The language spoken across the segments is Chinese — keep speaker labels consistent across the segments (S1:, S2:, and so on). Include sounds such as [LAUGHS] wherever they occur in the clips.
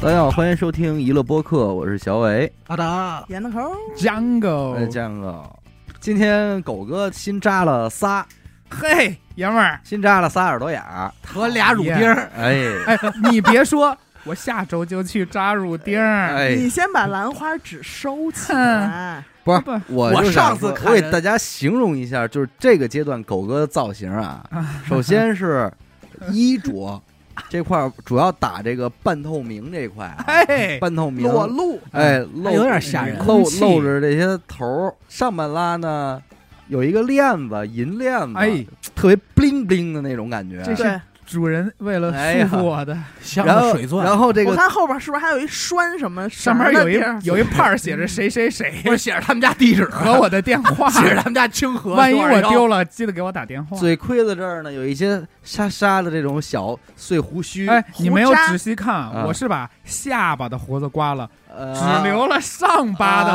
S1: 大家好，欢迎收听娱乐播客，我是小伟。
S2: 阿达，
S3: 点个头儿，
S1: 哎，
S4: Django，
S1: 江哥，今天狗哥新扎了仨，
S4: 嘿，爷们儿，
S1: 新扎了仨耳朵眼儿。
S2: 和俩乳钉儿，
S1: 哎，
S4: 哎，你别说，我下周就去扎乳钉儿。
S1: 哎
S3: 你，先把兰花指收起
S4: 嗯
S3: 来。
S1: 不是
S4: 不，
S1: 我
S2: 我
S1: 就想
S2: 上次
S1: 说
S2: 看
S1: 我给
S2: 人
S1: 大家形容一下，就是这个阶段狗哥的造型啊。首先是衣着这块儿，主要打这个半透明这块啊，
S4: 哎，
S1: 半透明，
S3: 裸露，
S1: 哎，露
S2: 有点吓人
S1: 露
S4: 空气
S1: 露着这些头儿，上半拉呢有一个链子，银链子，
S4: 哎，
S1: 特别 bling bling 的那种感觉。
S4: 这是
S3: 对，
S4: 主人为了
S1: 哎呀
S4: 束缚我的，
S2: 像
S1: 然
S2: 个
S1: 后
S2: 水钻。
S1: 然后这
S3: 我
S1: 个
S3: 看后边是不是还有一拴什么绳
S4: 上
S3: 儿
S4: 面
S3: 的
S4: 有一
S3: 地儿？
S4: 有一帕儿写着谁谁谁
S2: 不是写着他们家地址啊
S4: 和我的
S1: [LAUGHS]
S4: 电话，
S2: [LAUGHS] 写着他们家清河。
S4: 万一我丢
S2: 了，
S4: 了，记得给我打电话。
S1: 嘴盔子这儿呢有一些沙沙的这种小碎胡须，
S4: 哎，你没有
S3: 胡渣
S4: 仔细看
S1: 啊，
S4: 我是把下巴的胡子刮了，
S1: 呃，
S4: 只留了上巴的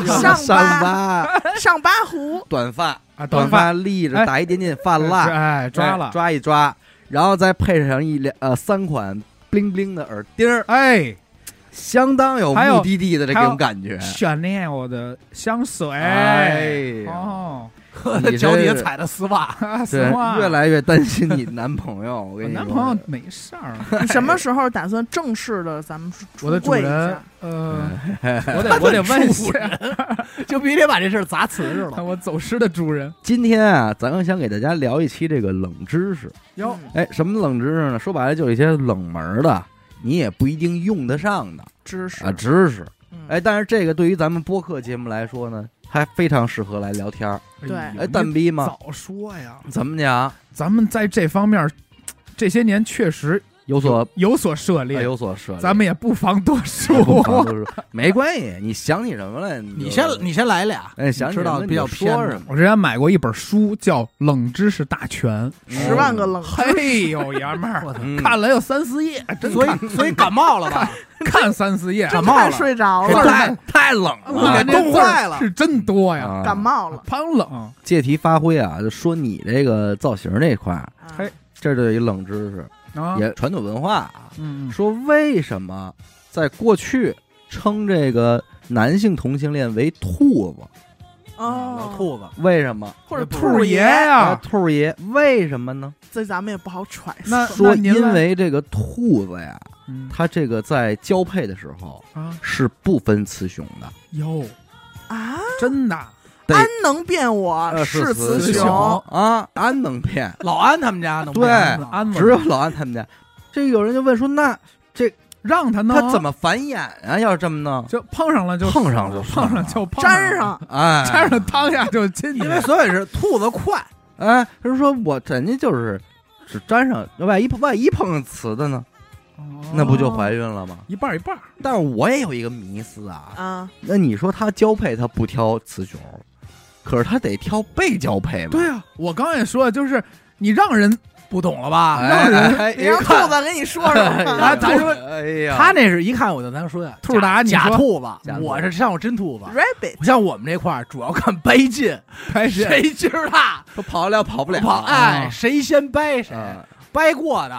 S4: 胡子
S1: 啊
S3: 上
S1: [LAUGHS] 上巴
S3: [LAUGHS] 上八
S4: [LAUGHS]
S3: 壶，
S1: 短发，
S4: 啊，
S1: 短
S4: 短发
S1: 发立着，
S4: 哎
S1: 打一点点发蜡，
S4: 哎，抓
S1: 哎
S4: 了，
S1: 抓一抓，然后再配上一两呃三款 bling bling 的耳钉儿，
S4: 哎，
S1: 相当有
S4: 还有
S1: 目的地的这
S4: 还
S1: 种
S4: 有
S1: 感觉。
S4: 选恋我的香水，
S1: 哎呀
S4: 哦，
S2: 我的
S1: 你这
S2: 脚底下踩的丝 [LAUGHS] 袜，
S4: 啊，
S1: 对
S4: 实话，，
S1: 越来越担心你男朋友。我
S4: 我
S1: 跟你说，
S4: 男朋友没事
S1: [LAUGHS]
S4: 儿，
S3: 你什么时候打算正式的咱们
S4: 我的
S3: 出
S4: 主
S3: 柜一
S4: 人
S3: 下？，
S4: 呃，我得我得问一
S1: [LAUGHS]
S2: 主
S4: 下，
S2: 就必须得把这事儿砸瓷实了。
S4: [LAUGHS] 我走失的主人，
S1: 今天啊，咱们想给大家聊一期这个冷知识。
S4: 哟，
S3: 嗯
S1: 哎，什么冷知识呢？说白了就是一些冷门儿的，你也不一定用得上的
S3: 知识
S1: 啊，知识。
S3: 嗯
S1: 哎，但是这个对于咱们播客节目来说呢，还非常适合来聊天儿。
S3: 对
S4: 哎呦
S1: 哎，蛋逼
S4: 你
S1: 吗？
S4: 早说呀，
S1: 怎么讲？
S4: 咱们在这方面这些年确实
S1: 有所
S4: 有所涉
S1: 哎
S4: 猎，
S1: 有所涉猎。哎
S4: 咱们也不妨多
S1: 不妨
S4: 说。
S1: 都是没关系，你想起什么来？
S2: [LAUGHS] 你
S1: 就
S2: 先，你先来 [LAUGHS] 俩。
S1: 哎，想起
S2: 知道
S1: 什么
S2: 比较
S1: 你就说
S2: 偏的
S1: 什么？
S4: 我之前买过一本书，叫《冷知识大全》，
S3: 十万
S1: 哦
S3: 个冷，
S4: 哦
S1: 哎
S4: 嘿呦， [LAUGHS] 爷们儿，
S1: 嗯
S4: 看了有三四页，真
S2: 所以所以感冒了 [LAUGHS] 吧？
S4: 看三四页，
S2: 感冒
S3: 看
S2: 了，
S3: 睡着
S2: 这
S3: 了，
S1: 太太冷
S4: 我
S1: 了
S2: 啊，
S4: 感觉
S2: 冻坏了
S4: 字儿是真多呀，
S1: 啊
S3: 感冒了。
S4: 潘冷，
S1: 借题发挥啊，就说你这个造型这块儿，
S3: 啊
S4: 嘿
S1: 这就有一冷知识，
S4: 啊，
S1: 也传统文化啊。
S4: 嗯，
S1: 说为什么在过去称这个男性同性恋为兔子？
S3: 哦，
S2: 老兔子，
S1: 为什么？
S3: 或者兔
S4: 兔爷
S3: 爷，
S1: 啊，
S4: 呀，
S1: 兔爷？为什么呢？
S3: 这咱们也不好揣测。
S4: 那
S1: 说
S4: 那您
S1: 因
S4: 来
S1: 为这个兔子呀，
S4: 嗯
S1: 它这个在交配的时候
S4: 啊，
S1: 是不分雌雄的。
S4: 哟，
S3: 啊，
S4: 真的，
S1: 对
S3: 安能辨我
S1: 呃
S3: 是
S1: 雌
S3: 雄？
S4: 雄
S1: 啊，安能变，
S2: 老安他们家能不啊
S1: 对
S2: 安吗
S4: 安稳
S1: 只有老安他们家。这有人就问说，那
S4: 让他呢，
S2: 啊
S1: 他怎么繁衍啊？要是这么弄，
S4: 就碰上了就
S1: 碰上就
S4: 碰上就碰 [LAUGHS]
S3: 粘，上，
S1: 哎， [LAUGHS]
S4: 沾上当下就亲你
S2: 因，为所以是兔子快，
S1: 哎，他说我人家就是只沾上，万一万一碰上雌的呢，
S4: 哦
S1: 那不就怀孕了吗？
S4: 一半儿一半儿？
S1: 但是我也有一个迷思啊，
S3: 啊，
S1: 那你说他交配他不挑雌雄，可是他得挑被交配吧？
S4: 对啊，我刚也说，就是你让人
S2: 不懂了吧？
S1: 哎，让
S3: 你让兔子跟你说说
S2: 哎
S3: 啊
S2: 呀咱说
S1: 哎呀，
S2: 他那是一看我就咱说呀，
S4: 兔儿
S2: 假
S4: 达你
S2: 假
S4: 说
S2: 兔子
S1: 假，兔子
S2: 我是上过真兔子。
S3: ，rabbit
S2: 像我们这块儿主要看掰劲，
S4: 拍谁？
S2: 谁劲儿大，
S1: 他跑得了跑不了，
S2: 跑哎，
S1: 哦
S4: 啊
S2: 谁先掰谁，
S1: 啊
S2: 掰过的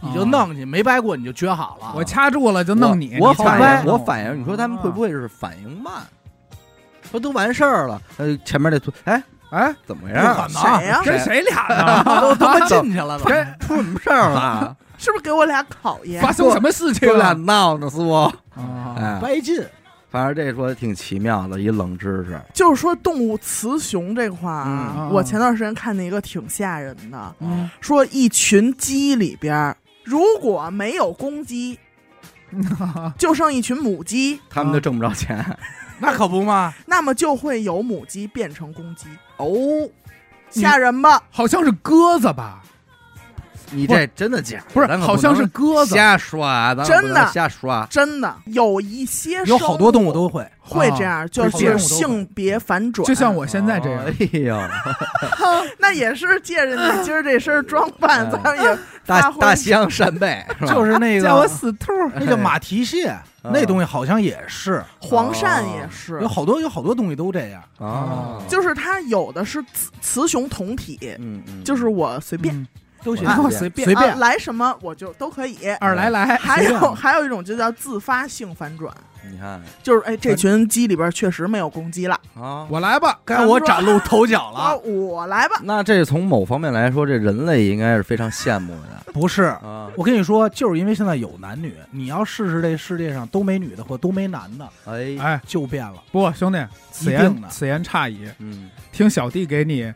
S2: 你就弄去，没掰过你就撅好了。
S4: 啊我掐住了就弄你，
S1: 我我
S4: 你掐
S1: 反
S4: 住
S1: 应
S4: 了
S1: 我反应，你说他们会不？
S4: 啊
S1: 会是反应慢？说都完事儿了，呃，前面这兔，哎哎，怎么回事
S2: 不可
S1: 儿？
S2: 能，
S3: 谁呀啊
S4: 跟谁俩
S1: 啊
S4: 呢？
S2: 啊都他妈进去了都。
S4: 跟
S1: 出什么事儿了？
S3: 是不是给我俩考验
S4: 发？生什么事情
S1: [LAUGHS] 这
S4: 啊
S1: 啊俩
S4: 了？
S1: 闹呢，是不？
S4: 啊，
S1: 哎，
S2: 掰劲，
S1: 反正这说的挺奇妙的一冷知识。
S3: 就是说动物雌雄这块儿
S4: 嗯
S3: 啊
S4: 啊，
S3: 我前段时间看见一个挺吓人的，
S4: 嗯
S3: 说一群鸡里边儿如果没有
S4: [LAUGHS]
S3: 公鸡，就剩一群母鸡，
S1: 他们就挣不着钱。
S2: 那可不嘛，
S3: 那么就会有母鸡变成公鸡，
S1: 哦，
S4: 你
S3: 吓人吧？
S4: 好像是鸽子吧？
S1: 你这真的假的？
S4: 不是，
S1: 咱可
S4: 好像
S1: 能
S4: 是鸽子。
S1: 瞎说啊，咱可不能
S3: 真的
S1: 瞎说啊。
S3: 真的有一些
S2: 有好多动物
S3: 生
S2: 都会。
S3: 会这样，就
S4: 啊好多动物都会
S3: 是性别反转，
S4: 就像我现在这样
S1: 哦，哎呦，
S3: 那也是借
S4: [LAUGHS]
S3: 着你今儿这身装扮，
S1: 嗯
S3: 咱
S4: 哎
S3: 们也
S1: 大
S3: 发挥
S1: 大西洋扇贝是吧？
S2: 就是那
S4: 叫我
S2: 个，
S4: 死兔。
S2: 那叫马蹄蟹，那东西好像也是，
S3: 黄鳝
S4: 哦
S3: 也是
S2: 有，好多有好多东西都这样。
S1: 啊，
S3: 就是它有的是雌雌雄同体，
S1: 嗯嗯，
S3: 就是我随便，
S4: 嗯
S2: 都行
S1: 啊，
S4: 我
S1: 随
S4: 随
S3: 啊
S4: 便
S2: 随便
S3: 来什么我就都可以。
S4: 二来来，
S3: 还
S2: 随
S3: 有
S2: 便
S3: 还有一种就叫自发性反转，
S1: 嗯你看
S3: 就是哎，这群鸡里边确实没有公鸡了，
S1: 啊，
S4: [LAUGHS] 我来吧，
S2: 该我崭露头角
S3: 啊，
S2: 了。
S3: 我来吧。
S1: [LAUGHS] 那这从某方面来说，这人类应该是非常羡慕的
S2: 不是，
S1: 啊
S2: 我跟你说，就是因为现在有男女，你要试试这世界上都没女的或都没男的，
S1: 哎，
S4: 哎，
S2: 就变了。
S4: 不，兄弟，此
S2: 一定
S4: 言
S2: 的
S4: 此言差矣，
S1: 嗯，
S4: 听小弟给你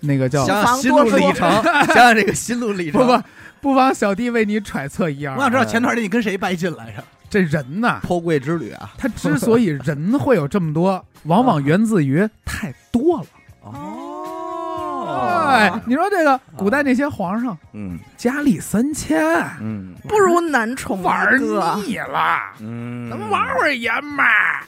S4: 那哎个叫
S1: 想想
S3: 妨
S1: 心
S3: 多
S1: 路
S3: 说
S1: 历程，想想这个心路历
S4: 不不
S1: 程，
S4: 不妨小弟为你揣测一二
S2: 我。想知道前段时间你跟谁掰进来着？
S4: 这人呐，
S1: 破柜之旅啊，
S4: 他之所以人会有这么多，往往源自于太多了。
S3: 哦
S4: 哎，你说这个古代那些皇上
S1: 嗯
S4: 佳丽三千，
S1: 嗯
S3: 不如男宠
S4: 玩儿
S3: 一个，
S4: 腻了，
S1: 嗯，
S4: 咱们玩会儿爷们儿，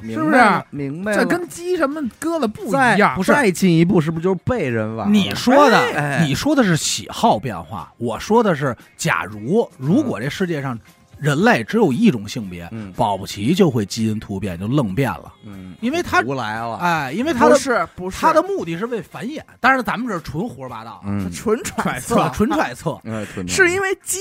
S1: 明
S4: 是不
S1: 白了
S4: 是？
S1: 明白了，
S4: 这跟鸡什么鸽子不
S1: 再
S4: 一样。
S2: 不是
S1: 再进一步，嗯是不是就是被人玩了？
S2: 你说的，
S1: 哎
S2: 你说的是喜好变化，我说的是，假如如果这世界上人类只有一种性别，
S1: 嗯
S2: 保不齐就会基因突变，就愣变了。
S1: 嗯，
S2: 因为他
S1: 胡来了，
S2: 哎，因为他
S3: 不
S2: 的
S3: 是不是，
S2: 他的目的是为繁衍，当然咱们这是纯胡说八道，
S1: 嗯，
S3: 纯揣
S2: 是吧
S3: 测，
S2: 纯揣
S1: [LAUGHS]
S2: 测。
S1: 哎吞着
S3: 是因为鸡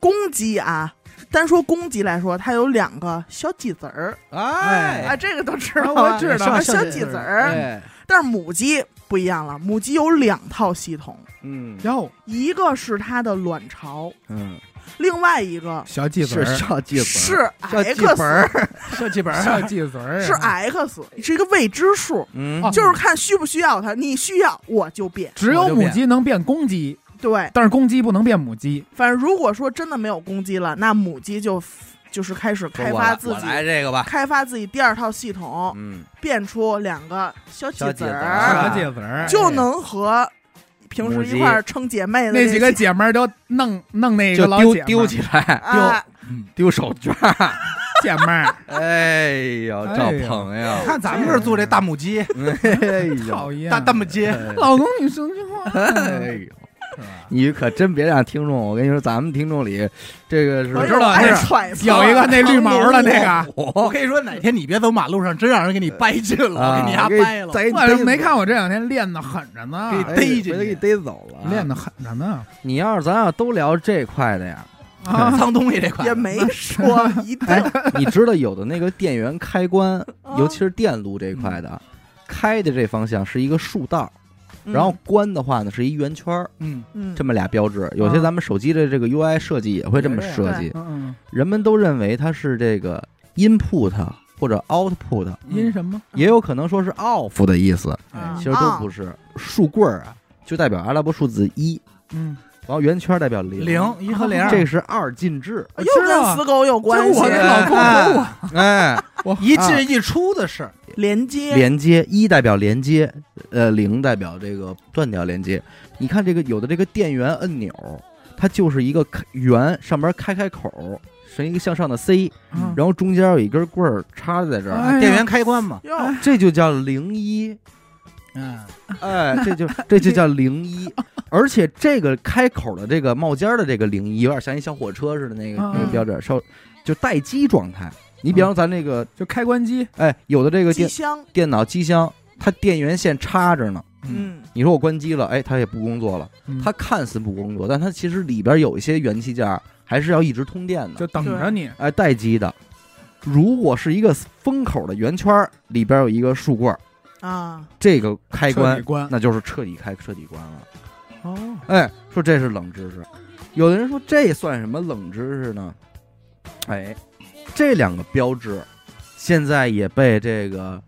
S3: 公鸡啊，单说公鸡来说，它有两个小鸡子儿，
S1: 哎
S3: 啊，这个都知
S4: 啊
S3: 道吧，
S4: 我知道
S3: 啊
S2: 上
S3: 小
S2: 上
S3: 鸡子儿。
S1: 哎，
S3: 但是母鸡不一样了，母鸡有两套系统，
S1: 嗯
S4: 哟，
S3: 一个是它的卵巢，
S1: 嗯，
S3: 另外一个
S4: 小鸡嘴
S1: 是
S4: 儿，
S1: 小鸡
S3: 是
S1: 子儿，小鸡本
S3: X，
S1: 儿，
S4: 小鸡本儿，啊小鸡嘴儿，
S3: 是 X，是
S1: [LAUGHS]
S3: 一个未知数，
S1: 嗯
S4: 哦
S3: 就是看需不需要它，你需要我就变。
S4: 只有母鸡能变公鸡，
S3: 对，
S4: 但是公鸡不能变母鸡。
S3: 反正如果说真的没有公鸡了，那母鸡就就是开始
S1: 说
S3: 开
S1: 我
S3: 发
S1: 来
S3: 自
S1: 我
S3: 己。
S1: 来这个吧，
S3: 开发自己第二套系统，
S1: 嗯，
S3: 变出两个小鸡
S1: 小鸡
S3: 子
S1: 子
S3: 儿
S2: 啊
S1: 儿，
S4: 小鸡嘴儿，
S3: 就能和平时一块儿称姐妹的
S4: 那几
S3: 几
S4: 个姐们儿都弄弄那
S1: 就
S4: 个老
S1: 丢
S4: 姐们儿
S1: 丢起来，
S3: 啊，
S2: 嗯，
S1: 丢手绢儿，
S4: 姐们儿，
S1: 哎呦，
S4: 哎
S1: 找
S4: 呦
S1: 朋友，
S2: 看咱们这儿做这大母鸡，
S1: 哎
S4: 讨
S1: 呦，
S4: 厌，
S2: 大大母鸡，
S4: 老公你生气话，
S1: 哎
S4: 是
S1: 呦。
S4: 吧
S1: 你可真别让听众，我跟你说，咱们听众里这个是
S4: 我知道
S3: 爱
S4: 是
S3: 揣测
S4: 有一个那绿毛的那个，
S2: [LAUGHS] 我跟你说，哪天你别走马路上，真让人给你掰进了，
S1: 啊
S2: 我给你丫
S1: 给
S2: 掰了。
S1: 逮
S4: 我
S1: 逮
S4: 就没看我这两天练的狠着呢，
S2: 给
S1: 哎
S2: 逮进去
S1: 回头给逮走了啊。
S4: 练的狠着呢
S1: 你要是咱要都聊这块的呀，
S4: [LAUGHS]
S2: [LAUGHS]
S1: 哎
S4: 啊！
S2: 脏东西
S1: [LAUGHS]
S2: 这块
S3: 也没说一定，
S1: 你知道有的那个电源开关，
S3: 啊
S1: 尤其是电路这块的，开的这方向是一个竖道，
S3: 嗯
S1: 然后关的话呢是一圆圈儿，
S2: 嗯，
S3: 嗯
S1: 这么俩标志。有些咱们手机的这个 UI 设计也会这么设计，
S4: 嗯，
S1: 人们都认为它是这个 input 或者 output，
S4: 嗯因什么？
S1: 也有可能说是 off 的意思，
S3: 嗯
S2: 哎
S1: 其实都不是。竖棍儿啊，就代表阿拉伯数字一，
S4: 嗯，
S1: 然后圆圈儿代表零，
S2: 零一和零，
S1: 这是二进制。
S3: 啊
S2: 哎
S3: 又跟死狗有关系
S4: 啊我，的老公啊和我
S1: 哎，
S2: 一进一出的事儿。
S3: 连接
S1: 连接一代表连接，呃，零代表这个断掉连接。你看这个有的这个电源按钮，它就是一个开圆，上边开开口，是一个向上的 C，
S4: 嗯
S1: 然后中间有一根棍儿插在这儿，
S4: 哎呀
S2: 电源开关嘛，
S3: 哟，
S1: 这就叫零一，
S2: 嗯，
S1: 哎，这就这就叫零一。而且这个开口的这个冒尖儿的这个零一，有点像一小火车似的那个那个
S4: 嗯
S1: 标志，稍就待机状态。你比方咱这个，
S4: 就开关机，
S1: 哎，有的这个
S3: 机
S1: 电
S3: 箱，
S1: 电脑机箱，它电源线插着呢。
S3: 嗯，
S1: 你说我关机了，哎，它也不工作了。
S4: 嗯
S1: 它看似不工作，但它其实里边有一些元器件儿还是要一直通电的，
S4: 就等着你，
S1: 哎，待机的。如果是一个封口的圆圈儿，里边有一个竖棍儿，
S3: 啊，
S1: 这个开
S4: 彻
S1: 关
S4: 底关
S1: 那就是彻底开、彻底关了。
S4: 哦，
S1: 哎，说这是冷知识，有的人说这算什么冷知识呢？哎，这两个标志现在也被这个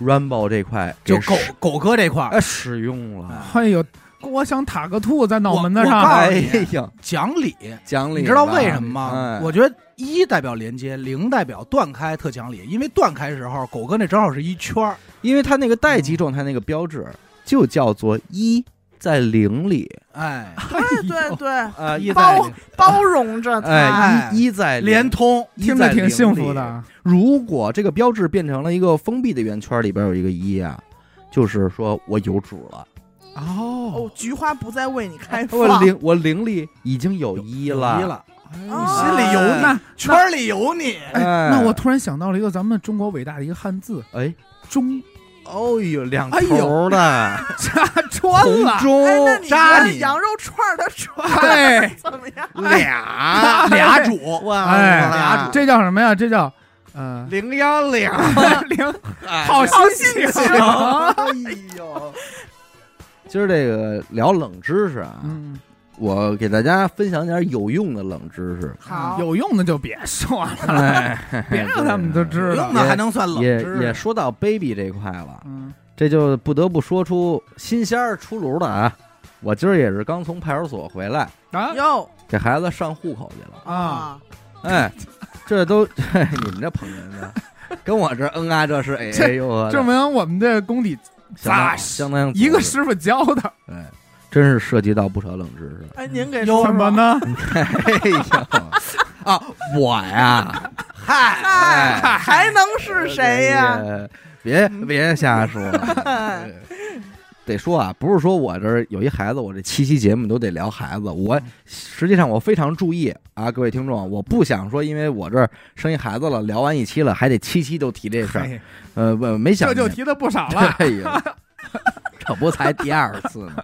S1: Rambo 这块给
S2: 就狗
S1: 使
S2: 狗哥这块儿
S1: 哎使用了。
S4: 哎呦，我想塔个兔在脑门子
S2: 我告
S4: 上，
S2: 诉
S1: 哎
S2: 你
S1: 呀，
S2: 讲理，
S1: 讲理吧，
S2: 你知道为什么吗
S1: 哎？
S2: 我觉得一代表连接，零代表断开，特讲理。因为断开时候，狗哥那正好是一圈儿，
S1: 因为它那个待机状态那个标志就叫做一在零里，
S2: 哎，
S3: 对对对，
S1: 啊，一在
S3: 包包容着它，
S1: 哎一一在零
S2: 联，通
S1: 一
S4: 听
S1: 在
S4: 着
S1: 零
S4: 挺
S1: 里
S4: 幸福的。。
S1: 如果这个标志变成了一个封闭的圆圈，里边有一个一啊，就是说我有主了，
S4: 哦
S3: 哦，，菊花不再为你开
S1: 我
S3: 放，
S1: 零我零里已经有一了，
S2: 一了，
S3: 啊
S2: 心里有
S1: 哎
S2: 你
S4: 那，
S2: 圈儿里有你。
S1: 哎，
S4: 那我突然想到了一个咱们中国伟大的一个汉字 [LAUGHS]
S1: 哎
S4: “中
S1: 哦呦，两
S4: 哎呦
S1: 头的
S4: 扎穿
S1: 红
S4: 了，
S3: 哎，那
S1: 中
S3: 你
S2: 扎
S3: 家
S2: 你
S3: 羊肉串的串
S4: 哎
S3: 怎么样？
S1: 俩
S2: 俩主，
S1: 哇，
S4: 哎，
S1: 俩，
S4: 这叫什么呀？这叫呃
S1: 零幺零，
S4: [LAUGHS] 零
S1: 哎
S4: 好
S3: 好
S4: 心情
S3: 心情。
S1: 哎呦， [LAUGHS] 今儿这个聊冷知识啊，
S4: 嗯，
S1: 我给大家分享点有用的冷知识，
S3: 好，
S4: 有用的就别说了，别让他们都知道
S2: 用。的还能算冷
S1: 也
S2: 知
S1: 也
S2: 识？
S1: 说到 baby 这块了，
S4: 嗯，
S1: 这就不得不说出新鲜儿出炉的啊！我今儿也是刚从派出所回来，
S4: 啊
S3: 哟
S1: 给孩子上户口去了。
S4: 啊，，
S1: 哎，这都、哎、你们这捧哏的，跟我这嗯啊这是哎哎呦呵的，
S4: 证明我们这功底
S1: 相当
S4: 扎实
S1: 相当
S4: 一个
S1: 是
S4: 师傅教的，
S1: 哎，真是涉及到不少冷知识。
S3: 哎，您给
S2: 有
S3: 说
S4: 什
S3: 说
S4: 么？呢？
S1: 哎呀啊，我呀，
S2: 嗨，
S3: 哎，还能是谁呀？
S1: 哎？别别瞎说，
S3: 哎
S1: [LAUGHS] 得说啊，不是说我这儿有一孩子，我这七期节目都得聊孩子。我
S4: 嗯
S1: 实际上我非常注意啊，各位听众，我不想说，因为我这儿生一孩子了，聊完一期了，还得七期都提这事儿。
S4: 嘿
S1: 呃，不，没想。
S4: 哎这就提的不少了
S1: [LAUGHS] 哎呀，这不才第二次呢。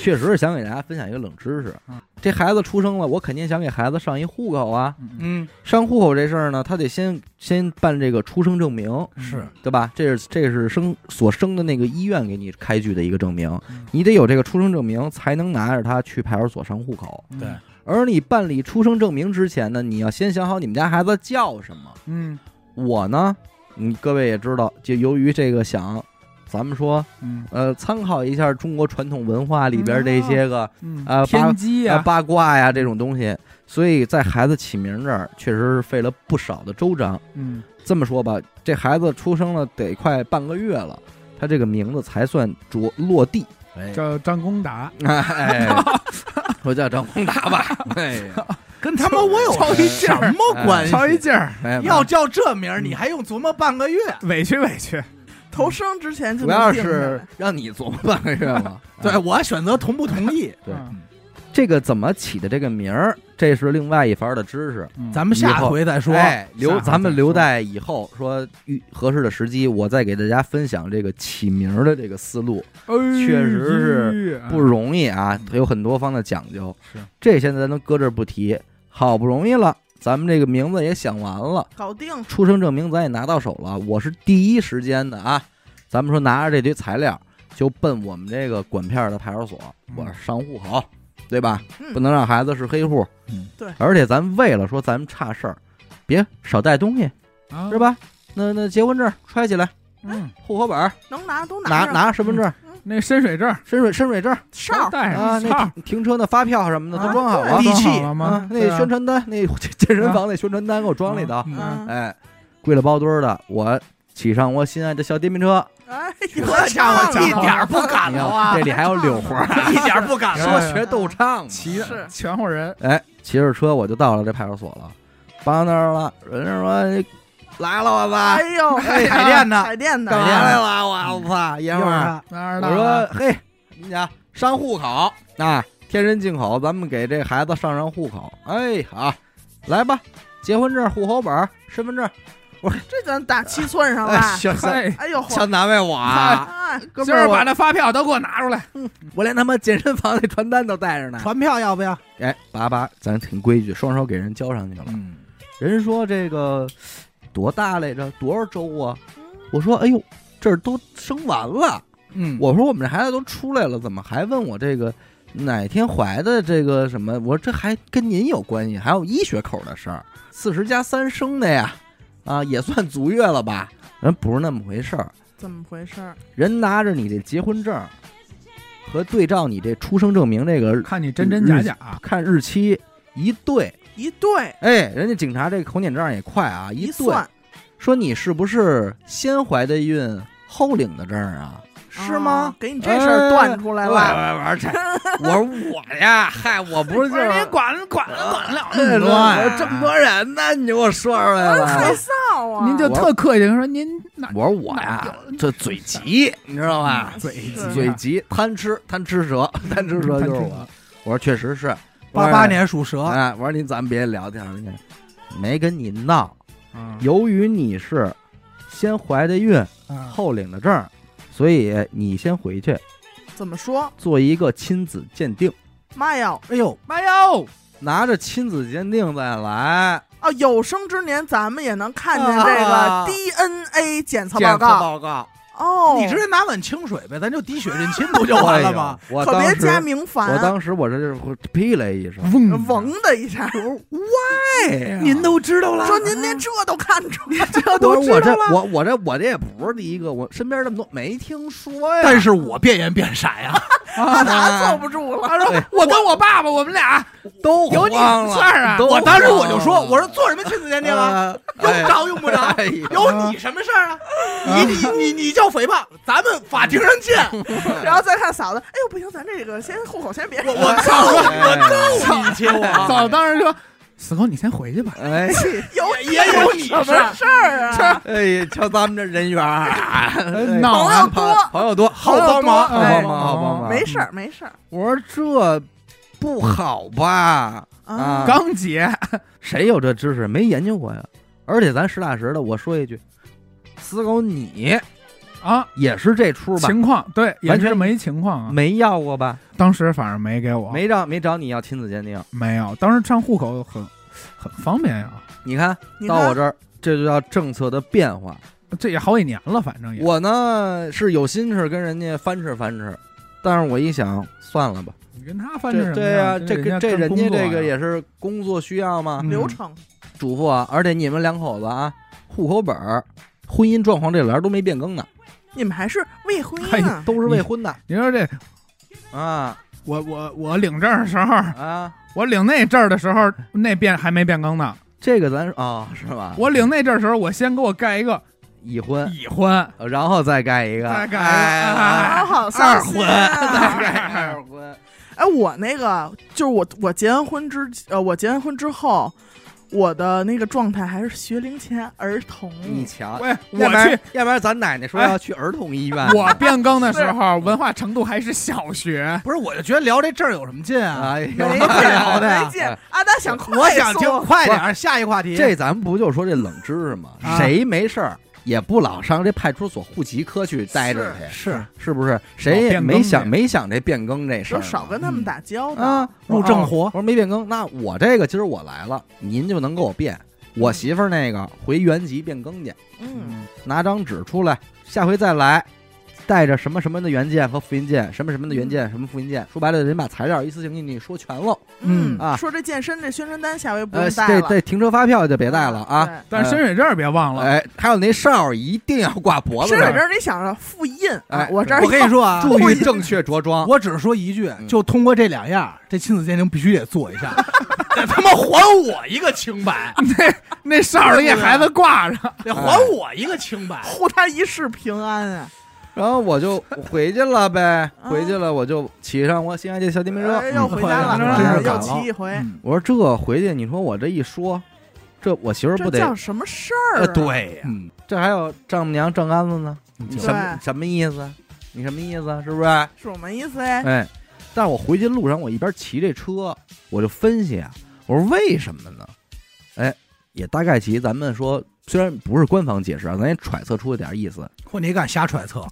S1: 确实是想给大家分享一个冷知识
S4: 嗯，
S1: 这孩子出生了，我肯定想给孩子上一户口啊。
S4: 嗯
S2: 嗯，
S1: 上户口这事儿呢，他得先先办这个出生证明，
S2: 是
S1: 对吧？这是这是生所生的那个医院给你开具的一个证明
S4: 嗯，
S1: 你得有这个出生证明才能拿着它去派出所上户口。
S4: 嗯
S2: 对，
S1: 而你办理出生证明之前呢，你要先想好你们家孩子叫什么。
S4: 嗯
S1: 我呢，嗯，各位也知道，就由于这个想，咱们说，
S4: 嗯
S1: 呃，参考一下中国传统文化里边这些个、
S4: 嗯
S1: 啊
S4: 天机
S1: 啊
S4: 呀，
S1: 八卦呀这种东西，所以在孩子起名这儿确实是费了不少的周章。
S4: 嗯
S1: 这么说吧，这孩子出生了得快半个月了，他这个名字才算着落地。
S2: 哎
S4: 叫张公达，
S1: 哎，我叫张宏达吧。哎呀，
S2: 跟他妈我
S1: [LAUGHS]
S2: 有
S4: 超一劲
S2: 什
S4: 儿
S2: 么关系？
S4: 超一劲儿，
S1: 哎
S2: [LAUGHS]
S1: 嗯
S2: 要叫这名儿，你还用琢磨半个月？。
S4: 委屈委屈。
S3: 投生之前就
S1: 主要
S3: 能定下
S1: 是
S3: 来
S1: 让你琢磨半个月嘛
S2: 对我选择同不同意，
S1: 对
S4: 嗯
S1: 这个怎么起的这个名儿，这是另外一番的知识。
S4: 嗯
S2: 咱们下回再说。
S1: 哎，
S4: 下
S1: 留
S4: 回再
S1: 咱们留待以后说遇合适的时机，我再给大家分享这个起名儿的这个思路，确实是
S4: 哎
S1: 不容易啊，
S4: 嗯
S1: 有很多方的讲究。
S4: 是
S1: 这现在咱都搁这儿不提，好不容易了，咱们这个名字也想完了，
S3: 搞定，
S1: 出生证明咱也拿到手了，我是第一时间的啊，咱们说拿着这堆材料就奔我们这个管片儿的派出所，
S4: 嗯
S1: 我上户口，对吧？
S3: 嗯
S1: 不能让孩子是黑户。
S2: 嗯
S3: 对
S1: 而且咱为了说咱们差事儿，别少带东西，
S4: 啊
S1: 是吧？那那结婚证揣起来，
S4: 嗯，
S1: 户口本儿
S3: 能拿都
S1: 拿
S3: 上。
S1: 拿身份证、
S4: 那深水证
S1: 深水深水证
S3: 哨儿
S4: 带
S1: 啊，
S4: 上哨
S1: 那
S4: 儿
S1: 停停车的发票什么的都
S3: 啊
S1: 装好了
S2: 对。地
S4: 装
S2: 契
S4: 好了吗
S1: 啊，？那宣传单，那健身房那宣传单给我装里头。
S4: 嗯
S3: 嗯，
S1: 哎，贵了包堆儿的，我骑上我心爱的小电瓶车。
S3: 哎，
S2: 这家伙一点儿不敢
S1: 你
S2: 了
S1: 看
S2: 啊
S1: 这，里还有柳活
S2: [LAUGHS]
S1: 儿，
S2: 一点儿不敢
S1: 说
S2: 了。
S1: 学逗唱嘛。啊
S4: 骑
S3: 是
S4: 嗯全乎人，
S1: 哎，骑着车我就到了这派出所了，到那儿了，人家说哎来了，我操，
S3: 哎
S1: [LAUGHS]
S3: 呦，
S2: 哎海淀的
S3: 海淀
S1: 干
S3: 的，
S1: 嘛
S2: 海淀
S1: 来
S2: 的
S1: 了，我操，爷们儿。
S2: 啊
S4: 那二
S1: 我
S4: 大
S1: 说嘿，你讲上户口啊，天人进口，咱们给这孩子上上户口。哎，好，来吧，结婚证、户口本、身份证。
S3: 这咱打七寸上了
S1: 哎，。小小
S4: 哎，
S3: [LAUGHS] 哎呦，
S1: 小难为我啊，
S3: 哎
S1: 哥
S4: 今
S1: 们儿
S4: 儿把
S1: 我，
S4: 那发票都给我拿出来。
S1: 我连他妈健身房那传单都带着呢。
S2: 传票要不要？
S1: 哎，爸爸，咱挺规矩，双手给人交上去了。
S2: 嗯，
S1: 人说这个多大来着？多少周啊？我说，哎呦，这儿都生完了。
S2: 嗯
S1: 我说我们这孩子都出来了，怎么还问我这个哪天怀的这个什么？我说这还跟您有关系，还有医学口的事儿。四十加三生的呀，啊，也算足月了吧？人不是那么回事儿，
S3: 怎么回事儿？
S1: 人拿着你这结婚证和对照你这出生证明这个
S4: 看你真真假假，
S1: 看日期一对，
S3: 一对
S1: 哎，人家警察这口检证也快啊，一对
S3: 算
S1: 说你是不是先怀的孕后领的证啊？是吗哎
S3: 啊？给你这事儿断出来了。
S1: 玩这，我说我呀，嗨，我不是就
S4: 不是你
S1: 是
S4: 管管管了
S1: 对
S4: 那么多
S1: 我
S4: 呀
S1: 说这么多人呢，你给我说出来
S3: 害
S1: 了。
S3: 臊啊！
S4: 您就特客气地说您那
S1: [LAUGHS]
S4: 嗯
S1: 我说我呀，这嘴急，你知道吧？
S4: 嘴啊
S3: 是
S1: 嘴急，贪吃，贪吃蛇，贪吃蛇就是
S4: 嗯
S1: 我。我说确实是，
S2: 八八年属蛇，
S1: 哎，我说您咱们别聊天了，你没跟你闹。
S4: 啊，
S1: 由于你是先怀的孕
S4: 啊
S1: 后领的证，所以你先回去
S3: 怎么说？
S1: 做一个亲子鉴定，
S3: 妈呀！
S2: 哎呦，
S4: 妈哟，
S1: 拿着亲子鉴定再来
S3: 啊，有生之年咱们也能看见这
S1: 啊
S3: 个 DNA 检测
S1: 检
S3: 报
S1: 测
S3: 告
S1: 报告，
S3: 哦。
S2: 你直接拿碗清水呗，咱就滴血认亲不就完了吗？
S1: 哎呦？我
S3: 可
S1: 当
S3: 别加
S1: 时，
S3: 明
S1: 我
S3: 矾，
S1: 当时我这就是劈了一声，
S4: 嗡
S3: 嗡的
S1: [LAUGHS]
S3: 一下，
S1: 哎，
S2: 您都知道了，
S3: 说您连这都看出来，
S1: [LAUGHS] 我
S3: 这
S1: 说我这
S3: 了。
S1: 我我这我这也不是第一个，我身边这么多没听说呀。
S2: 但是我变颜变傻 [LAUGHS] 呀，
S1: [LAUGHS]
S3: 他
S1: 哎
S3: 哪坐不住了？
S4: 他说
S1: 对
S4: 我跟我爸爸，我们俩
S1: 都
S4: 有你什
S1: 慌
S4: 么
S1: 了
S4: 事儿啊
S1: 都？
S2: 我当时我就说，
S1: 慌了
S2: 我说做什么亲子鉴定啊？
S1: 呃
S2: 用着用不着
S1: 哎呀？
S2: 有你什么事儿啊？啊
S4: 啊
S2: 你你你你叫诽谤，咱们法庭上见。
S3: 然后再看嫂子，哎呦不行，咱这个先户口先别。
S2: 我我
S1: 呃
S2: 告诉
S1: 哎我
S2: 我告啊你接
S1: 啊
S2: 我，
S4: 早当时说，死狗你先回去吧。
S1: 哎
S3: [LAUGHS] 有
S2: 也也有你
S3: 什
S2: 事儿
S3: 么事儿啊？
S1: 哎呀，瞧咱们这人缘儿啊，
S4: 闹
S3: 朋
S4: 啊
S3: 友多，
S1: 朋友多，好
S3: 帮忙
S1: 好
S3: 哎
S1: 帮忙，好帮忙。
S3: 没事儿没事儿
S1: 我说这不好吧？啊
S4: 刚结，
S1: 谁有这知识？没研究过呀。而且咱实打实的，我说一句，死狗你
S4: 啊，
S1: 也是这出吧？
S4: 情况对，也
S1: 完
S4: 是
S1: 全
S4: 没情况哦啊。
S1: 没要过吧？
S4: 当时反正没给我，
S1: 没让没找你要亲子鉴定。
S4: 没有，当时上户口很很方便呀、
S1: 你看
S3: 你
S1: 到
S3: 看
S1: 我这儿，这就叫政策的变化。
S4: 这也好几年了，反正也
S1: 我呢是有心事跟人家翻吃翻吃，但是我一想，算了吧，
S4: 你跟他翻着什
S1: 这
S4: 么
S1: 对啊
S4: 呀？
S1: 这
S4: 跟
S1: 个这人
S4: 家
S1: 家这
S4: 干工作
S1: 个
S4: 呀
S1: 也是工作需要嘛，
S4: 嗯
S3: 流程
S1: 嘱咐啊，而且你们两口子啊，户口本儿、婚姻状况这栏儿都没变更呢，
S3: 你们还是未婚
S4: 哎
S3: 姻
S4: 呀
S3: 啊？
S1: 都是未婚的
S4: 你说这
S1: 啊
S4: 我我我领证的时候，
S1: 啊，
S4: 我领那证的时候，那变还没变更呢。
S1: 这个咱啊、哦、是吧？
S4: 我领那证的时候，我先给我盖一个
S1: 已婚，
S4: 已婚，
S1: 然后再盖一个，
S4: 再哎盖一个
S1: 啊哎
S3: 啊好好伤心
S1: 再
S3: 啊！
S1: 盖二婚，
S3: 哎，我那个就是我我结完婚之呃，我结完婚之后，我的那个状态还是学龄前儿童。
S1: 你瞧。 [LAUGHS]
S4: 喂，
S1: 要
S4: 哎我
S1: 不然
S4: 去，
S1: 要不然咱奶奶说
S4: 哎
S1: 要去儿童医院，
S4: 我变更的时候， [LAUGHS] 文化程度还是小学。
S2: 不是，我就觉得聊这证儿有什么劲啊？
S1: 哎呀，
S2: 有什么
S3: 没
S2: 可
S3: 劲
S2: 聊的
S3: 没
S1: 啊
S2: 呀？
S3: 劲，阿达想快
S2: 我想听，
S3: 速
S2: 快点儿，下一话题。
S1: 哎这咱不就说这冷知识吗？
S2: 啊
S1: 谁没事儿也不老上这派出所户籍科去待着去，
S2: 是
S1: 是不是？谁也
S4: 变更
S1: 没想
S4: 去
S1: 没想这变更这事儿呢，
S3: 就少跟他们打交道。
S1: 啊，
S2: 入
S1: 我
S2: 正
S1: 哦
S2: 活
S1: 我说没变更，那我这个今儿我来了，您就能给我变。我媳妇儿那个回原籍变更去，
S3: 嗯，
S1: 拿张纸出来，下回再来，带着什么什么的原件和复印件，什么什么
S3: 嗯
S1: 的原件，什么复印件，说白了，人把材料一次性给你说全喽。
S3: 嗯
S1: 啊
S3: 说这健身这宣传单下回不
S1: 呃，
S3: 用带
S1: 这
S3: 了，嗯
S1: 这停车发票就别带了啊。
S3: 对。
S4: 但是身份证别忘了，
S1: 哎，还有那哨儿一定要挂脖子
S3: 身
S1: 上
S3: 份，证你想着复印啊
S1: 哎，
S3: 我这儿
S2: 我跟你说啊，
S1: 注意正确着装。
S2: 我只是说一句
S1: 啊嗯，
S2: 就通过这两样，这亲子鉴定必须得做一
S1: [LAUGHS]
S2: 下，啊得他妈还我一个清白，
S4: 那哨儿给
S1: 啊
S4: 孩子挂着，
S2: 得还我一个清白。
S3: 护他一世平安啊！
S1: 然后我就回去了呗，回去了我就骑上我心爱的小电瓶车
S3: 嗯哎。又回家
S1: 嗯真
S3: 了，
S1: 是
S3: 又
S1: 赶
S3: 骑一回，
S2: 嗯
S1: 我说这回去，你说我这一说，这我媳妇儿不
S3: 这
S1: 得
S3: 叫什么事儿
S2: 呃，
S3: 啊？
S2: 对呀，
S1: 嗯，这还有丈母娘正杆子呢，你
S3: 瞧
S1: 什么什么意思？你什么意思？是不是？哎，
S3: 什么意思哎？
S1: 但是我回去路上，我一边骑这车，我就分析啊，我说为什么呢？哎，也大概其咱们说，虽然不是官方解释啊，咱也揣测出了点意思。
S2: 或你敢瞎揣测，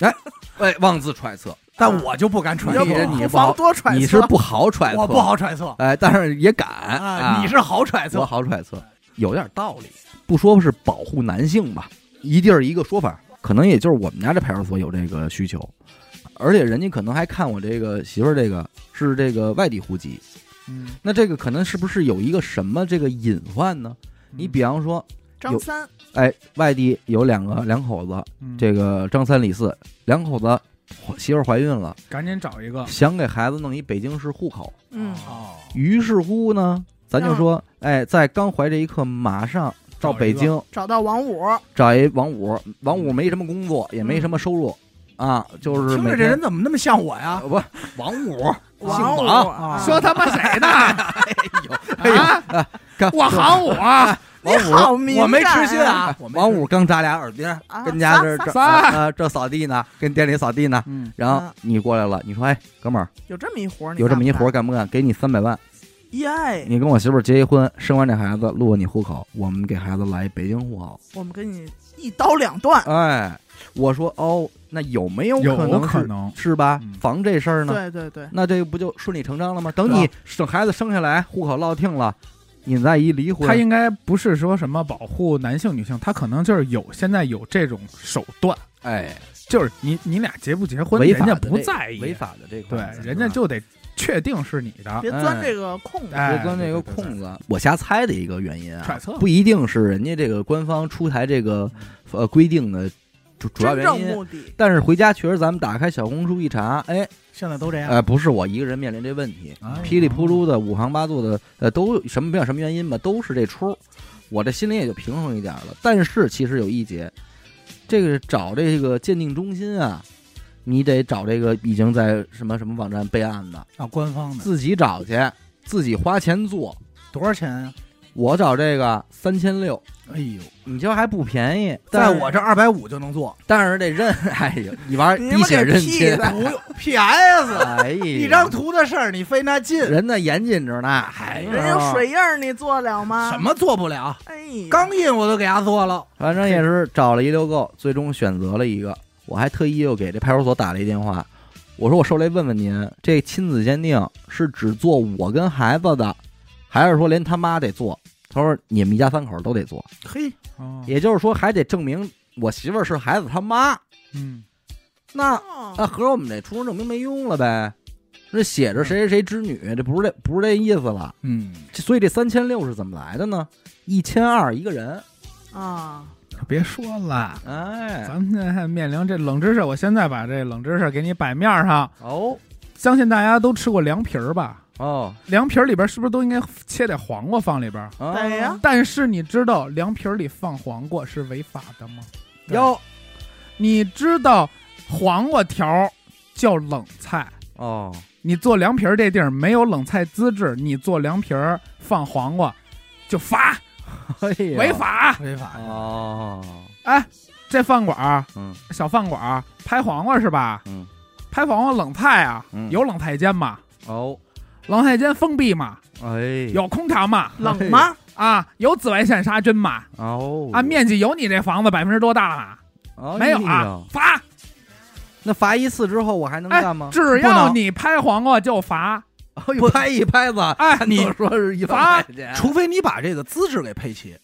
S1: 哎，妄自揣测，
S2: 但我就不敢揣
S1: 你
S2: 测
S1: 要，不
S3: 不
S1: 不好
S3: 妨多揣测，
S1: 你是不好揣测，
S2: 我不好揣测
S1: 哎，但是也敢啊
S2: 你是好揣
S1: 我
S2: 测，
S1: 好揣测，有点道理。不说是保护男性吧，一地儿一个说法，可能也就是我们家这派出所有这个需求，而且人家可能还看我这个媳妇儿这个是这个外地户籍，
S4: 嗯，
S1: 那这个可能是不是有一个什么这个隐患呢？你比方说，
S3: 张三，
S1: 哎，外地有两个两口子，
S4: 嗯
S1: 这个张三李四两口子，媳妇儿怀孕了，
S4: 赶紧找一个，
S1: 想给孩子弄一北京市户口，
S3: 嗯，
S2: 哦，
S1: 于是乎呢，咱就说，哎，在刚怀这一刻，马上到
S4: 嗯找一
S1: 北
S4: 个
S1: 京
S3: 找到王五，
S1: 找一王五，王五没什么工作，也没
S4: 嗯
S1: 什么收入，啊，就是
S2: 听
S1: 每
S2: 着
S1: 天
S2: 这人怎么那么像我呀
S1: 啊？不王五，
S3: 王五
S1: 王
S3: 啊
S4: 说他妈谁呢？
S2: [LAUGHS]
S1: [LAUGHS] 哎呦
S4: 啊，
S1: 刚
S4: 我行我
S2: 哎
S1: 王
S3: 你好
S1: 五，
S3: 敏感
S2: 我没吃信
S3: 啊！
S2: 啊，我没
S1: 王五刚扎俩耳钉，
S3: 啊
S1: 跟家这
S3: 撒
S1: 这
S4: 撒
S1: 啊这扫地呢，跟店里扫地呢。
S4: 嗯，
S1: 然后
S3: 啊
S1: 你过来了，你说哎，哥们儿，
S3: 有这么一活儿，你
S1: 有这么一活
S3: 干
S1: 儿干不干？给你三百万，
S4: 哎
S3: 耶！
S1: 你跟我媳妇儿结一婚，生完这孩子录你户口，我们给孩子来北京户口。
S3: 我们给你一刀两断。
S1: 哎，我说哦，那有没有
S4: 有
S1: 可能
S4: 可
S1: 是
S4: 能
S1: 是吧
S4: 嗯？
S1: 防这事儿呢？嗯
S3: 对对对，
S1: 那这不就顺理成章了吗？等
S4: 对啊
S1: 你等孩子生下来，户口落定了，你再一离婚，
S4: 他应该不是说什么保护男性女性，他可能就是有现在有这种手段，
S1: 哎
S4: 就是你你俩结不结婚，
S1: 违
S4: 人
S1: 法
S4: 家
S1: 的
S4: 不
S1: 这
S4: 在意
S1: 违，法的这块
S4: 对
S1: 儿，是
S4: 人家
S1: 吧啊
S4: 就得确定是你的，
S3: 别钻这个空子。
S4: 哎
S1: 别钻这个
S4: 对对对
S1: 空子。我瞎猜的一个原因啊
S4: 揣，测
S3: [LAUGHS]
S1: 不一定是人家这个官方出台这个呃规定的主主要
S3: 真
S1: 原
S3: 正
S1: 因。
S3: 目的
S1: 但是回家确实，咱们打开小红书一查，哎，
S2: 现在都这样。
S1: 呃，不是我一个人面临这问题，
S3: 哦
S2: 哎
S1: 噼里扑
S4: 哦
S1: 噜的五行八作的，呃，都什么没有什么原因吧，都是这出儿，我这心里也就平衡一点儿了。但是其实有一节，这个找这个鉴定中心啊，你得找这个已经在什么什么网站备案的，
S2: 啊，官方的
S1: 自己找去，自己花钱做。
S2: 多少钱啊？
S1: 我找这个三千六，
S2: 哎呦，
S1: 你这还不便宜，
S2: 在
S1: 但是
S2: 我这二百五就能做，
S1: 但是得认， [LAUGHS] 哎呦，你玩儿
S3: 你他
S1: 滴
S3: 妈
S1: 血
S3: 给
S1: 认
S3: 屁
S1: 亲，
S3: 的，
S2: 不用 PS
S1: 哎呀，
S2: 一张图的事儿，你费那劲，
S1: 人家严谨着呢，哎还
S3: 人家有水印儿你做了吗？
S2: 什？么做不了？
S3: 哎，
S2: 钢印我都给他做了，
S1: 反正也是找了一溜够，最终选择了一个。我还特意又给这派出所打了一电话，我说我受累问问您，这亲子鉴定是只做我跟孩子的，还是说连他妈得做？他说你们一家三口都得做，
S2: 嘿，
S4: 哦
S1: 也就是说还得证明我媳妇儿是孩子他妈。
S4: 嗯，
S1: 那那
S3: 哦
S1: 合着我们这出生证明没用了呗？这写着谁谁谁之女，这不是这不是这意思了。
S2: 嗯，
S1: 这所以这三千六是怎么来的呢？一千二一个人，
S3: 啊，
S4: 可别说了。
S1: 哎，
S4: 咱们现在面临这冷知识，我现在把这冷知识给你摆面上。
S1: 哦
S4: 相信大家都吃过凉皮儿吧？
S1: 哦，
S4: 凉皮儿里边是不是都应该切点黄瓜放里边？
S1: 啊
S3: 对哎呀，
S4: 但是你知道凉皮儿里放黄瓜是违法的吗？对
S1: 哟
S4: 你知道黄瓜条儿叫冷菜，
S1: 哦，
S4: 你做凉皮儿这地儿没有冷菜资质，你做凉皮儿放黄瓜就罚，违
S1: 违
S4: 法。
S2: 违法呀，
S1: 哎哦，
S4: 这饭馆儿
S1: 嗯
S4: 小饭馆儿拍黄瓜是吧？
S1: 嗯
S4: 拍黄瓜冷菜啊，
S1: 嗯
S4: 有冷菜间嘛？
S1: 哦，
S4: 冷菜间封闭嘛？
S1: 哎，
S4: 有空调嘛？
S3: 冷吗？
S4: 啊，有紫外线杀菌嘛？
S1: 哦
S4: 啊，面积有你这房子百分之多大啊嘛？
S1: 哎呦
S4: 没有啊，罚！
S1: 那罚一次之后我还能
S4: 哎
S1: 干吗？
S4: 只
S2: 不
S4: 要
S2: 能
S4: 你拍黄瓜就罚，
S1: 哎呦拍一拍子，
S4: 哎，
S1: 你说是一
S4: 罚
S1: 万块钱，
S2: 除非你把这个资质给配齐，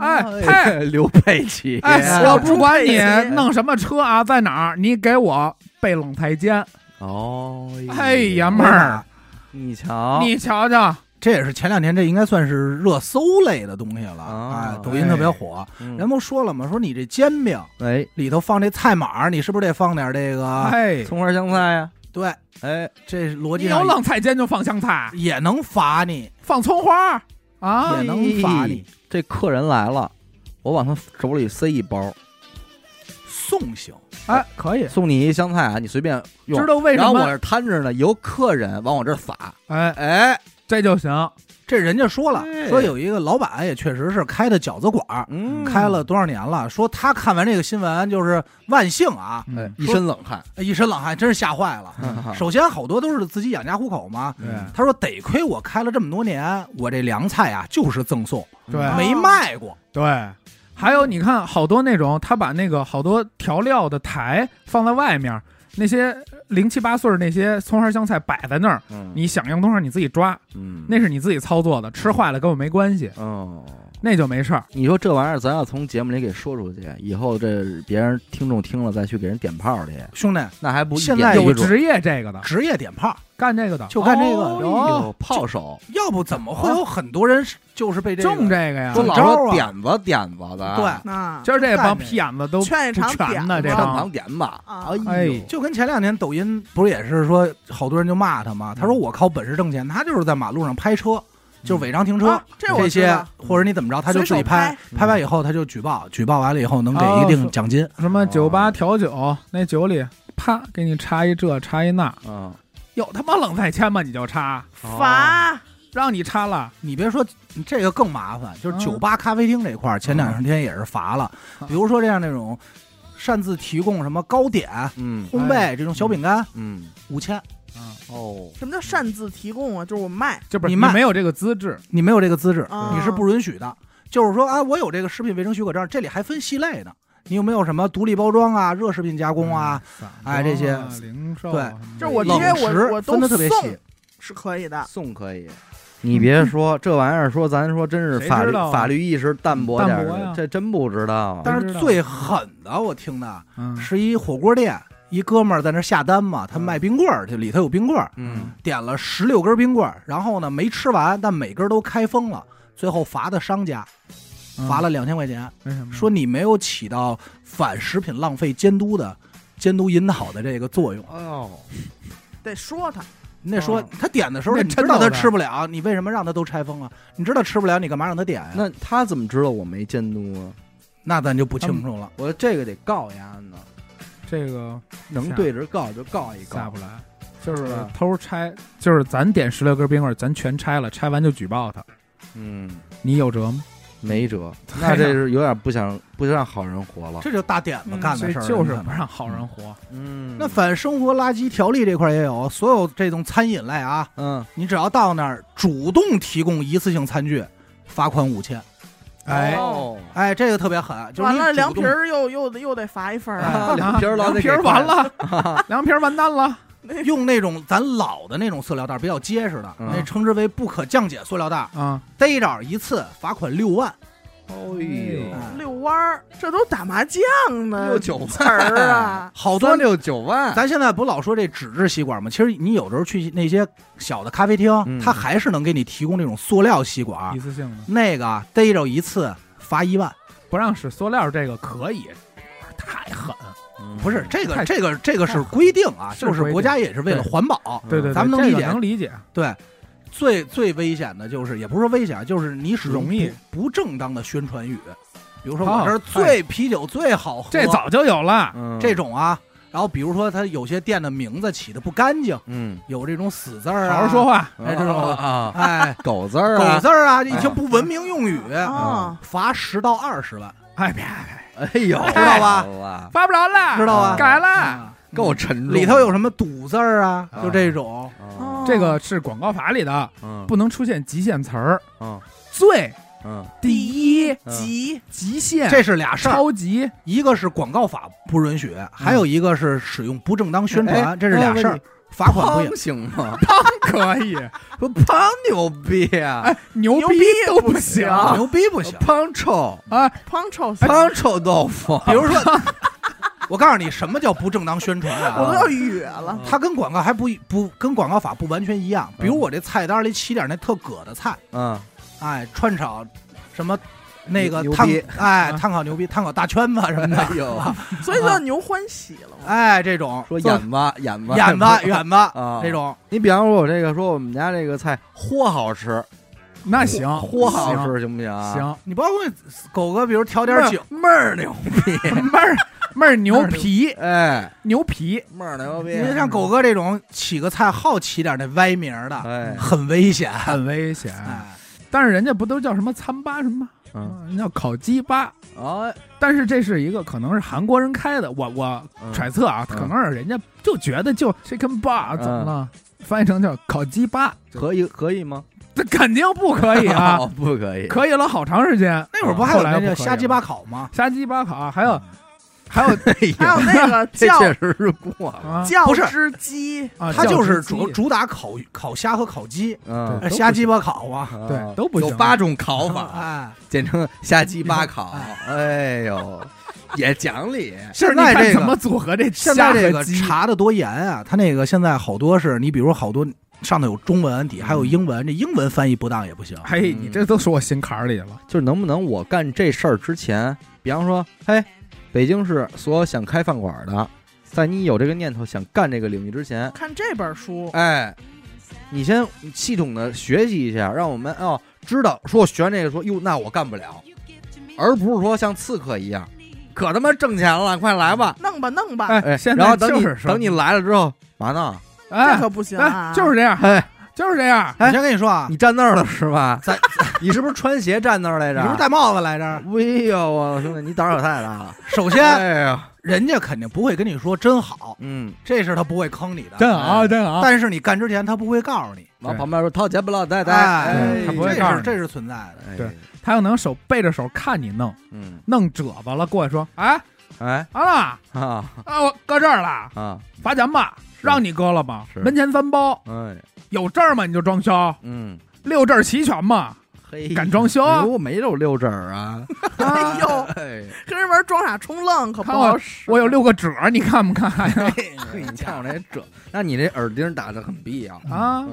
S4: 哎
S1: 哎， [LAUGHS] 刘佩奇，
S4: 哎，我不管你
S3: 哎
S4: 弄什么车啊，在哪儿，你给我备冷台间。
S1: 哦，
S4: 哎呀妹儿，
S1: 你瞧，
S4: 你瞧瞧，
S2: 这也是前两天这应该算是热搜类的东西了
S1: 啊
S4: 哦
S2: 啊，抖音特别火。
S4: 哎
S1: 嗯
S2: 人不说了吗？说你这煎饼
S1: 哎，
S2: 里头放这菜码儿，你是不是得放点这个？
S4: 哎，
S1: 葱花香菜呀，
S2: 对，
S1: 哎，
S2: 这是逻
S4: 你
S2: 辑
S4: 有
S2: 上
S4: 冷菜间就放香菜，
S2: 也能罚你，
S4: 放葱花啊
S2: 也，能罚你
S1: 这客人来了，我往他手里塞一包，
S2: 送行。
S4: 哎，可以。
S1: 送你一香菜啊，你随便用
S4: 知。道为
S1: 然
S4: 什
S1: 后我
S4: 么？
S1: 这摊着呢，由客人往我这儿撒，
S4: 哎，
S1: 哎，
S4: 这就行。
S2: 这人家说了
S1: 哎，
S2: 说有一个老板也确实是开的饺子馆儿，
S1: 嗯
S2: 开了多少年了？说他看完这个新闻就是万幸啊，
S1: 哎
S4: 嗯，
S1: 一身冷汗，
S2: 一身冷汗，真是吓坏了。
S1: 嗯
S2: 首先，好多都是自己养家糊口嘛。
S4: 对
S2: 他说：“得亏我开了这么多年，我这凉菜啊就是赠送，
S3: 哎
S4: 对
S2: 没卖过。
S4: 对。还有你看，好多那种他把那个好多调料的台放在外面，那些零七八碎儿那些葱花香菜摆在那儿，
S1: 嗯
S4: 你想要多少你自己抓，
S1: 嗯
S4: 那是你自己操作的，吃坏了跟我没关系，
S1: 哦，
S4: 那就没事儿。
S1: 你说这玩意儿，咱要从节目里给说出去，以后这别人听众听了再去给人点炮去，
S2: 兄弟，
S1: 那还不一
S2: 现
S1: 点
S2: 在
S1: 就
S4: 有
S1: 准
S4: 职业这个的，
S2: 职业点炮，
S4: 干这个的
S2: 就干这个
S3: 哦
S2: 然
S1: 哎呦
S2: 后
S1: 炮手，
S2: 要不怎么会有很多人是就是被这个
S4: 中这个呀
S1: 说，
S2: 中
S1: 老
S2: 招
S1: 说
S2: 啊
S1: 点子点子的，
S2: 对，
S3: 那
S4: 今儿这
S2: 干
S4: 帮
S2: 这个
S4: 屁眼子都
S3: 劝一场
S4: 不全
S3: 点
S4: 呢
S3: 子
S4: 这
S1: 上
S4: 帮
S1: 堂点吧，
S3: 啊
S1: 哎
S4: 哎
S1: 呦，
S2: 就跟前两年抖音不是也是说好多人就骂他吗？他
S3: 嗯
S2: 说我靠本事挣钱，他就是在马路上拍车，就是违章停车
S3: 啊这我
S2: 这
S3: 知
S2: 些
S3: 道，
S2: 或者你怎么着，他就自己拍，
S1: 拍
S3: 嗯
S2: 拍完以后他就举报，举报完了以后能
S4: 哦
S2: 给一定
S4: 是
S2: 奖金。
S4: 什么酒
S2: 哦
S4: 吧调酒，那酒里啪给你插一这插一那，
S1: 嗯，哦
S4: 有他妈冷菜签吗？你就插，
S2: 哦
S3: 罚
S4: 让你插了，
S2: 你别说这个更麻烦，就是
S4: 嗯
S2: 酒吧、咖啡厅这块儿，前两天也是罚了
S4: 嗯。
S2: 比如说这样那种擅自提供什么糕点、
S1: 嗯
S2: 烘
S4: 哎
S2: 焙这种小饼干，
S1: 嗯，
S2: 五千。
S4: 嗯，
S1: 哦，
S3: 什么叫擅自提供啊？就是我卖
S4: 就不是
S2: 你
S4: 你
S2: 卖
S4: 没有这个资质，
S2: 你没有这个资
S4: 嗯
S2: 质，
S3: 啊
S2: 你是不允许的。就是说啊，我有这个食品卫生许可证，这里还分系类呢。你有没有什么独立包装啊、热食品加工啊？
S4: 散装啊，
S2: 哎这些
S4: 零售
S2: 对
S4: 啊，什么
S3: 这我
S4: 的
S2: 冷
S3: 直接我
S2: 食
S3: 我都
S2: 分的特别细
S3: 送，是可以的。
S1: 送可以。你别说这玩意儿，说咱说真是
S4: 谁
S1: 法律
S4: 知道啊
S1: 法律意识淡薄点儿
S4: 淡薄呀
S1: 的，这真不知道。啊
S2: 但
S4: 嗯知
S2: 是
S4: 道
S2: 最狠的我听的
S4: 嗯
S2: 是一火锅店，一哥们儿在那下单嘛，他卖冰棍儿去，里头有冰棍儿，
S1: 嗯，
S2: 点了十六根冰棍儿，然后呢没吃完，但每根都开封了，最后罚的商家罚了两千块钱，
S4: 为嗯什么？
S2: 说你没有起到反食品浪费监督的监督引导的这个作用。
S1: 哦，
S3: 得说他，
S2: 你得说
S4: 哦
S2: 他点的时候，
S4: 那
S2: 你知
S4: 真
S2: 道
S4: 的
S2: 他吃不了，你为什么让他都拆封啊？你知道吃不了，你干嘛让他点呀？
S1: 那他怎么知道我没监督啊？
S2: 那咱就不清楚了。
S1: 我这个得告呀，呢，
S4: 这个
S1: 能
S4: 下
S1: 对着告就告一
S4: 下
S1: 告
S4: 不。来，就是
S1: 吧
S4: 偷拆，就是咱点十六根冰棍儿，咱全拆了，拆完就举报他，
S1: 嗯，
S4: 你有辙吗？
S1: 没辙，
S4: 对呀
S1: [LAUGHS] 那这是有点不想不让好人活了。
S2: 这就大点子
S3: 嗯
S2: 干
S4: 所
S2: 的
S4: 以
S2: 事儿了，
S4: 就是
S2: 你看
S4: 不让好人活。
S1: 嗯
S2: 那反生活垃圾条例这块也有，所有这种餐饮类啊，
S1: 嗯，
S2: 你只要到那儿主动提供一次性餐具，罚款五千。
S4: 哎
S1: 哦
S2: 哎，这个特别狠，就是
S3: 完
S2: 你
S3: 了
S2: 主
S3: 凉皮
S2: 动哎
S3: 儿又又又得罚一份儿啊。
S1: 啊凉皮儿老
S4: 凉
S1: 得
S4: 皮
S1: 给
S4: 儿
S1: 快
S4: 完了，凉皮儿完蛋了。
S2: [LAUGHS] 用那种咱老的那种塑料袋，比较结实的，
S1: 嗯
S2: 那称之为不可降解塑料袋，
S4: 啊，
S2: 逮着一次罚款六万。
S1: 哎呦，
S2: 哎！
S3: 遛弯儿，这都打麻将呢
S1: 六，九万
S3: 词儿
S2: [LAUGHS]
S3: 啊
S2: 好多
S1: 三六九万，
S2: 咱现在不老说这纸质吸管吗？其实你有时候去那些小的咖啡厅，
S1: 嗯
S2: 它还是能给你提供这种塑料吸管
S4: 一，次性的
S2: 那个啊逮着一次罚一万。
S4: 不让使塑料，这个可以，太狠。
S1: 嗯
S2: 不是这个，
S4: 太
S2: 这个，这个是规定啊，
S4: 是
S2: 就是
S4: 规定
S2: 国家也是为了环保。
S4: 对对，对
S2: 咱们能
S4: 这
S2: 理
S4: 个
S2: 解
S4: 能理解。
S2: 对，最最危险的就是，也不是说危险啊，就是你使用
S4: 容易
S2: 不不正当的宣传语，比如说
S4: 哦
S2: 我这儿最啤酒最好喝，
S4: 这早就有了，
S1: 嗯
S2: 这种啊。然后比如说他有些店的名字起的不干净，
S1: 嗯，
S2: 有这种死字儿、啊，
S4: 好好说，话。
S2: 哎这种
S1: 啊，
S4: [LAUGHS]
S2: 哎，
S1: 狗字儿
S2: 狗
S1: 啊，
S2: 字儿啊，
S4: 哎
S2: 一些不文明用语，
S3: 啊，
S2: 罚十到二十万，
S4: 哎，别别，
S1: 哎呦，
S2: 知道吧
S1: 吧？
S4: 发不着了，
S2: 知道吧？
S4: 改了。
S2: 啊
S1: 够沉重的，
S2: 里头有什么赌字儿啊，
S1: 啊
S2: 就这种，
S1: 啊？
S4: 这个是广告法里的，
S1: 嗯，
S4: 不能出现极限词儿。
S1: 嗯
S4: 最
S1: 嗯，
S4: 第一
S2: 啊
S3: 急，
S4: 极限，
S2: 这是俩事儿。
S4: 哎超嗯级
S2: 一个是广告法不允许，还有一个是使用不正当宣传，
S1: 哎
S2: 这是俩事
S1: 哎
S2: 儿，罚款不也
S1: 胖行吗？
S4: 可以，
S1: 不胖牛逼啊！。
S4: 哎，牛
S3: 牛
S4: 逼
S3: 逼
S4: 都
S3: 不
S4: 行哎
S3: 行
S4: 啊！
S2: 牛逼不行
S1: 胖臭
S3: 胖
S2: 哎
S3: 臭死，
S1: 胖臭豆腐，
S2: 比如说，我告诉你什么叫不正当宣传
S3: 我
S2: 啊
S3: 都？要哕了。
S4: 嗯
S2: 它跟广告还不不跟广告法不完全一样。比如
S1: 嗯
S2: 我这菜单里起点那特葛的菜，
S1: 嗯，
S2: 哎，串炒什么那个
S1: 牛
S2: 碳
S1: 逼
S2: 哎
S4: 啊
S2: 碳烤牛逼、碳烤大圈子什么
S1: [LAUGHS]
S2: 的，
S1: 哎呦，
S3: 所以
S2: 啊
S3: 叫牛欢喜
S2: [LAUGHS]
S3: 了嘛。
S2: 哎，这种
S1: 说眼吧眼吧
S2: 眼
S1: [LAUGHS]
S2: 吧眼吧
S1: 啊
S2: 这种
S1: 你比方说，我这个说我们家这个菜豁好吃，
S4: 那
S2: [LAUGHS]
S4: 行，
S1: 豁好
S4: 行
S1: 吃行不行啊？，
S4: 行，
S2: 你包括狗哥，比如调点酒，
S1: 妹儿牛逼，
S4: 妹儿妹儿牛
S2: [LAUGHS]
S4: 皮
S1: 哎，
S4: 牛皮，
S1: 妹儿牛逼
S2: 你，像狗哥这种起个菜好起点那歪名儿的，
S1: 哎，
S2: 很危险。
S4: 很危险。
S2: 哎，
S4: 但是人家不都叫什么餐吧什么吧，
S1: 嗯，
S4: 人叫烤鸡吧。
S1: 哎，
S4: 但是这是一个可能是韩国人开的，我我
S1: 嗯
S4: 揣测啊，
S1: 嗯
S4: 可能是人家就觉得就 chicken bar
S1: 嗯
S4: 怎么了，翻译成叫烤鸡吧，
S1: 可以可以吗？
S4: 这肯定不可以啊
S1: 哦，，不可以，
S4: 可以了好长时间。
S2: 那会儿不还有
S4: 啊后来
S2: 那
S4: 就
S2: 叫
S4: 不可以
S2: 瞎鸡巴
S4: 了
S2: 烤吗？
S4: 瞎鸡巴烤，啊还有还有
S1: 哎
S3: 还有
S1: 呦，
S3: 那
S2: [LAUGHS]
S3: 个
S1: 这
S3: 叫
S1: 确实是过了，
S4: 啊，
S3: 叫
S2: 不是
S3: 只鸡，
S4: 啊
S2: 它嗯就是
S4: 叫
S2: 主
S4: 鸡啊
S2: 主打烤烤虾和烤鸡，呃
S1: 嗯
S4: 对，都不
S2: 瞎鸡巴烤啊！
S1: 啊
S4: 对都不行
S1: 有八种烤 [LAUGHS] 法，
S2: 哎，
S1: 简称瞎鸡 [LAUGHS] 巴烤，哎呦，也讲理，
S2: 现
S4: 你
S2: 在
S4: 看
S2: 这
S4: 怎么
S2: 个
S4: 组合这
S2: 现在这
S4: 虾和
S2: 个
S4: 鸡
S2: 查的多严啊！它那个现在好多是你比如好多上头有中文，底下还有英文，这英文翻译不当也不行。
S4: 哎，你这都说我心坎儿里了。
S1: [LAUGHS] 就是能不能我干这事儿之前，比方说，嘿，北京市所有想开饭馆的，在你有这个念头想干这个领域之前，
S3: 看这本书，
S1: 哎，你先系统的学习一下，让我们哦知道，说我学完这个说哟，那我干不了，而不是说像刺客一样，可他妈挣钱了，快来吧，
S3: 弄吧弄吧，
S4: 哎，现
S1: 然后
S4: 在
S1: 等
S4: 就
S1: 你
S4: 是说
S1: 等你来了之后，嘛呢？
S3: 这
S4: 哎
S3: 可不行
S4: 哎
S3: 啊！
S4: 就是这样，
S1: 嘿，
S4: 就是这样。
S2: 我先跟你说啊，
S1: 你站那儿了是吧？
S2: 咱
S1: [LAUGHS] 你是不是穿鞋站那儿来
S2: 你
S1: 着？
S2: 是不是戴帽子来着？
S1: [LAUGHS] 哎呦我兄弟，你胆儿可太大了！
S2: 首先，
S1: 哎呀，
S2: 人家肯定不会跟你说真好，
S1: 嗯，
S2: 这是他不会坑你的。
S4: 真啊，真啊，
S2: 但是你干之前，他不会告诉你。
S1: 往
S4: 对
S1: 旁边说掏钱不落袋
S2: 哎
S1: 袋，
S4: 他不会
S2: 这
S4: 告诉
S2: 是
S4: 你
S2: 这是存在的。
S1: 哎
S4: 对，他又能手背着手看你弄，
S1: 嗯，
S4: 弄褶巴了，过去说，哎，
S1: 哎
S4: 完了
S1: 啊
S4: 啊，我搁这儿了，
S1: 啊，
S4: 罚钱吧，
S1: 是
S4: 让你搁了吧，
S1: 是
S4: 门前三包，
S1: 哎，
S4: 有证儿吗？你就装修，
S1: 嗯，
S4: 六证儿齐全吗？
S1: 嘿，
S4: 敢装修啊
S1: 哎呦我没有六指儿啊！
S3: 哎呦，
S1: 哎，
S3: 跟人玩装傻充愣可不
S4: 看
S3: 好使。
S4: 我有六个褶儿，你看不看呀？
S1: 你看我这这，那你这耳钉打的很必要。
S4: 啊，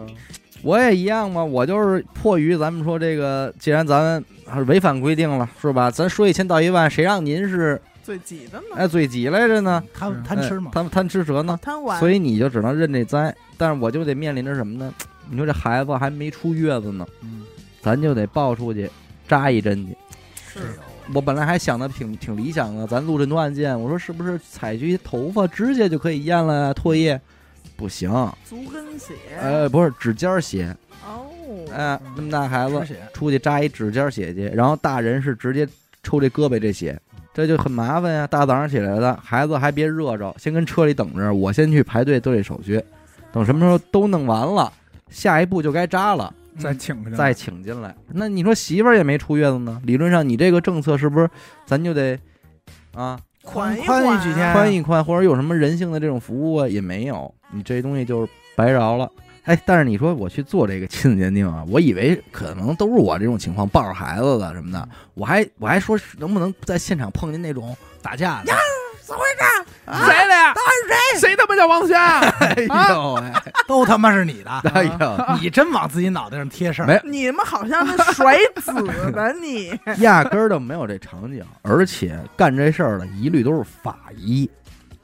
S1: 我也一样嘛，我就是迫于咱们说这个，既然咱们还是违反规定了，是吧？咱说一千道一万，谁让您是
S3: 最挤的呢，
S1: 哎嘴急来着呢？
S2: 贪
S4: 是
S2: 贪吃嘛
S1: 哎，贪贪吃蛇
S4: 啊
S1: 呢？
S3: 贪玩。
S1: 所以你就只能认这灾。但是我就得面临着什么呢？你说这孩子还没出月子呢，
S4: 嗯
S1: 咱就得抱出去扎一针去。
S3: 是
S1: 我本来还想的挺挺理想的，咱录这么多案件，我说是不是采集头发、指甲就可以验了呀？唾液不行，
S3: 足跟血。
S1: 呃，不是指尖儿血，
S3: 哦，
S1: 哎、那么大孩子
S2: 止血
S1: 出去扎一指尖血去，然后大人是直接抽这胳膊这血，这就很麻烦呀、大早上起来的孩子还别热着，先跟车里等着，我先去排队做这手续，等什么时候都弄完了，下一步就该扎了，
S4: 再请去，
S1: 再请进来。那你说媳妇儿也没出月子呢，理论上你这个政策是不是咱就得啊
S3: 宽一
S2: 宽裕几
S4: 啊
S2: 天
S1: 宽一宽，或者有什么人性的这种服务啊，也没有，你这东西就是白饶了。哎，但是你说我去做这个亲子鉴定啊，我以为可能都是我这种情况，抱着孩子的什么的，
S4: 嗯
S1: 我还我还说是能不能在现场碰见那种
S2: 打架
S4: [LAUGHS]
S2: 的，
S3: 怎么回事？
S4: 谁的呀？是谁？谁他妈叫王轩？啊
S1: 哎呦喂，。
S2: 都他妈是你的
S1: [LAUGHS] 哎呦，
S2: 你真往自己脑袋上贴事
S1: 没
S2: 儿，
S3: 你们好像是甩子的你，
S1: 压根儿就没有这场景，而且干这事儿的一律都是法医，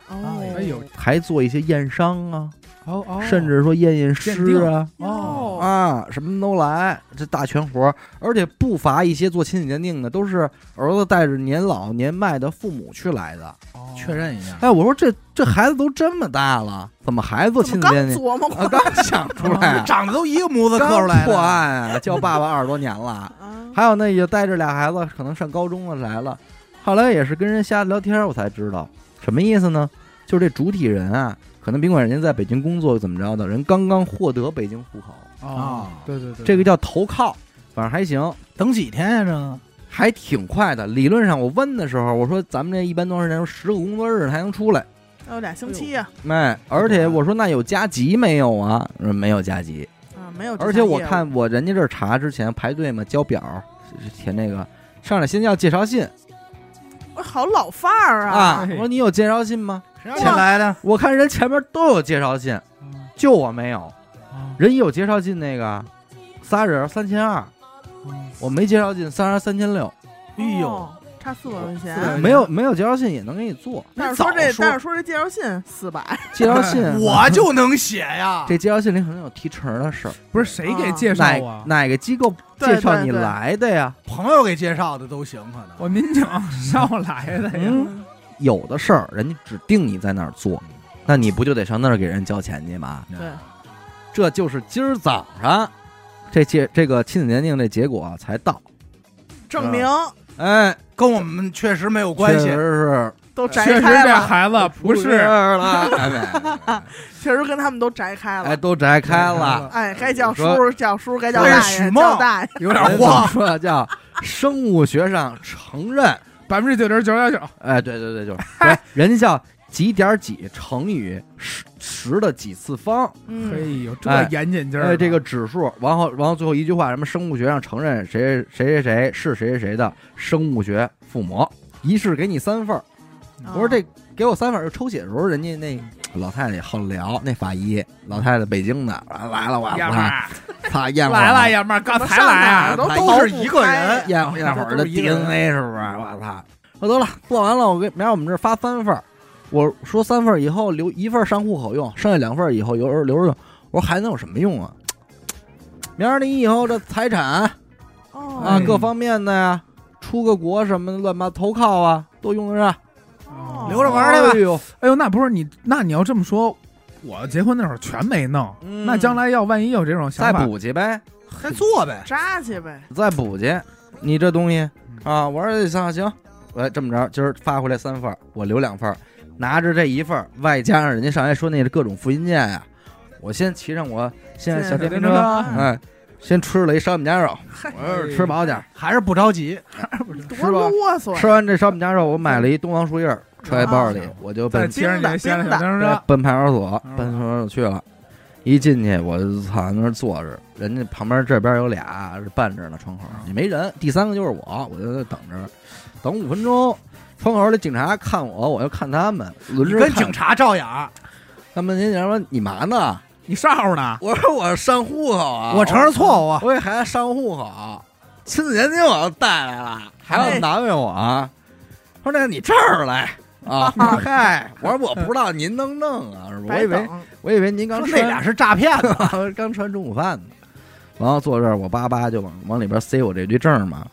S3: 哦，
S4: 哎呦，
S1: 还做一些验伤啊，
S4: 哦哦
S1: 甚至说验验尸
S4: 鉴
S1: 啊，
S4: 哦
S3: 哦，
S1: 啊，什么都来，这大全活儿，而且不乏一些做亲子鉴定的，都是儿子带着年老年迈的父母去来的。
S4: 嗯哦
S2: 确认一下。，
S1: 哎，我说这这孩子都这么大了，怎么还做
S3: 怎
S1: 亲
S3: 么
S1: 子
S3: 刚
S1: 鉴定？
S3: 琢磨
S1: 啊，
S3: 过
S1: 刚想出来 [LAUGHS]
S2: 长得都一个模子刻出
S1: 刚
S2: 来
S1: 啊破
S2: 的，
S1: 案 [LAUGHS] 啊，叫爸爸二十多年了。
S3: 啊？
S1: 还有那也带着俩孩子，可能上高中了来了，后来也是跟人瞎聊天，我才知道什么意思呢？就是这主体人啊，可能甭管人家在北京工作怎么着的，人刚刚获得北京户口，
S4: 哦，对对对，
S1: 这个叫投靠，反正还行。
S2: 等几天呀？这个
S1: 还挺快的。理论上我问的时候，我说咱们这一般多长时间？十个工作日才能出来。
S3: 还有俩星期呀，
S1: 哎，而且我说那有加急没有啊？哦说没有加急。
S3: 啊，没有这项业务。
S1: 而且我看我人家这儿查之前排队嘛，交表填那个，上来先要介绍信
S3: 我好老范
S1: 哎
S3: 儿啊，
S1: 我说你有介绍信吗？
S2: 谁啊让你来的？
S1: 我看人前面都有介绍信，
S4: 嗯
S1: 就我没有。
S4: 哦
S1: 人有介绍信那个，仨人三千二，
S4: 哦
S1: 我没介绍信，仨人三千六，
S2: 哎呦，
S3: 哦，差四百块
S2: 四百
S3: 钱。
S2: 嗯
S1: 没有没有介绍信也能给你做。
S3: 但是说
S2: 你
S3: 这，
S2: 早说
S3: 但是说这介绍信四百，
S1: 介绍 [LAUGHS] 信
S2: 我就能写呀。
S1: 这介绍信里可能有提成的事儿。
S4: 不是谁给介绍
S1: 哪
S4: 啊？
S1: 哪个机构
S3: 对
S1: 介绍
S3: 对
S1: 你
S3: 对
S1: 来的呀？
S2: 朋友给介绍的都行，可能
S4: 我民警让我来的呀。
S1: 嗯，有的事儿人家指定你在那儿做，那你不就得上那儿给人交钱去吗？
S3: 对，
S1: 这就是今儿早上这结这个亲子鉴定这结果才到。
S3: 证明
S1: 哎，
S2: 跟我们确实没有关系
S1: 确。实
S3: 都
S4: 确
S3: 摘
S4: 实，
S3: 开
S4: 这
S3: 了，
S4: 孩子
S1: 是
S4: 不
S1: 出事
S4: 是
S1: 儿了，哎没
S3: 确实跟他们都摘开
S1: 哎
S3: 了。
S1: 都摘开
S3: [LAUGHS]
S1: 了，
S3: 哎，该叫叔
S1: 呃说
S3: 叔叫叔叔，该叫
S2: 说
S3: 大
S2: 是许
S3: 爷
S2: 梦
S3: 叫大爷。
S2: 有点
S1: 人怎么
S2: 慌，
S1: 说叫生物学上承认。
S4: 百分之九十九点九，
S1: 哎，对对对，就是对人家叫几点几乘以十十的几次方。
S4: 哎
S3: 嗯，
S4: 呦，这
S1: 哎
S4: 严谨劲儿啊
S1: 哎，
S4: 的，
S1: 这个指数，然后，然后最后一句话，什么生物学上承认谁谁谁谁是谁谁谁的生物学附魔，一式给你三份儿。
S3: 啊
S1: 我说这给我三份儿，就抽血的时候，人家那老太太也好聊，那法医老太太北京的啊来了，我
S4: 爷们
S1: 操，
S4: 儿
S1: 擦验会儿
S4: 来了，
S1: 啊，
S4: 爷们儿，刚
S3: 怎么
S4: 才
S3: 上
S4: 来
S3: 哪儿
S4: 啊，
S3: 都
S1: 他
S3: 都
S2: 一个人
S1: 验验会儿
S4: [LAUGHS]
S1: 的 DNA 是不是？我操！我得了，做完了，我给明儿我们这儿发三份儿。我说三份儿以后留一份儿上户口用，剩下两份儿以后留着留着用。我说还能有什么用啊？明儿你以后这财产啊，
S3: 啊
S4: 哎
S1: 各方面的呀，出个国什么的乱八投靠啊，都用得上。
S3: 哦
S2: 留着玩儿去吧
S1: 哎呦，
S4: 哎呦，那不是你，那你要这么说，我结婚那会儿全没弄，
S1: 嗯
S4: 那将来要万一有这种
S1: 再
S4: 想法，
S1: 补去呗，
S2: 再做呗。
S3: 扎去呗，
S1: 再补去。你这东西啊，我说行行，我这么着，今儿发回来三份儿，我留两份儿，拿着这一份儿，外加上人家上来说那各种复印件呀、我先骑上我现在小电瓶车，
S4: 嗯
S1: 哎，先吃了一烧饼夹肉，
S3: 嗨
S1: 我说吃饱点儿，
S2: 还是不着急，
S1: 嗯
S3: 多啰嗦
S1: 吃
S3: 呀，
S1: 完这烧饼夹肉，我买了一东阳树叶儿揣包里
S4: 啊，
S1: 我就
S4: 再
S1: 奔
S4: 接着你这闲聊，
S1: 对奔派出所
S4: 嗯，
S1: 奔派出所去了。一进去，我就操那儿坐着，人家旁边这边有俩是办着呢，窗口
S2: 嗯
S1: 也没人。第三个就是我，我就在那等着，等五分钟。窗口里警察看我，我又看他们，轮
S2: 你
S1: 着
S2: 跟
S1: 看
S2: 警察照样。
S1: 他们那警察说：“你嘛呢
S4: 你上呢？”？
S1: 我说：“我上户口啊，
S2: 我承认错误啊，
S1: 我给孩子上户口，亲子年金我都带来了，还
S2: 哎
S1: 要难为我啊？说那个你这儿来啊？我说嗨， [LAUGHS] 我说我不知道您能弄啊，我
S3: 白
S1: 以为
S3: 等。
S1: 我以为您刚
S2: 说
S1: 吃
S2: 那俩是诈骗
S1: [LAUGHS]
S2: 的，
S1: 刚吃完中午饭呢，然后坐这儿，我叭叭就往往里边塞我这堆证儿嘛。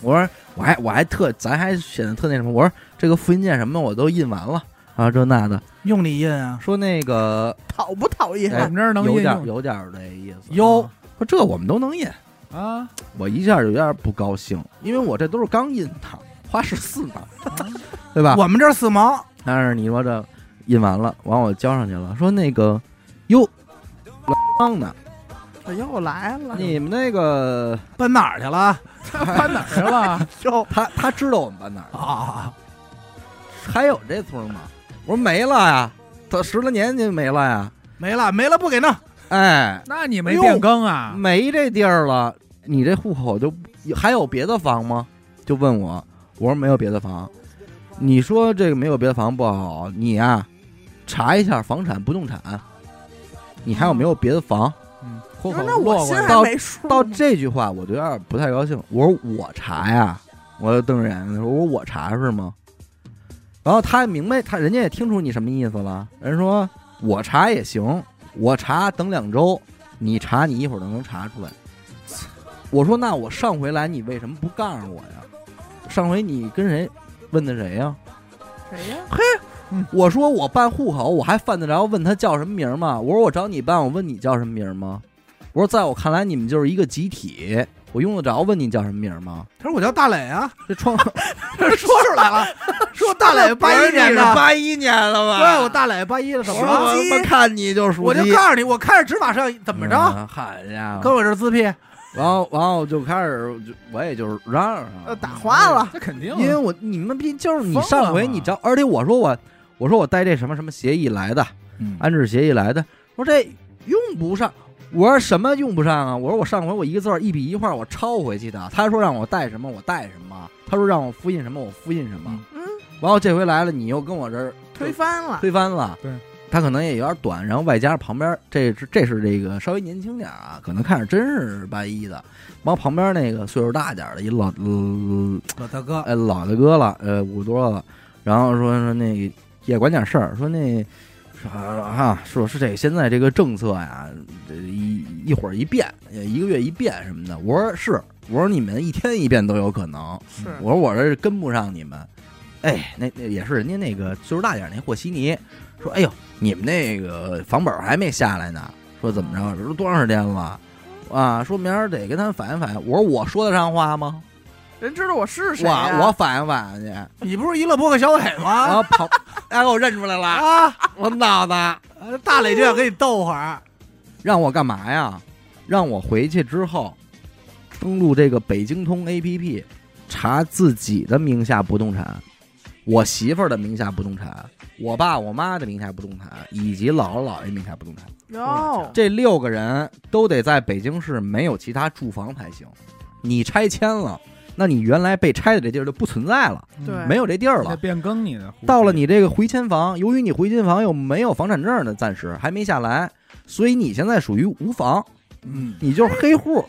S1: 我说我还我还特咱还显得特那什么，我说这个复印件什么的我都印完了啊，这那的。
S2: 用你印啊？
S1: 说那个
S3: 讨不讨厌？
S1: 哎
S4: 我们这儿能
S1: 有
S4: 应
S1: 点
S4: 用
S1: 有点儿这意思，啊
S2: 哟，
S1: 说这我们都能印。
S4: 啊？
S1: 我一下就有点不高兴，因为我这都是刚印的，花十四呢，对吧？
S2: 啊我们这儿四毛，
S1: 但是你说这印完了，完我交上去了，说那个哟，老张呢？
S3: 哎我又来了，
S2: 哎
S1: 你们那个
S2: 奔哪儿去了？啊
S4: 搬哪儿去了？
S2: 哟
S1: 他他知道我们班哪儿
S2: 啊，
S1: 还有这村儿吗？我说没了呀，他十来年就没了呀，
S2: 没了没了，不给弄。
S1: 哎，嗯
S4: 那你没变更啊？
S1: 没这地儿了，你这户口就还有别的房吗？就问我，我说没有别的房。你说这个没有别的房不好，你呀、查一下房产不动产，你还有没有别的房？
S4: 嗯，
S1: 户口
S3: 那我
S1: 落
S3: 心
S1: 过来
S3: 还
S1: 到
S3: 没
S1: [LAUGHS]
S3: 数
S1: 到
S3: 呢
S1: 这句话，我就有点不太高兴。我说我查呀，我就瞪着眼睛说：“我说我查是吗？”然后他也明白，他人家也听出你什么意思了。人说我查也行，我查等两周，你查你一会儿就能查出来。我说那我上回来你为什么不告诉我呀？上回你跟谁问的谁呀？
S3: 谁呀？
S1: 我说我办户口，我还犯得着问他叫什么名吗？我说我找你办，我问你叫什么名吗？我说在我看来，你们就是一个集体，我用得着问你叫什么名吗？
S2: 他说我叫大磊啊，
S1: 这
S2: [LAUGHS]
S1: 窗
S2: 说出来了，说大磊八一年的，
S1: 八一年的吧
S2: 对我大磊八一的，怎么
S1: 我
S2: 了？
S1: 他妈看你就熟
S2: 我就告诉你，我看着指法上怎么着，
S1: 嗯好家
S2: 跟
S1: 伙！
S2: 我这儿自闭，
S1: 然后，然后我就开始，就我也就是嚷嚷啊
S3: 呃，打花了，
S4: 这肯定啊，
S1: 因为我你们毕竟就是你
S4: 疯了
S1: 上回
S4: 嘛
S1: 你找，而且我说我我说我带这什么什么协议来的，
S2: 哎
S1: 安置协议来的。我说这用不上，我说什么用不上啊？我说我上回我一个字儿一笔一画我抄回去的。他说让我带什么我带什么，他说让我复印什么我复印什么。
S3: 嗯，
S1: 完后这回来了，你又跟我这儿
S3: 推翻了，
S1: 推翻了。
S4: 对，
S1: 他可能也有点短，然后外加上旁边这是这是这个稍微年轻点儿啊，可能看着真是八一的。完后旁边那个岁数大点儿的一老、呃
S2: 我大哥，
S1: 呃，老大哥了，呃，五十多了，然后说说那也管点事儿，说那说啊，说是这现在这个政策呀，这一一会儿一变，呃一个月一变什么的。我说是，我说你们一天一变都有可能，
S3: 是
S1: 我说我这跟不上你们。哎，那那也是人家那个岁数大点儿那和稀泥说，哎呦，你们那个房本儿还没下来呢，说怎么着，说多长时间了？啊，说明儿得跟他们反映反映。我说我说得上话吗？
S3: 人知道我是谁啊呀
S1: 我我反映反映去，
S2: 你不是娱乐播客小伟
S1: 然
S2: 吗？
S1: 后跑，哎，给我认出来了，
S2: 啊，
S1: 我脑子
S2: 大磊就想跟你斗会儿，
S1: 让我干嘛呀？让我回去之后登录这个北京通 APP 查自己的名下不动产，我媳妇儿的名下不动产，我爸我妈的名下不动产，以及姥姥姥爷名下不动产，
S3: 哟，
S1: 这六个人都得在北京市没有其他住房才行。你拆迁了，那你原来被拆的这地儿就不存在了，
S3: 对
S1: 没有这地儿
S4: 你得
S1: 了。
S4: 变更你的户
S1: 嗯
S4: 籍。
S1: 到了你这个回迁房，由于你回迁房又没有房产证呢，暂时还没下来，所以你现在属于无房，
S2: 嗯，
S1: 你就是黑户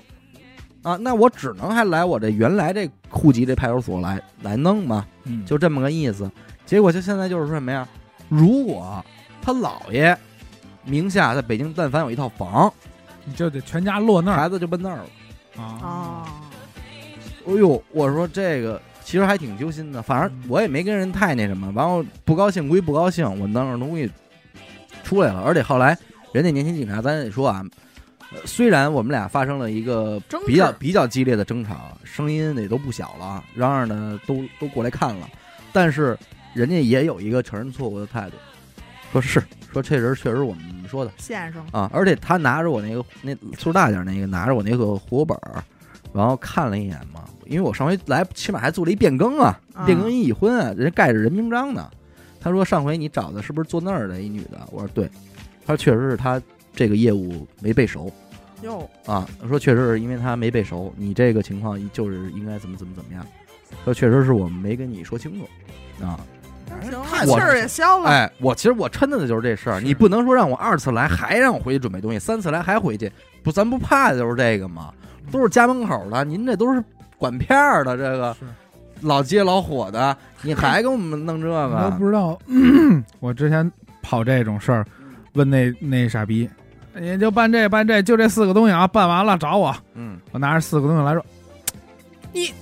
S1: 啊。那我只能还来我这原来这户籍这派出所来来弄嘛，就这么个意思。结果就现在就是说什么呀？如果他姥爷名下在北京但凡有一套房，
S4: 你就得全家落那儿
S1: 孩子就奔那儿了。
S4: 啊！
S3: 啊，
S1: 哎呦，我说这个其实还挺揪心
S3: 嗯
S1: 的，反正我也没跟人太那什么，然后不高兴归不高兴，我弄着东西出来了。而且后来人家年轻警察，咱也说啊，呃虽然我们俩发生了一个
S3: 争执
S1: 比较比较激烈的争吵，声音也都不小了，嚷嚷的都都过来看了，但是人家也有一个承认错误的态度，说是说这人确实我们说的
S3: 先生，
S1: 啊，而且他拿着我那个那岁数大点儿那个拿着我那个户口本儿，然后看了一眼嘛，因为我上回来起码还做了一变更啊，
S3: 啊
S1: 变更一已婚，人家盖着人名章呢。他说上回你找的是不是做那儿的一女的？我说对，他说确实是他这个业务没背熟
S3: 哟，
S1: 啊，说确实是因为他没背熟，你这个情况就是应该怎么怎么怎么样，说确实是我们没跟你说清楚啊。
S3: 行了，
S2: 太
S3: 气
S1: 我
S3: 儿也消了，
S1: 哎，我其实我抻的就是这事儿，
S4: 是
S1: 你不能说让我二次来还让我回去准备东西，三次来还回去，不，咱不怕的就是这个嘛，都是家门口的，您这都是管片儿的，这个
S4: 是
S1: 老街老火 [LAUGHS] 的，你还给我们弄这
S4: 我
S1: 个
S4: 都不知道， [CLEARS THROAT] 我之前跑这种事儿，问那那傻逼，你就办这办这，就这四个东西啊，办完了找我，
S1: 嗯，
S4: 我拿着四个东西来说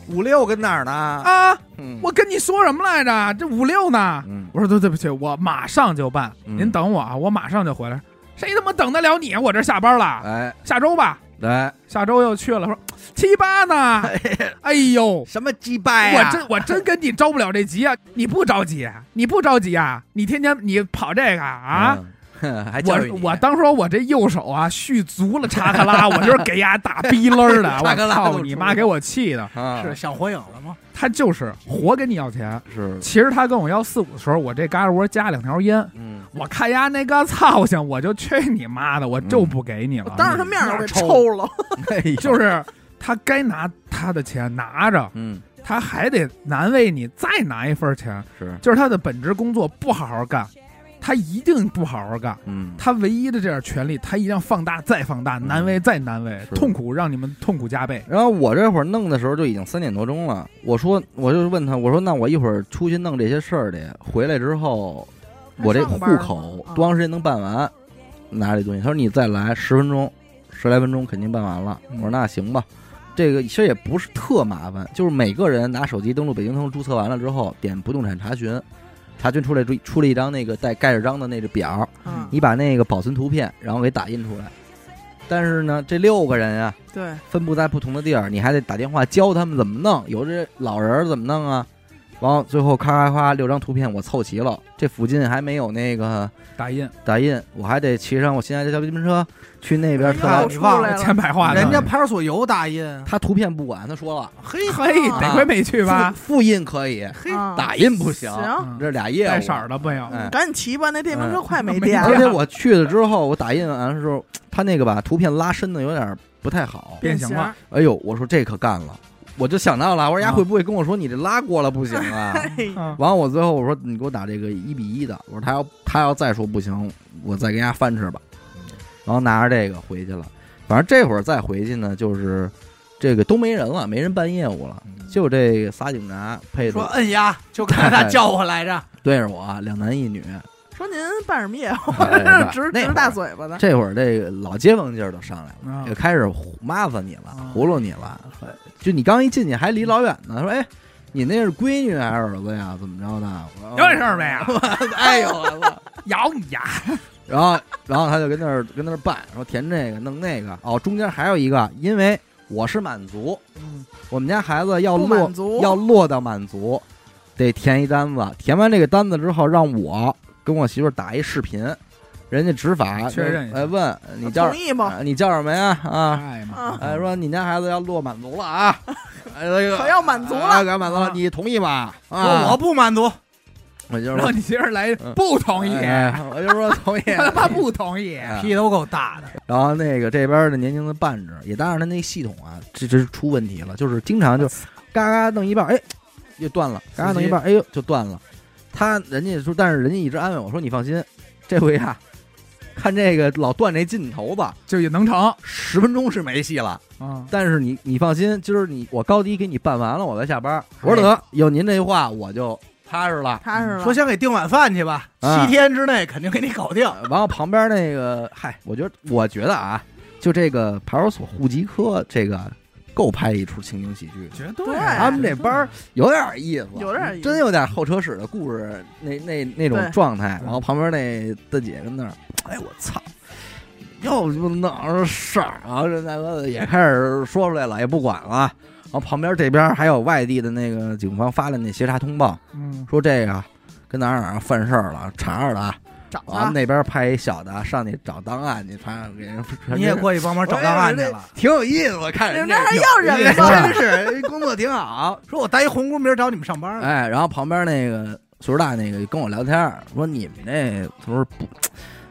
S1: 五六跟哪儿呢？
S4: 啊，
S1: 嗯
S4: 我跟你说什么来着？这五六呢？
S1: 嗯，
S4: 我说对对不起，我马上就办，
S1: 嗯
S4: 您等我啊，我马上就回来。谁他妈等得了你？啊我这下班了，
S1: 来
S4: 下周吧，
S1: 哎来，
S4: 下周又去了。说七八呢？哎呦，
S1: 什么鸡
S2: 哎
S1: 掰啊
S4: 我真我真跟你着不了这急啊！你不着急，你不着急啊？你天天你跑这个啊？，
S1: 嗯 [LAUGHS] 还教育
S4: 我
S1: 你
S4: 我当时我这右手啊续足了查克拉，我就是给丫大逼楞
S1: [LAUGHS]
S4: 儿的，
S1: 查
S4: 我
S1: 克拉都
S4: 操
S1: 出
S4: 你
S1: 来
S4: 妈
S1: 了
S4: 给我气的！
S1: 啊
S2: 是想火影了吗？
S4: 他就是活跟你要钱。
S1: 是
S4: 其实他跟我要四五的时候，我这嘎吱窝加两条烟，
S1: [LAUGHS] 嗯
S4: 我看丫那个操性，我就去你妈的，我就不给你
S1: 嗯
S3: 我
S4: 了。
S3: 当着他面
S1: 哎
S3: 儿我给
S4: 那抽
S3: 抽了，
S4: 就是他该拿他的钱拿着，
S1: 嗯
S4: 他还得难为你再拿一份钱，
S1: 是
S4: 就是他的本职工作不好好干，他一定不好好干。
S1: 嗯
S4: 他唯一的这点权利，他一定要放大再放大，
S1: 嗯
S4: 难为再难为，
S1: 是
S4: 痛苦让你们痛苦加倍。
S1: 然后我这会儿弄的时候就已经三点多钟了，我说我就问他，我说那我一会儿出去弄这些事儿去，回来之后我这户口多长时间能办完？拿这东西，他说你再来十分钟，十来分钟肯定办完了。我
S4: 嗯
S1: 说那行吧，这个其实也不是特麻烦，就是每个人拿手机登录北京通注册完了之后，点不动产查询，查询出来出出了一张那个带盖着章的那个表，
S3: 嗯
S1: 你把那个保存图片，然后给打印出来。但是呢，这六个人啊，
S3: 对，
S1: 分布在不同的地儿，你还得打电话教他们怎么弄。有这老人儿怎么弄啊？然后最后咔咔咔六张图片我凑齐了，这附近还没有那个
S4: 打印
S1: 打印，我还得骑上我心爱的小自行车去那边特
S2: 哎呦
S1: 拉
S3: 又
S2: 你
S3: 出
S2: 忘了
S3: 来
S4: 千
S3: 了，嗯
S4: 百
S1: 啊
S4: 话呢，
S2: 人家派出所有打印，
S1: 他图片不管，他说了，
S2: 嘿
S4: 嘿，
S3: 啊
S4: 得亏没去吧？
S1: 复复印可以，
S2: 嘿，
S3: 啊
S1: 打印不行，
S3: 行，
S4: 嗯
S1: 这俩业务
S4: 带色儿的没有？
S1: 哎
S3: 赶紧骑吧，那电瓶车快没
S4: 没电
S3: 电
S1: 而
S3: 了，
S1: 且我去嗯了之后，我打印完的时候，他那个把图片拉伸的有点不太好。
S4: 变
S3: 变
S4: 形
S3: 形
S4: 了。
S1: 哎呦，我说这可干了，我就想到了，我说丫
S4: 啊
S1: 会不会跟我说你这拉过了不行啊？
S4: [LAUGHS]
S3: 嘿
S4: 嗯，
S1: 完，我最后我说你给我打这个一比一的，我说他要他要再说不行，我再给他翻吃吧。
S4: 嗯
S1: 然后拿着这个回去了，反正这会儿再回去呢，就是这个都没人了，没人办业务了，
S4: 嗯
S1: 就这仨警察配
S2: 说
S1: 着
S2: 摁呀，就看他叫我
S1: [LAUGHS]
S2: 来着，
S1: 对着我，啊两男一
S3: [LAUGHS]
S1: 女。
S3: 说您办什么业务？
S1: 哎
S3: [LAUGHS] 直
S1: 那会儿
S3: 直大嘴巴的，
S1: 这会儿这个老街坊劲儿都上来
S4: 啊
S1: 了，也开始胡麻烦你了
S4: 啊，
S1: 糊弄你了。就你刚一进去还离老远呢，说哎，你那是闺女还是儿子呀？怎么着的？我
S4: 有
S1: 说
S4: 点事儿没啊？
S1: [LAUGHS] 哎呦，我操！
S4: 咬你啊呀！
S1: 然后，然后他就跟那儿跟那儿办，说填这个弄那个。哦，中间还有一个，因为我是满族，我们家孩子要
S3: 不
S1: 落
S3: 满足，
S1: 要落到满族，得填一单子。填完这个单子之后，让我跟我媳妇儿打一视频，人家执法
S4: 确认一下
S1: 来问你叫
S3: 同意吗？
S1: 啊你叫什么呀？啊，
S4: 哎妈
S3: 啊！
S1: 哎，说你家孩子要落满族了啊，哎这个
S3: 可要满足了
S1: 啊可要满足了
S4: 啊，
S1: 你同意吧？啊，
S2: 说我不满足，
S1: 我就
S4: 然后
S1: 说
S4: 你媳妇儿来
S1: 嗯
S4: 不同意，
S1: 哎
S4: 他
S1: 我就说同意。
S4: [LAUGHS] 他妈不同意。
S1: 哎
S2: 屁都够大的，
S1: 然后那个这边的年轻的办着，也当然他那系统啊，这这是出问题了，就是经常就嘎嘎弄一半，哎，又断了，嘎嘎弄一半，哎呦就断了。他人家说，但是人家一直安慰我说：“你放心，这回啊，看这个老断这劲头吧，
S4: 就也能成
S1: [LAUGHS] 十分钟是没戏了。
S4: 啊！
S1: 但是你你放心，今儿你我高低给你办完了，我再下班。”我说得有您这句话，我就踏实了。
S3: 踏实了。
S2: 说先给订晚饭去吧，
S1: 啊
S2: 七天之内肯定给你搞定。
S1: 呃然后旁边那个，嗨，我觉得我觉得啊，就这个派出所户籍科这个够拍一出情景喜剧的。
S4: 绝
S3: 对
S4: 对
S1: 他们这班儿有点意思，啊
S3: 有点意思
S1: 真有点后车室的故事，那那那种
S3: 对
S1: 状态。
S4: 对
S1: 然后旁边那大姐跟那儿，哎，我操，又他妈闹上事儿啊！这大哥也开始说出来了，也不管了。然后旁边这边还有外地的那个警方发的那协查通报，
S4: 嗯，
S1: 说这个跟哪儿哪儿犯事儿了，查着了。
S3: 找
S1: 然后
S3: 他，
S1: 啊那边派一小的上去找档案去，反正给人
S2: 你也过去帮忙找档案去
S1: 我也
S2: 了。
S1: 挺有意思。我看 [LAUGHS] 人
S3: 你们这还要人
S1: 吗？
S3: 吗
S1: 真是工作挺好。
S2: 说我带一红箍，明儿找你们上班了。
S1: 哎，然后旁边那个岁数大那个跟我聊天儿，说你们那他说不，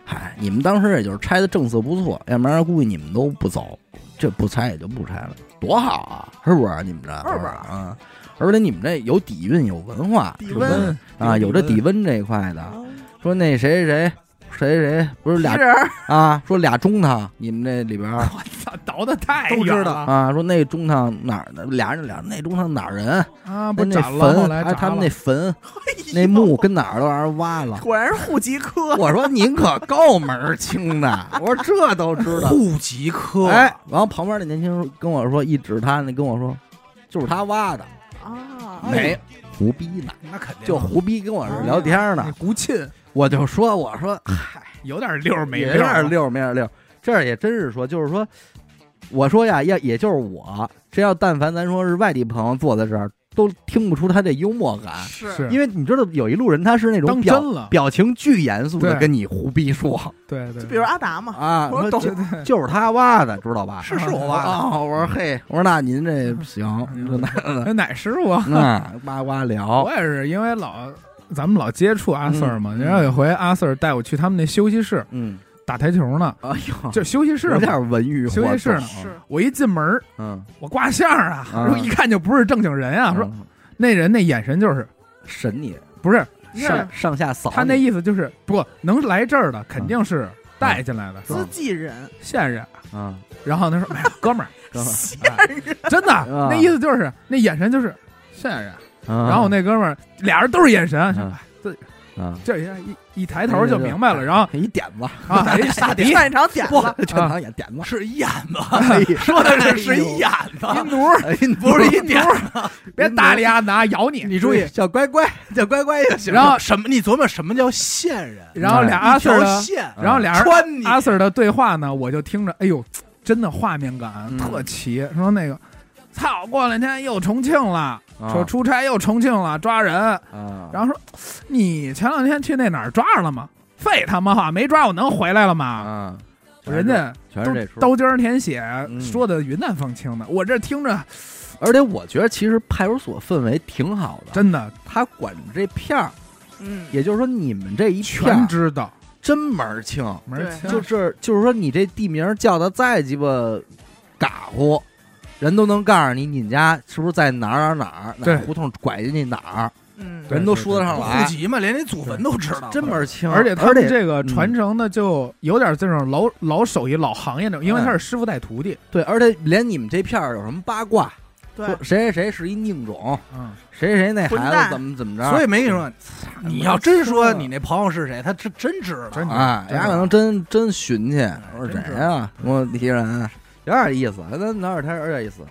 S1: 嗨，你们当时也就是拆的政策不错，要不然估计你们都不走，这不拆也就不拆了，多好啊，是不是？你们这
S3: 是不是
S1: 啊？而且你们这有底蕴，有文化，
S3: 底
S1: 是
S3: 温
S1: 不是啊，有这底温这一块的。说那谁谁谁谁谁不是嗯俩
S3: 一人儿
S1: 啊？说俩中堂，你们这里边儿
S4: 我操，倒的太
S2: 都知
S4: 远
S2: 道
S4: 了
S1: 啊，说那中堂哪儿的？俩人俩那中堂哪儿人？哎
S4: 啊，不
S1: 那那
S4: 斩了，后
S1: 坟，
S4: 来
S1: 还有他们那坟，
S3: 嘿哎呦。
S1: 那墓跟哪儿都让人挖了
S3: 果然是户籍科，啊
S1: 我说您可够门儿清的，我说这都知道。
S2: 户籍科，
S1: 哎，然后旁边那年轻人跟我说，一指他那跟我说，就是他挖的，
S3: 啊，
S2: 哎
S1: 没胡逼呢，
S2: 那肯定
S1: 就胡逼跟我这聊天
S4: 那
S1: 呢。
S4: 古沁
S1: 我就说，我说
S4: 有点溜儿没啊
S1: 也
S4: 溜儿
S1: 是，溜没点溜，这儿也真是说，就是说，我说呀，要也就是我，这要但凡咱说是外地朋友坐在这儿，都听不出他这幽默感，
S4: 是
S3: 是
S1: 因为你知道有一路人他是那种
S4: 当
S1: 表
S4: 真了，
S1: 表情巨严肃的
S4: 对
S1: 跟你胡逼说
S4: 对对，
S3: 比如阿达嘛，
S4: [LAUGHS]
S1: 啊，
S3: 我
S1: 说
S3: 懂
S1: 就就是他挖的，知道吧？
S2: 是是我挖的，
S4: 哦
S1: 啊、我说嘿， [LAUGHS] 我说那您这行，这那
S4: [LAUGHS] 那奶师傅啊，
S1: 那哇哇聊
S4: 嗯我，也是因为老咱们老接触阿 Sir 嘛，
S1: 嗯
S4: 然后有回阿 Sir 带我去他们那休息室
S1: 嗯，
S4: 打台球呢，
S1: 哎呦，
S4: 就休息室
S1: 有
S4: 嘛
S1: 点文娱
S4: 休息室呢
S3: 是
S4: 我一进门儿
S1: 嗯，
S4: 我挂相儿啊，
S1: 啊
S4: 然后一看就不是正经人啊，说
S1: 嗯
S4: 那人那眼神就是
S1: 神你
S4: 不是
S3: 你看
S1: 上上下扫你，
S4: 他那意思就是不能来这儿的肯定是带进来的，
S1: 嗯
S4: 是
S3: 资济人，
S4: 线人。
S1: 啊，
S4: 然后他说：“哎呀，
S1: [LAUGHS]
S4: 哥们儿，啊
S1: 哥们儿
S4: 真的，
S1: 啊
S4: 那意思就是那眼神就是线人。” [LAUGHS] 然后我那哥们儿俩人都是眼神，
S1: 嗯
S4: 哎这
S1: 啊，
S4: 这一下一一抬头就明白了，然后
S1: 一点子，
S4: [LAUGHS]
S1: [LAUGHS]
S4: 啊，哎傻逼， [LAUGHS]
S3: 上一场点
S1: 不 [LAUGHS]
S3: 了，，
S1: 正常演点子，
S2: [LAUGHS] 是一眼子，
S4: 啊
S1: [LAUGHS] 哎呀
S2: 说的是是一眼子，
S4: 一奴儿，
S1: 哎你
S2: [LAUGHS] 不是一点。
S4: [LAUGHS] 别搭理阿达，咬 [LAUGHS] 你。
S2: 你注意，
S1: 小乖乖，小乖
S4: [LAUGHS]
S1: 乖就行。
S4: 然后，
S2: 什么？你琢磨什么叫线人？
S4: 然后俩阿
S2: 一
S4: Sir
S2: 条
S4: 的，啊
S2: 线
S1: 嗯
S4: 然后俩人
S2: 穿你，
S4: 阿 Sir 的对话呢，我就听着，哎呦，真的画面感
S1: 嗯
S4: 特齐。说那个，操，过两天又重庆了，说出差又重庆了，抓人。
S1: 啊，
S4: 然后说，你前两天去那哪儿抓着了吗？废他妈话，没抓我能回来了吗？
S1: 啊，
S4: 人家
S1: 全
S4: 都
S1: 是这出，
S4: 刀尖儿舔血，
S1: 嗯
S4: 说的云淡风轻的，我这听着
S1: 而且我觉得其实派出所氛围挺好的，
S4: 真的
S1: 他管着这片儿，
S3: 嗯，
S1: 也就是说你们这一片
S4: 全
S1: 儿
S4: 知道，
S1: 真门儿清，
S4: 门儿清
S1: 就是就是说你这地名叫的再鸡巴嘎呼，人都能告诉你你们家是不是在哪儿哪儿哪儿哪
S4: 对
S1: 儿胡同拐进去哪儿，
S3: 嗯，
S4: 对
S1: 人都说得上
S2: 户
S1: 来，
S2: 籍嘛，连那祖坟都知道，
S1: 啊真门儿清，
S4: 而且他
S1: 而
S4: 们
S1: 且
S4: 这个传承的就有点这种老老手艺、老行业那种，因为他是师傅带徒弟，
S1: 对，而且连你们这片儿有什么八卦，
S3: 对
S1: 说，谁谁谁是一宁种，
S4: 嗯，
S1: 谁谁那
S3: 混
S1: 孩子
S3: 蛋
S1: 怎么怎么着，
S2: 所以没跟你说，你要真说你那朋友是谁，他真真知道，
S4: 嗯真的啊
S1: 哎，人家可能真真寻去，我说
S4: 真
S1: 谁
S4: 是
S1: 呀？我提人，啊有点意思，那哪有他有点意思。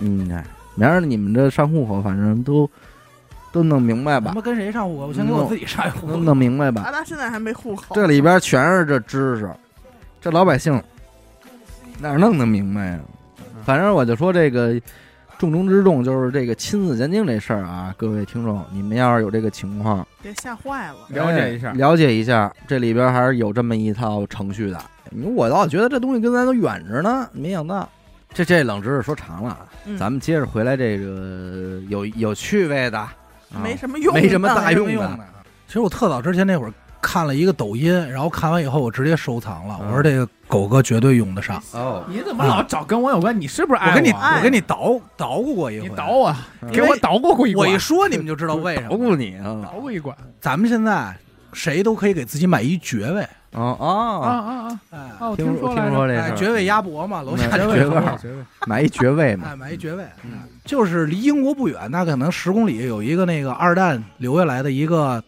S1: 嗯，哎明儿你们这上户口，反正都都弄明白
S2: 他
S1: 吧，
S2: 妈跟谁上户口？我先给我自己上一户
S1: 都
S2: 口。
S1: 弄明白吧。
S3: 阿达现在还没户口，
S1: 这里边全是这知识，这老百姓哪儿弄得明白呀、
S4: 嗯
S1: 反正我就说这个重中之重就是这个亲子鉴定这事儿啊，各位听众，你们要是有这个情况，
S3: 别吓坏了，
S4: 了解一下
S1: 哎了解一下，这里边还是有这么一套程序的。你说我老觉得这东西跟咱都远着呢，没想到这这冷知识说长了啊，
S3: 嗯
S1: 咱们接着回来这个有有趣味的，啊、
S3: 没什么用，
S1: 没什么大
S2: 没什么
S1: 用的
S2: 用的。其实我特早之前那会儿看了一个抖音，然后看完以后我直接收藏了。
S1: 嗯
S2: 我说这个狗哥绝对用得上。
S1: 哦，
S4: 你怎么老找跟我有关？你是不是爱
S2: 我跟你
S3: 哎
S2: 我跟你捣捣鼓过一回，
S4: 你捣我，
S1: 嗯
S4: 给我捣鼓过一
S2: 我
S4: 管
S2: 一，说你们就知道为什
S1: 捣
S2: 么。
S1: 鼓你啊！
S4: 捣鼓一管
S2: 咱们现在谁都可以给自己买一爵位，
S1: 哦
S4: 啊
S1: 哦，
S4: 啊啊！
S2: 哎，
S4: 啊，我
S1: 听
S4: 说来
S1: 听
S4: 着
S1: 说这事
S2: 哎
S1: 儿，
S2: 爵位鸭脖嘛，楼下
S1: 嗯
S2: 那
S1: 爵
S2: 个
S1: 位
S4: 爵位
S1: 买一爵位嘛
S2: 哎，，买一爵位，
S1: 嗯
S2: 哎就是离英国不远，那可能十公里有一个那个二战留下来的一个，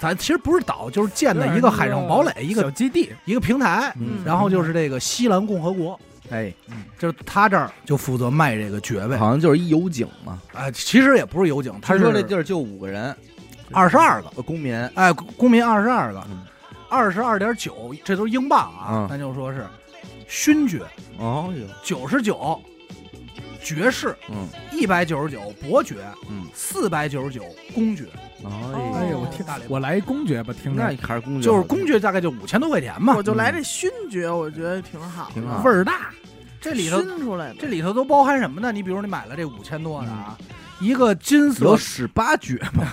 S2: 咱其实不是岛，就是建的一个海上堡垒，一
S4: 小
S2: 个
S4: 基地，
S2: 一个平台，
S1: 嗯
S2: 然后就是这个西兰共和国，
S1: 哎，
S2: 就是他这儿就负责卖这个爵位
S1: 好
S2: 啊、
S1: 像就是一油井嘛。
S2: 其实也不是油井，他
S1: 他说这
S2: 是
S1: 地儿就五个人，
S2: 二十二个，
S1: 呃公民，
S2: 哎，公民二十二个
S1: 嗯，
S2: 二十二点九，这都是英镑啊
S1: 嗯，
S2: 那就说是勋爵
S1: 哦哟，
S2: 九十九，爵士
S1: 嗯，
S2: 一百九十九，伯爵
S1: 嗯
S2: 四百九十九，公爵，
S1: 哦
S4: 哎呦
S1: 呦，
S4: 我
S2: 天，大礼包
S4: 我来一公爵吧，听着
S1: 那还是公爵，
S2: 就是公爵大概就五千多块钱嘛，
S3: 我就来这勋爵，我觉得挺好的，
S1: 挺好
S4: 味儿大，
S2: 这里头
S3: 熏出来的，
S2: 这里头都包含什么呢？你比如你买了这五千多的啊，
S1: 嗯
S2: 一个金 [LAUGHS] 色
S1: 有使八爵吗？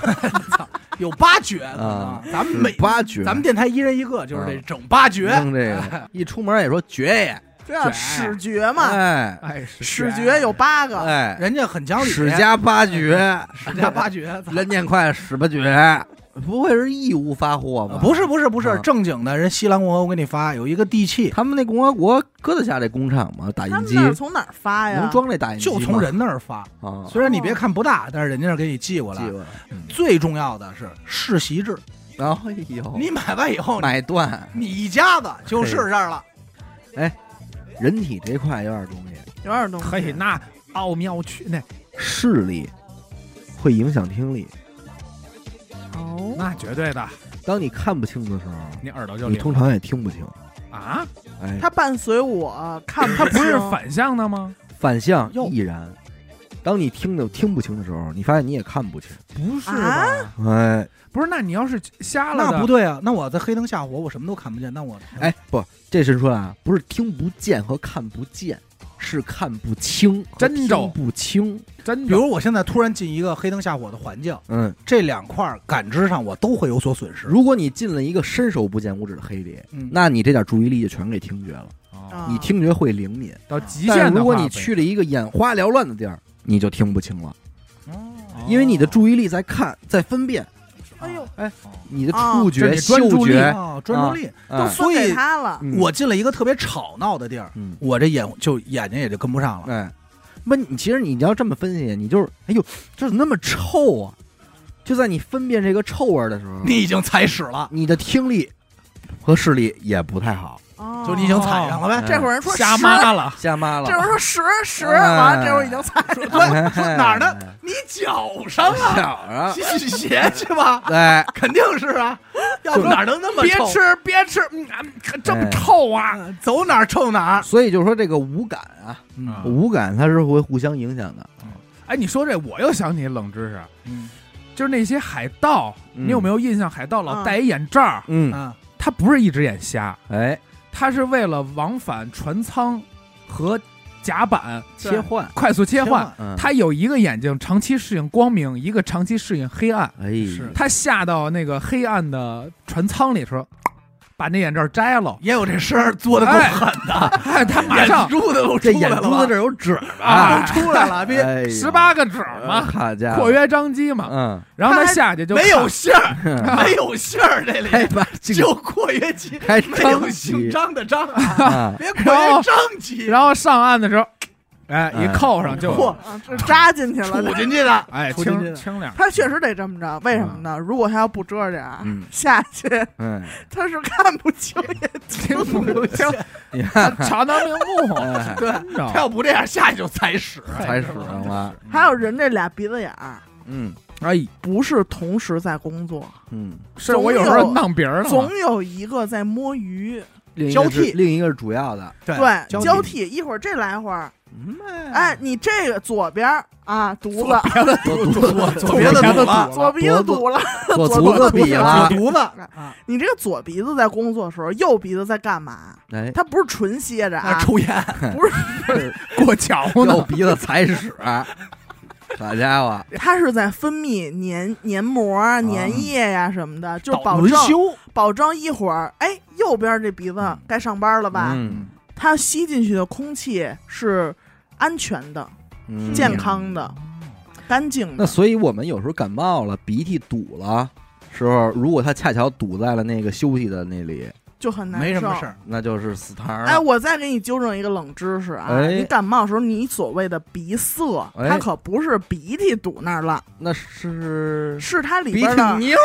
S2: 有八绝
S1: 啊
S2: 咱们每
S1: 八爵，
S2: 咱们电台一人一个，就是这
S1: 啊
S2: 整八绝。
S1: 弄这个，一出门也说爵爷，
S3: 这叫
S4: 爵
S3: 使爵嘛，
S1: 哎
S4: 哎，
S3: 使爵有八个，
S1: 哎，
S2: 人家很讲理，
S1: 史家啊八爵，
S2: 史家八绝，操
S1: 人念快史八爵，不会是义乌发货吧？
S2: 不是不是不是
S1: 啊
S2: 正经的人，西兰共和国给你发有一个地契，
S1: 他们那共和国搁得下这工厂吗？打
S3: 他
S1: 印
S3: 们
S1: 机
S3: 那儿从哪儿发呀
S1: 能？装这打印机
S2: 就
S1: 吗
S2: 从人那儿发。
S1: 啊，
S2: 虽然你别看不大，但是人家是给你寄过来
S1: 记。过来。
S2: 最重要的是世袭制，
S1: 然后有
S2: 你买完以后，
S1: 哦买断
S2: 你一家子就是这儿了。
S1: 人体这块有点东西，
S3: 有点东
S4: 嘿，
S3: 西，
S4: 那奥妙去那
S1: 视力会影响听力。
S3: 哦，
S4: 那绝对的，
S1: 当你看不清的时候，
S4: 你耳朵就
S1: 你
S4: 灵
S1: 通常也听不清。
S4: 啊？
S1: 哎，
S3: 它伴随我看
S4: 它不是
S3: 清
S4: 反向的吗？
S1: 反向
S2: 哟
S1: 亦然。当你听的听不清的时候，你发现你也看不清。
S4: 不是
S3: 啊
S4: 吧？
S1: 哎
S4: 不是，那你要是瞎了
S2: 那
S4: 的
S2: 不对啊，那我在黑灯瞎火，我什么都看不见，那我
S1: 哎，不，这是说啊，不是听不见和看不见，是看不清，
S4: 真
S1: 听
S4: 着
S1: 不清。
S4: 真
S2: 比
S4: 的
S2: 如我现在突然进一个黑灯瞎火的环境，
S1: 嗯，
S2: 这两块儿感知上我都会有所损失。
S1: 如果你进了一个伸手不见五指的黑里，
S2: 嗯，
S1: 那你这点注意力就全给听觉了，
S4: 哦
S3: 啊
S1: 你听觉会灵敏。
S4: 到极
S1: 但
S4: 限的
S1: 如果
S4: 话
S1: 你
S4: 呗，
S1: 去了一个眼花缭乱的地儿，你就听不清了，
S2: 哦
S1: 因为你的注意力在看，在分辨，
S3: 哎呦，
S1: 你的
S3: 啊
S1: 触觉、
S4: 这是你专
S1: 嗅
S4: 注力
S1: 觉，
S2: 哦专注力，
S1: 哎啊
S2: 所
S3: 分
S2: 以
S3: 给他了，
S1: 嗯
S2: 我进了一个特别吵闹的地儿，
S1: 嗯，
S2: 我这眼就眼睛也就跟不上了。
S1: 哎，那你其实你要这么分析，你就是，哎呦，这怎么那么臭啊？就在你分辨这个臭味儿的时候，
S2: 你已经踩屎了，
S1: 你的听力和视力也不太好，
S3: 哦嗯
S2: 就你已经踩上了呗。
S3: 这会儿人说
S4: 瞎
S3: 十
S4: 妈
S2: 啊
S4: 了，
S1: 瞎妈了
S3: 这会儿说十十，完了这会儿已经踩了，
S1: 哎
S2: 说哪儿呢？你脚上了，
S1: 小啊，
S2: 洗洗鞋去吧，
S1: 哎，
S2: 肯定是啊，要不
S1: 就
S2: 哪能那么
S4: 别
S2: 臭？啊
S4: 吃别吃，嗯啊，可这么臭啊！
S2: 哎嗯走哪儿臭哪儿。
S1: 所以就是说这个五感啊，
S4: 嗯
S1: 五感它是会互相影响的。
S4: 哎，你说这我又想起冷知识，
S2: 嗯
S4: 就是那些海盗，
S1: 嗯
S4: 你有没有印象？海盗老戴一眼罩儿，
S1: 嗯，
S2: 啊，
S4: 他不是一只眼瞎，
S1: 哎，
S4: 他是为了往返船舱和甲板
S1: 切换，
S4: 快速
S2: 切
S4: 切换。
S1: 嗯，
S4: 他有一个眼睛长期适应光明，一个长期适应黑暗。
S1: 哎，
S2: 是
S4: 他下到那个黑暗的船舱里时候，把那眼罩
S2: [LAUGHS]
S4: 摘了，
S2: 也有这声儿做的够
S4: 哎
S2: 狠的，
S4: 哎，他马
S2: 眼
S4: 上
S2: 珠子都出
S1: 这
S2: 来
S1: 眼
S2: 了吧，
S1: 珠子这儿有褶儿
S4: 啊
S2: 都出来了，别啊
S1: 哎，
S4: 十八个褶儿嘛，
S1: 好家伙，
S4: 括约张机嘛。
S1: 哎嗯，
S4: 然后他下去就
S2: 没有
S4: 看
S2: 信儿，[LAUGHS]
S1: 嗯
S2: 没有信儿，这里
S1: 开把这个
S2: 就括约肌，
S1: 开
S2: 没
S1: 张
S2: 有
S1: 机
S2: 姓张的张啊，
S1: 啊，
S2: 别括约张肌，
S4: 然后上岸的时候，哎，
S1: 哎
S4: 一扣上
S2: 嚯
S4: 就，
S3: 啊这扎进去了，
S2: 杵进去的。
S4: 哎
S1: 出进去
S4: 清
S1: 了
S4: 清凉。
S3: 他确实得这么着，为什么呢？如果他要不遮着啊
S1: 嗯，
S3: 下去 [LAUGHS]
S1: 嗯，
S3: 他是看不清也
S4: 听不清，
S1: 你看
S4: 查到明目，
S1: [LAUGHS] 哎
S2: [LAUGHS] 对，
S4: 真着
S2: 他要不这样，下去就踩屎。
S1: 才使上了，啊
S3: 还有人这俩鼻子眼儿
S1: 嗯，哎，
S3: 不是同时在工作，
S1: 嗯，
S4: 是我有时候弄别人了嘛
S3: 总，有一个在摸鱼，
S1: 另一个是
S2: 交替
S1: 另一个是主要 [LAUGHS] 的，
S2: 对
S3: 对，
S1: 交替
S3: 交替一会儿这来会儿，
S1: 嗯，
S3: 哎，你这个左边儿啊堵了，
S1: 左左左
S2: 左别的堵了，
S3: 左鼻子堵了，
S1: 左
S3: 左
S1: 足
S3: 左
S1: 子
S3: 左
S1: 比了
S2: 左，犊子
S3: 你这个左鼻子在工作的时候，右鼻子在干嘛？
S1: [LAUGHS] 哎，
S3: 它不是纯歇着
S2: 那
S3: 啊，
S2: 抽烟，
S3: 不是，
S1: [LAUGHS]
S4: 过桥
S1: 右
S4: 呢，
S1: 鼻子踩屎， [LAUGHS] 好家伙，
S3: 它是在分泌黏黏膜啊、粘液呀什么的，就是保
S2: 轮
S3: 证
S2: 休，
S3: 保证一会儿，哎，右边这鼻子该上班了吧？
S1: 嗯
S3: 它吸进去的空气是安全的、
S1: 嗯
S3: 健康的、干净
S1: 那
S3: 的。
S1: 所以我们有时候感冒了，鼻涕堵了时候，如果它恰巧堵在了那个休息的那里，
S3: 就很难受。
S2: 没什么事儿。
S1: 那就是死堂了。
S3: 哎，我再给你纠正一个冷知识啊！
S1: 哎
S3: 你感冒的时候，你所谓的鼻塞，
S1: 哎
S3: 它可不是鼻涕堵那儿了，
S1: 那是
S3: 是它里
S1: 鼻
S3: 边
S1: 涕
S3: 的
S1: 妞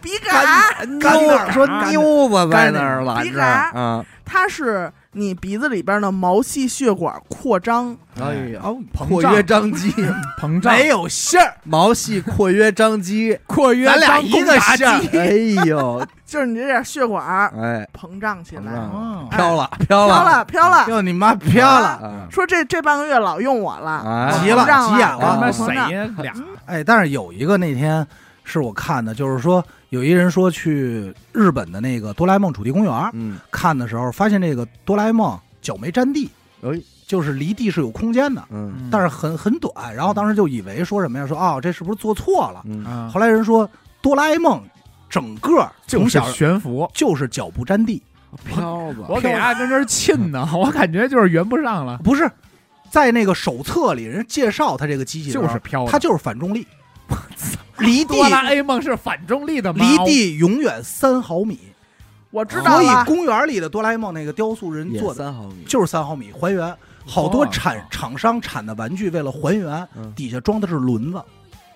S3: 鼻嘎，
S1: 妞
S2: 干哪
S1: 儿
S2: 儿
S1: 说
S2: 干哪儿
S1: 妞子在
S2: 干
S1: 那
S2: 哪
S1: 儿
S3: 儿
S1: 拦
S3: 鼻
S1: 着
S3: 杆儿
S1: 啊，
S3: 它是你鼻子里边的毛细血管扩张，
S1: 哎呀，
S4: 哦，
S1: 括
S4: 膨
S1: 约
S4: 胀，
S1: 张肌，
S4: 膨胀，
S2: 没有馅儿，
S1: 毛细括约张肌，
S2: 括约
S1: 咱俩
S2: 张
S1: 一个
S2: 馅
S1: 线儿，哎
S4: [LAUGHS]
S1: 呦，
S3: 就是你这点血管
S1: 哎，
S3: 膨胀起
S1: 膨
S3: 来
S1: 胀，
S2: 哦
S1: 飘了，飘
S3: 飘
S1: 了，
S3: 了飘了。
S2: 哟你妈啊飘了！
S1: 啊，
S3: 说这这半个月老用我了，
S1: 哎
S2: 急了
S3: 膨胀
S2: 急眼
S4: 他
S2: 了
S4: 妈
S1: 啊
S3: 膨
S4: 谁
S3: 胀
S4: 呀俩？
S2: 哎，但是有一个那天是我看的，就是说有一人说去日本的那个哆啦 A 梦主题公园
S1: 嗯，
S2: 看的时候，发现这个哆啦 A 梦脚没沾地，
S1: 哎，
S2: 就是离地是有空间的，
S1: 嗯
S2: 但是很很短。然后当时就以为说什么呀？说哦，这是不是做错了？
S1: 嗯，
S4: 啊，
S2: 后来人说哆啦 A 梦整个
S4: 就
S2: 从
S4: 是
S2: 小
S4: 悬浮，
S2: 就是脚不沾地，
S1: 飘吧，
S4: 我给大家跟这儿沁呢， [LAUGHS] 我感觉就是圆不上了，
S2: 不是在那个手册里人介绍他这个机器的时
S4: 就
S2: 候，
S4: 是飘的。
S2: 它就是反重力，离地
S4: 哆啦 A 梦是反重力的吗？
S2: 离地永远三毫米。
S3: 我知道
S2: 哦所以
S3: 了。啊
S2: 公园里的哆啦 A 梦那个雕塑人
S1: 也
S2: 做的
S1: 三毫米，
S2: 就是三毫米还原，好多产
S4: 哇
S2: 厂商产的玩具为了还原
S1: 嗯，
S2: 底下装的是轮子。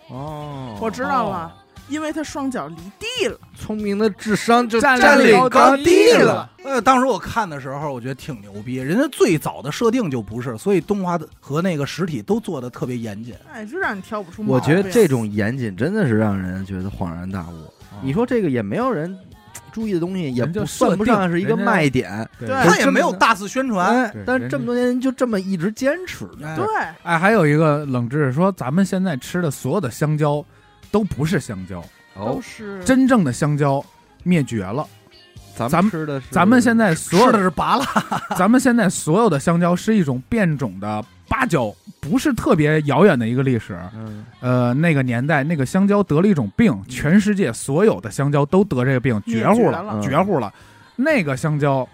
S1: 哦，
S3: 我知道了，因为他双脚离地了，
S1: 聪明的智商就
S4: 占
S1: 占领
S4: 领
S1: 高
S4: 地
S1: 了，。
S2: 呃，当时我看的时候，我觉得挺牛逼，人家最早的设定就不是，所以动画的和那个实体都做的特别严谨。
S3: 哎，就让你挑不出毛
S1: 我
S3: 病。
S1: 觉得这种严谨真的是让人觉得恍然大悟。你说这个也没有人注意的东西，也
S4: 啊人家
S1: 不算不上是一个
S4: 设定人家
S1: 卖点。
S4: 对
S3: 对
S2: 他也没有大肆宣传，
S1: 哎
S4: 对，
S1: 但
S4: 人
S1: 这么
S4: 家
S1: 多年就这么一直坚持着。
S2: 哎
S3: 对，
S4: 哎，还有一个冷知识说，咱们现在吃的所有的香蕉都不是香蕉，
S1: 嗯哦
S4: 哦
S3: 都，是
S4: 真正的香蕉灭绝了。
S1: 咱
S4: 咱
S1: 们
S4: 们
S1: 吃的是
S4: 咱们现在所有
S2: 吃的
S4: 的，
S2: 是拔蜡，
S4: 咱们现在所有的香蕉是一种变种的芭蕉，不是特别遥远的一个历史。
S1: 嗯
S4: 呃，那个年代那个香蕉得了一种病，全世界所有的香蕉都得这个病，
S3: 灭
S4: 绝户
S3: 绝了
S4: 了，嗯
S1: 嗯
S4: 绝户了。那个香蕉，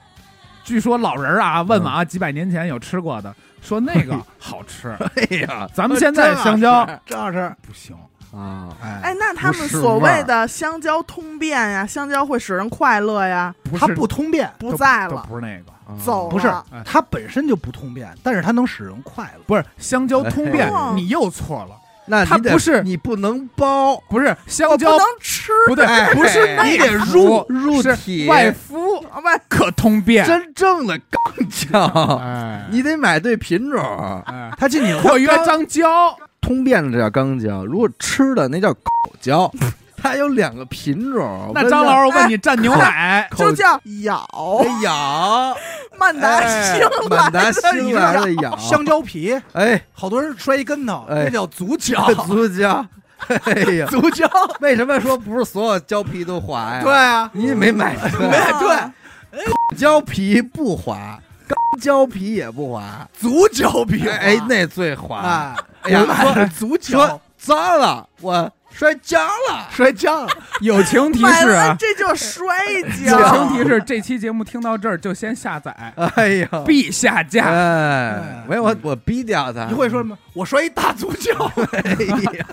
S4: 据说老人儿啊，问问啊，几百年前有吃过的，说那个好吃。
S1: 哎呀
S4: 咱们现在香蕉
S2: 这样是
S4: 不行，
S1: 啊，
S2: 哎，
S3: 哎，那他
S4: 不
S3: 们
S4: 是
S3: 所
S4: 味
S3: 谓
S4: 儿
S3: 的香蕉通便呀，香蕉会使人快乐呀，
S4: 不
S2: 它
S4: 是
S2: 不通便，
S3: 不在
S4: 都
S3: 了，
S4: 不是那个，
S1: 啊
S3: 走了
S2: 不是
S4: 哎
S2: 它本身就不通便，但是它能使人快乐。
S4: 不是香蕉通便
S3: 哎，
S4: 你又错了，
S1: 那你
S4: 它
S1: 得
S4: 不是
S1: 你不能包，
S4: 不是香
S3: 我不
S4: 蕉
S3: 能，吃
S4: 不对
S1: 哎，
S4: 不是
S1: 哎
S4: 内
S1: 你得
S4: 服
S1: 入入
S4: 是
S1: 体
S4: 外敷
S3: 啊，外
S4: 可通便，
S1: 真正的钢
S4: [LAUGHS]
S1: 胶，
S4: 哎，
S1: 你得买对品种，啊
S4: 哎
S2: 它进去了，
S4: 括约张胶，
S1: 通便的这叫钢胶，如果吃的那叫口胶，它有两个品种。
S4: 那
S1: 温
S4: 张
S1: 家
S4: 老师，我问你蘸牛
S3: [LAUGHS]
S4: 奶，
S1: 口
S3: 就叫咬
S1: 哎咬，
S3: 曼达
S1: 哎
S3: 星来
S1: 满达
S2: [LAUGHS]
S3: 的
S1: 新来的
S3: 咬，
S1: 咬，
S2: 香蕉皮，
S1: 哎，
S2: 好多人摔一跟头，
S1: 哎
S2: 那叫足胶，
S1: [LAUGHS] 足胶，哎呀，
S2: 足胶。
S1: 为什么说不是所有胶皮都滑呀？
S2: 对，啊，
S1: 你也没买哎对，
S3: 啊
S2: 对，
S1: 胶皮不滑，钢胶皮也不滑，
S2: 足胶皮，
S1: 哎，那最滑。
S2: 啊，
S1: 哎呀
S2: 我买
S1: [LAUGHS]
S2: 的足
S1: 说
S2: 胶，
S1: 脏了，我摔跤了，
S2: 摔跤了，
S4: [LAUGHS] 友情提
S3: 买
S4: 示
S3: 了
S4: 啊，
S3: 这就摔
S4: 友情
S3: 跤，
S4: 提示，啊这期节目听到这儿就先下载，
S1: [LAUGHS] 哎呀，
S4: 必下架。
S1: 哎，没有我我逼掉他，
S2: 你会说什么？我摔一大足胶，
S1: 哎呀，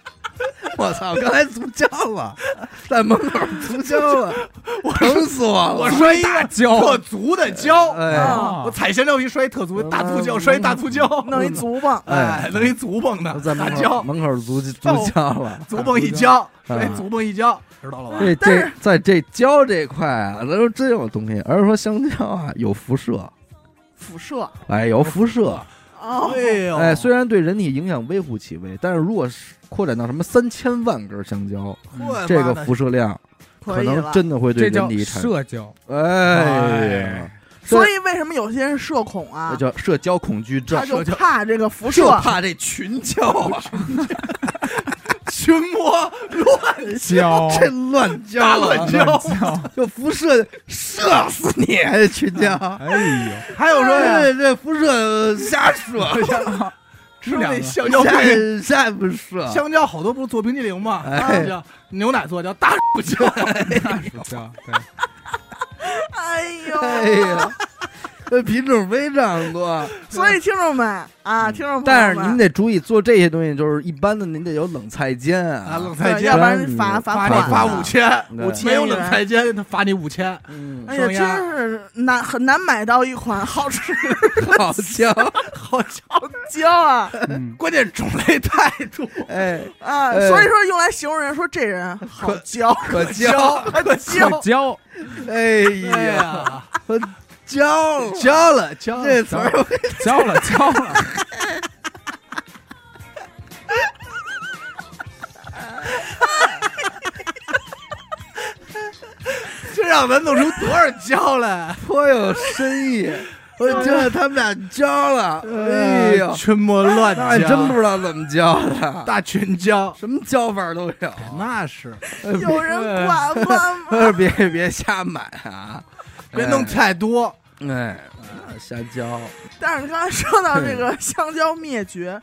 S1: [LAUGHS] 我操！我刚才足胶了，在门口足胶了，疼死我了！
S2: 我摔一个
S4: 胶
S2: 特足的胶，
S1: 哎
S4: 啊
S2: 我踩香蕉皮摔一特足大足胶，摔一大足胶，
S3: 弄一足蹦，
S2: 哎，弄一足蹦
S1: 我
S2: 的
S1: 在
S2: 大
S1: 门口
S2: 胶，
S1: 门口足足胶了。
S2: 足蹦一胶，
S1: 大足胶
S2: 摔足蹦一胶，知道了吧？
S1: 这
S3: 但
S1: 这
S3: 是
S1: 在这胶这块啊，咱说真有东西，而是说香蕉啊有辐射，
S3: 辐射
S1: 哎有辐射，
S3: 哦，
S2: 呦
S1: 哎虽然对人体影响微乎其微，但是如果是扩展到什么三千万根香蕉，
S2: 我
S1: 这
S2: 妈
S1: 个
S2: 的
S1: 辐射量可
S3: 可以
S1: 能
S3: 了。
S1: 真的会对
S4: 这
S1: 人
S4: 叫
S1: 体产生
S4: 社交，
S1: 哎呀
S4: 哎，
S3: 所以为什么有些人社恐
S1: 那
S3: 啊？
S1: 叫社交恐惧症
S3: 他，就怕这个辐
S1: 就
S3: 射，
S1: 怕这群交啊，
S2: 群魔乱
S4: 交
S1: 这乱交
S2: 大
S1: 啊，
S2: 乱交，
S1: 就辐射射死你，啊这群交。
S4: 哎
S1: [LAUGHS]
S2: 还有说
S1: 这这辐射瞎射，
S2: 吃那香蕉
S1: 瞎
S2: 皮。
S1: 瞎不射，
S2: 香蕉好多不是做冰激凌吗？
S1: 哎
S2: 叫牛奶做叫大乳胶，
S4: 呦，大社交，对
S3: 哎呦，
S1: 哎呀，这品种非常多，
S3: 所以听众们啊，听众朋
S1: 但
S3: 友
S1: 是您
S3: 们，
S1: 得注意做这些东西，就是一般的您得有冷菜间
S2: 啊，
S1: 啊，
S2: 冷菜
S3: 对，
S2: 街
S3: 要不然
S1: 你
S3: 罚
S2: 罚
S1: 罚
S3: 罚
S2: 你
S3: 款
S2: 罚
S3: 啊
S2: 五千，
S1: 对
S3: 五千
S2: 没有冷
S3: 元
S2: 菜街他罚你五千，
S1: 嗯，
S3: 哎呀，
S2: 双鸭
S3: 真是难很难买到一款好吃
S1: 好香，
S2: 好家伙，
S3: 的 [LAUGHS] 胶啊
S4: 嗯
S2: 关键种类太多，
S1: 哎，
S3: 啊！
S1: [LAUGHS] 哎
S3: 所以说用来形容人说这人
S1: [LAUGHS]
S3: 好胶，
S1: 可
S2: 胶
S1: 香，
S2: 可
S4: 社
S2: 胶，
S4: 交，
S1: 哎
S2: 哎
S1: 呀，
S2: 呀，
S1: 我交了，
S2: 交了交了，
S1: 这词儿
S4: 交了交了，
S3: [LAUGHS]
S2: 这让咱弄出多少交来？
S1: 颇有深 [LAUGHS] 意。我这他们俩交了，哎呦，
S2: 呃群魔乱
S1: 那还
S2: 交，
S1: 真不知道怎么交的，
S2: 大群交，
S1: 什么交法都 [LAUGHS] 有。
S2: 那是
S3: 有
S2: 哎
S3: 人管管
S1: [LAUGHS]
S3: 吗？
S1: 呃，别别瞎买啊，
S2: 别弄太多。
S1: 哎，哎，那瞎交。
S3: 但是你刚才说到这个香蕉灭绝，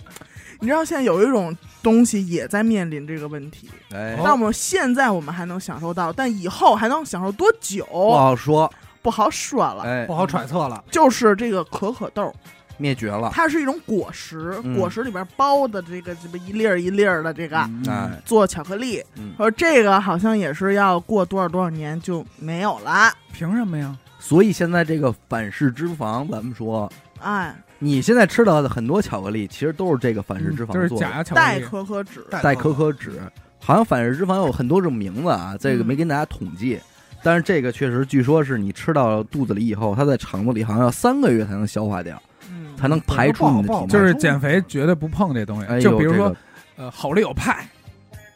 S3: 你知道现在有一种东西也在面临这个问题，
S1: 哎，
S3: 但我们现在我们还能享受到，但以后还能享受多久
S1: 不好说，
S3: 不好说了。
S1: 哎
S2: 不，好揣测了，
S3: 就是这个可可豆，
S1: 灭绝了。
S3: 它是一种果实，
S1: 啊嗯
S3: 果实里边包的这个什么一粒儿一粒儿的这个。
S1: 哎，
S3: 做巧克力，
S1: 嗯，
S3: 而这个好像也是要过多少多少年就没有了。
S4: 凭什么呀？
S1: 所以现在这个反式脂肪，咱们说，
S3: 哎，
S1: 你现在吃到的很多巧克力，其实都是这个反式脂肪
S4: 嗯就是
S1: 做的，
S4: 假巧克
S3: 代
S4: 力，
S3: 可可脂，
S1: 带可可脂。好像反式脂肪有很多种名字啊，这个没跟大家统计。但是这个确实，据说是你吃到肚子里以后，它在肠子里好像要三个月才能消化掉，
S3: 嗯，
S1: 才能排出你的体内。
S4: 就是减肥绝对不碰这东
S1: 哎
S4: 西。
S1: 呦，
S4: 就比如
S1: 这
S4: 说
S1: 个
S4: 呃，好丽友派，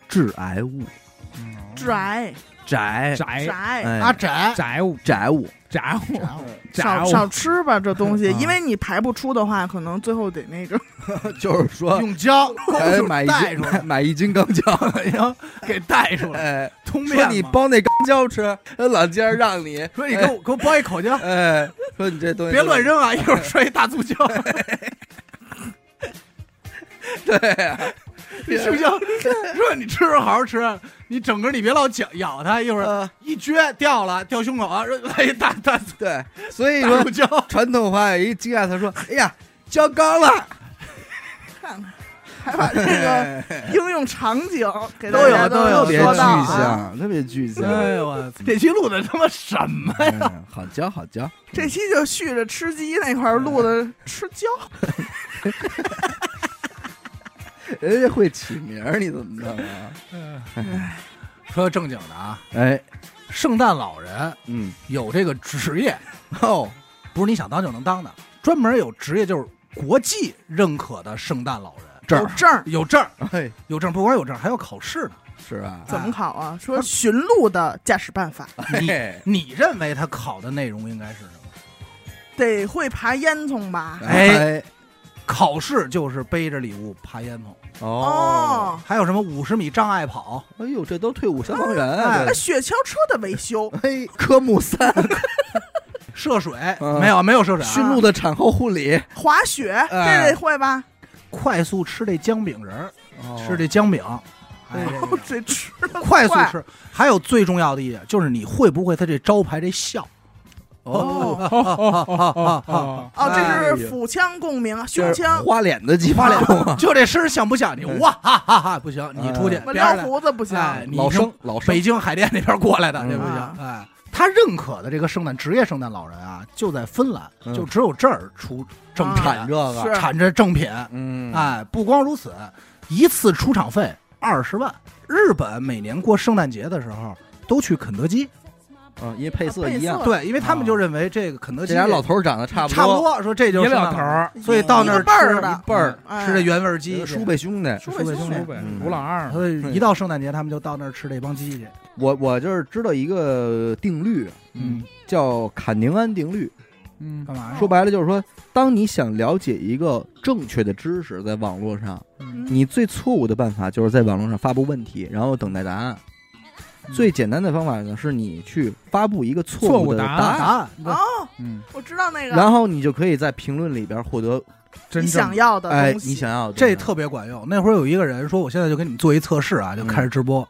S1: 致癌物
S3: 宅
S1: 宅
S4: 宅
S3: 宅，
S1: 哎
S2: 阿宅，
S4: 宅物
S1: 宅物，
S4: 宅物宅
S2: 哎
S3: 少
S4: 物
S3: 少
S1: 哦
S3: 吃吧这东西，
S4: 嗯
S3: 因为你排不出的话，可能最后得那个。
S1: 就是说
S2: 用胶
S1: 哎买一
S2: 带
S1: 斤
S2: 出
S1: 买
S2: 来，
S1: [LAUGHS] 买一斤钢胶。
S2: 行，给带
S3: [LAUGHS]
S2: 出来，
S1: 哎，
S2: 通面
S1: 说
S2: 嘛
S1: 你包那钢胶吃，老尖儿让你
S2: 说你给我给我包一口胶，
S1: 哎，说你这东西
S2: 别乱，扔啊，一会儿摔一大 [LAUGHS] 足胶，
S1: 对啊，
S2: 你行不行？说你吃好好吃，啊你整个你别老咬咬它，一会儿
S1: 呃
S2: 一撅掉了，掉胸口啊，说来一大大大
S1: [LAUGHS] 对，所以说
S2: 乳胶，
S1: 传统话有一惊讶，他说：“哎呀，胶高了。
S3: 看看，还把这个
S1: 哎
S3: 应用场景给
S2: 都有
S3: 大家
S2: 都有
S1: 特别
S3: 说
S1: 具
S3: 到啊
S1: 象，特别具象。
S2: [LAUGHS] 哎呦我操，这期录的他妈什么呀？
S1: 哎好教好教，
S3: 这期就续着吃鸡那块儿录的
S1: 哎
S3: 吃胶，
S1: 人家会起名儿，你怎么弄啊？
S4: 嗯
S1: [LAUGHS]
S2: 说正经的啊，
S1: 哎，
S2: 圣诞老人
S1: 嗯，
S2: 有这个职业，
S1: 哦，
S2: 不是你想当就能当的，专门有职业就是国际认可的圣诞老人
S1: 证
S3: 有
S1: 儿，
S3: 证儿
S2: 有证儿
S1: 哎，
S2: 有证儿，不光有证儿，还要考试 [LAUGHS] 呢。
S1: 是吧？
S3: 怎么考啊？说寻路的驾驶办法，
S1: 哎
S2: 你你认为他考的内容应该是什么？
S3: 得会爬烟囱吧？
S2: 哎，考试就是背着礼物爬烟囱，
S1: 哦，
S3: 哦，
S2: 还有什么五十米障碍跑，
S1: 哎呦，这都退伍消防员
S2: 哎
S1: 啊！
S3: 那雪橇车的
S2: [LAUGHS]
S3: 维修，
S1: 这哎，科目三，
S2: 涉水、
S1: 嗯
S2: 没有没有涉水啊，
S1: 驯鹿的产后护理，
S3: 滑雪
S1: 哎
S3: 这得会吧？
S2: 快速吃这姜饼人儿，吃
S1: 是
S2: 这姜饼，哦哎
S3: 然后这吃 [LAUGHS] 的
S2: [LAUGHS] 快速
S3: 快
S2: 吃。还有最重要的一点就是你会不会他这招牌这笑，
S3: 哦
S4: 哦，
S3: 哦，这
S1: 哎
S3: 是
S1: 呦
S3: 腹腔共鸣，胸腔。
S1: 花脸的鸡
S2: 花
S1: 巴
S2: 脸
S1: 动啊！
S2: 就这声儿像不像你？
S1: 嗯
S2: 哇哈哈哈！不行，你出去，
S3: 我
S2: 别
S3: 撩
S2: 人来
S3: 胡子不行，
S2: 哎你
S1: [LAUGHS] 老
S2: 是
S1: 生老生
S2: 北京海淀那边过来的，
S1: 哦嗯
S2: 这不行
S3: 啊。
S2: 哎，他认可的这个圣诞职业圣诞老人啊，就在芬兰，
S1: 嗯
S2: 就只有这儿出正
S3: 啊
S2: 品，
S1: 产这个，
S3: 是
S2: 产这正品。
S1: 嗯，
S2: 哎，不光如此，一次出场费二十万。日本每年过圣诞节的时候都去肯德基，
S1: 嗯，因为配色一
S3: 配
S1: 样
S3: 色，
S2: 对，因为他们
S1: 啊
S2: 就认为这个肯德基
S1: 这俩老头儿长得差
S2: 差
S1: 不
S2: 不多，说这
S4: 一
S2: 就是圣诞
S4: 老头
S2: 老人
S4: 儿，
S2: 所以到那儿
S3: 一个辈儿
S2: 吃
S3: 的
S2: 辈儿
S3: 哎
S2: 吃这原味鸡
S1: 多，
S2: 去
S1: 叔辈兄弟。
S3: 叔
S2: 叔
S3: 北
S2: 北
S3: 兄
S2: 兄
S4: 东
S3: 弟
S4: 北
S1: 嗯
S4: 吴老二
S2: 所以一到圣诞节，他们就到那儿吃这帮鸡去。
S1: 我我就是知道一个定律，
S2: 嗯，
S1: 叫坎宁安定律。
S4: 嗯
S2: 干嘛呀？
S1: 说白了就是说，当你想了解一个正确的知识，在网络上，
S3: 嗯
S1: 你最错误的办法就是在网络上发布问题，然后等待答案。
S4: 嗯
S1: 最简单的方法呢，是你去发布一个错
S4: 错
S1: 误
S4: 误
S1: 的
S4: 答案
S2: 答
S1: 案，
S2: 案
S3: 哦，
S4: 嗯，
S3: 我知道那个
S1: 然后你就可以在评论里边获得
S4: 真
S3: 你
S4: 正
S3: 想要的
S1: 哎
S3: 东西，
S1: 你想要的
S2: 这特别管用。那会儿有一个人说，我现在就给你们做一测试啊，就开始直播，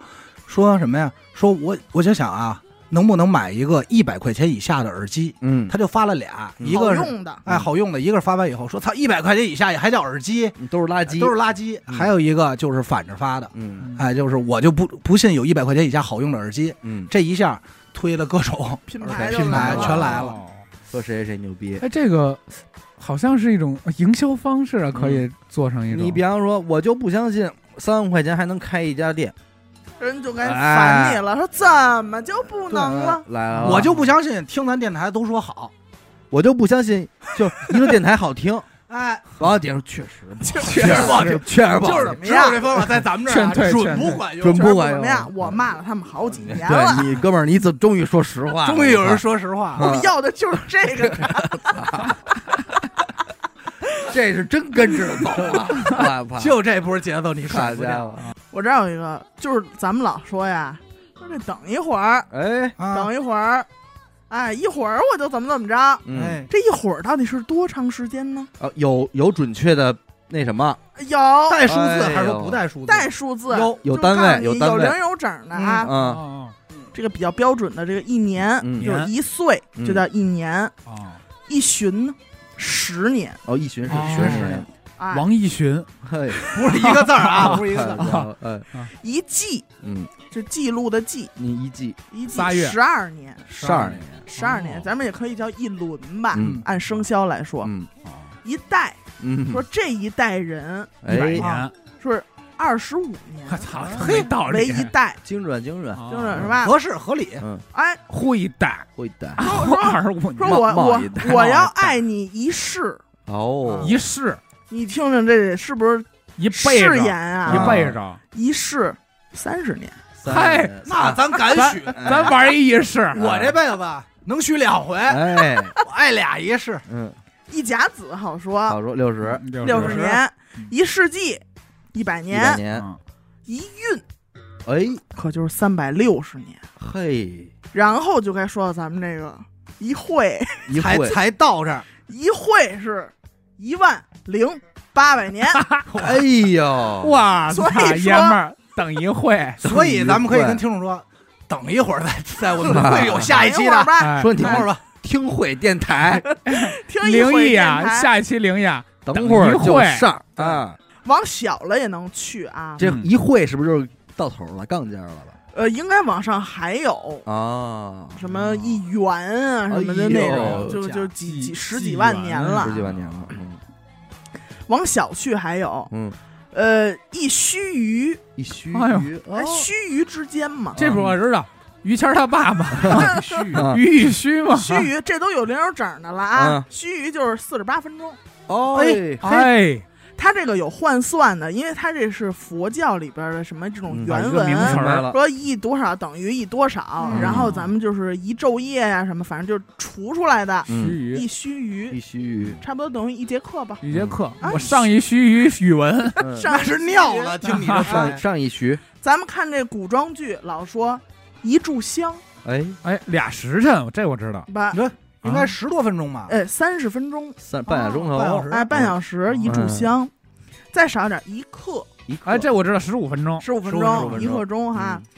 S2: 说什么呀？说我我就想啊，能不能买一个一百块钱以下的耳机？
S1: 嗯，
S2: 他就发了俩，
S1: 嗯
S2: 一个
S3: 好
S2: 是
S3: 用的，
S2: 哎好用的，一个是发完以后说操一百块钱以下也还叫耳机，
S1: 都是垃圾，
S2: 都是垃圾。
S1: 嗯
S2: 还有一个就是反着发的，
S1: 嗯
S2: 哎，就是我就不不信有一百块钱以下好用的耳机。
S1: 嗯，
S2: 这一下推了各种，
S3: 品牌就
S2: 品
S3: 来
S2: 牌
S3: 了，
S2: 全来了。
S4: 了。
S1: 说谁谁牛逼。
S4: 哦哎，这个好像是一种呃营销方式啊，可以做成一种。
S1: 嗯你比方说，我就不相信三万块钱还能开一家店，
S3: 人就该
S2: 哎
S3: 烦你了，说怎么就不能了？啊
S1: 来了，
S2: 我就不相信听咱电台都说好，
S1: 我就不相信，就一个电台好听，
S2: [LAUGHS] 哎，
S1: 完了顶上 [LAUGHS] 确实不好，
S3: [LAUGHS] 确
S1: 实不好听，确实不好
S2: 就是
S1: 听。
S2: 只有这方法在咱们这儿啊
S4: 劝退
S2: 准
S4: 劝
S2: 不
S4: 退
S2: 管用，
S1: 准
S3: 确
S1: 不
S3: [LAUGHS] 实
S1: 管
S3: 怎
S1: 用
S3: 么样，我骂了他们好几年了，
S1: 对你哥们儿，你怎么终于说实话了？
S2: 终于有人说实话
S1: 嗯
S2: 了。
S3: 我 [LAUGHS] 要的就是这个。
S1: 这是真跟着走 [LAUGHS] 啊！我操，
S2: 就这波节奏，你甩
S1: 好
S2: 不
S1: 家
S2: 了
S1: 伙！
S3: 我这儿有一个，就是咱们老说呀，说这等一会儿，
S1: 哎，
S2: 啊！
S3: 等一会儿，哎，一会儿我就怎么怎么着。
S1: 嗯，
S2: 哎，
S3: 这一会儿到底是多长时间呢？
S1: 啊有有准确的那什么，
S3: 有
S2: 带数字还
S1: 哎
S2: 是
S1: 呦
S2: 说不带数字？
S3: 带数字，
S2: 有
S1: 有
S3: 就
S1: 单
S3: 告诉
S1: 位
S3: 你
S1: 单
S3: 有
S1: 位
S3: 零，有整的啊。
S4: 啊
S1: 嗯
S4: 啊
S3: 这个比较标准的，这个一年、
S1: 嗯
S3: 就是一岁
S1: 嗯
S3: 就叫一年，
S4: 啊！
S3: 一旬呢十年。
S1: 哦，一巡是
S4: 哦
S1: 巡十年，
S3: 啊，
S4: 王一巡
S1: 嘿，
S2: 不是一个字儿啊，不是一个字儿。
S1: 好家伙哎，
S3: 一季
S1: 嗯，
S3: 就记录的记，
S1: 你一季
S3: 一季
S4: 仨月
S3: 十二年，
S1: 十二年，
S3: 十二年，
S4: 哦
S3: 咱们也可以叫一轮吧，
S1: 嗯
S3: 按生肖来说，
S1: 嗯
S3: 一代
S1: 嗯，
S3: 说这一代人
S4: 一百
S1: 哎，
S4: 年，
S3: 是二十五
S4: [LAUGHS]
S3: 年
S4: 我
S3: [LAUGHS]
S4: 操，
S2: 嘿
S4: 没道
S3: 为
S4: 理，
S3: 一代，
S1: 精准精准，
S4: 啊
S3: 就是是吧？
S2: 合适合理，
S1: 嗯，
S3: 哎，
S4: 呼一代，
S1: 会的，
S3: 说
S4: [LAUGHS] 二十五
S3: 说
S4: 年
S3: 我
S1: 冒
S3: 我
S1: 冒一代
S3: 我要爱你一世，
S1: 哦，
S4: 一世
S3: 你听听这是不是
S4: 一辈
S3: 誓言
S4: 子，
S3: 啊
S4: 一？辈子，
S3: 一世三十年，
S1: 三
S4: 嗨
S1: 三
S2: 那啊咱啊敢许？
S3: 嗯
S4: 咱玩一一世，
S2: [LAUGHS]
S1: 我
S2: 我
S1: 这
S2: 这辈子能许两回，
S1: 哎，
S2: [LAUGHS] 我爱俩一世。
S1: 嗯，
S3: 一甲子好说，
S1: 好说六十
S3: 六十年
S4: 嗯，
S3: 一世纪，一百
S1: 一百
S3: 年，
S1: 年，
S4: 嗯
S3: 一运
S1: 哎
S3: 可就是三百六十年。
S1: 嘿，
S3: 然后就该说到咱们这个一会， [LAUGHS]
S1: 一
S2: 才
S1: 会，
S2: 才到这儿，
S3: 一会是一万零八百年，
S1: 哎呦，
S4: 哇
S3: 所以
S4: 操
S3: 说啊
S4: 爷们儿等一会，
S2: 所以咱们可以跟听众说，等一会儿 [LAUGHS] 再再，我们会有下一期
S3: 等会儿
S2: 的。
S3: 吧，
S4: 哎
S1: 说你
S2: 等 [LAUGHS] 会儿
S1: 们
S2: 吧，
S1: 听会电台，
S3: 听一
S4: 灵
S3: 会
S4: 异
S3: 电
S4: 呀，
S3: 台嗯
S4: 下一期灵异啊，
S1: 等会儿就上啊，
S3: 往小了也能去啊，
S1: 这
S4: 嗯
S1: 一会是不是就是到头了，杠尖儿了吧？
S3: 呃，应该往上还有
S1: 啊，
S3: 什么一元啊什么
S1: 哎
S3: 的
S1: 呦
S3: 那种，
S1: 这
S3: 就
S2: 家
S3: 就几
S4: 几
S3: 几十
S4: 几
S3: 几万
S4: 元
S3: 年
S4: 啊
S3: 了
S1: 十，几万年了，嗯
S3: 往小去还有，
S1: 嗯，
S3: 呃，一须臾，
S1: 一须
S4: 哎呦
S1: 臾，
S3: 哎，须臾之间嘛，
S4: 这不我知道，于谦儿他爸爸
S3: [LAUGHS]
S2: 须
S1: 啊
S4: 于玉虚嘛，
S3: 须臾这都有零有整的了
S1: 嗯
S3: 啊，须臾就是四十八分钟。
S1: 哦，
S4: 哎，
S3: 它这个有换算的，因为它这是佛教里边的什么这种
S1: 嗯
S3: 原
S4: 一个
S3: 文，
S4: 名
S1: 明
S4: 词
S1: 白
S4: 儿
S1: 了，
S3: 说一多少等于一多少，
S1: 嗯
S3: 然后咱们就是一昼夜呀、什么，反正就是除出来的，
S1: 嗯，
S4: 须
S3: 一
S4: 臾
S3: 须
S1: 一
S3: 臾，
S1: 须
S3: 差不多等于一节课吧。
S4: [LAUGHS] 一节课，
S3: 啊
S4: 我上一须臾语文，
S1: 臾，嗯
S3: [LAUGHS] 上
S2: 那是尿了，听你这声
S1: 上
S2: 音。
S1: 上一臾，
S3: 咱们看这古装剧，老说一炷香
S1: 哎，
S4: 哎，俩时辰，这我知道，
S3: 吧
S2: 你，说应该十多分钟吧？
S3: 呃，三十分钟，
S1: 三半小钟
S2: 哎哦半小
S1: 头，
S2: 时
S3: 哎，半小时一炷香，再少点一刻，
S1: 一刻
S4: 哎，这我知哦道，十五分钟，
S3: 十五分
S1: 15分钟
S3: 一刻钟哈
S1: 嗯，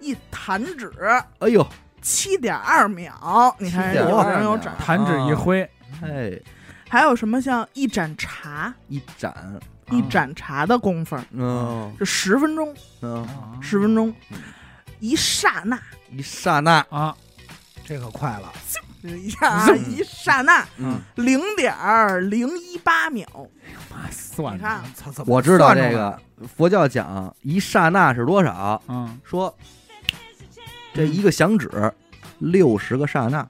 S3: 一弹指
S1: 哎呦，
S3: 七点二秒，你看有
S1: 7.2
S3: 人有
S1: 秒
S3: 整，
S4: 弹指一挥，
S1: 哎，
S3: 还有什么像一盏茶，
S1: 一盏，
S3: 一
S4: 啊
S3: 盏茶的功夫，
S1: 嗯
S3: 就十分钟，
S1: 嗯，
S4: 啊
S3: 十分钟
S1: 嗯，
S3: 一刹那，
S1: 一刹那，
S4: 啊，
S2: 这可快了，
S3: 一下啊
S1: 嗯
S3: 一刹那
S1: 嗯，
S3: 零点儿零一八秒，
S4: 妈算
S3: 你
S4: 了，
S3: 看
S2: 操怎么
S1: 我知道
S2: 算出
S1: 这
S2: 来
S1: 个佛教讲一刹那是多少，
S4: 嗯，
S1: 说这一个响指六十个刹那，啊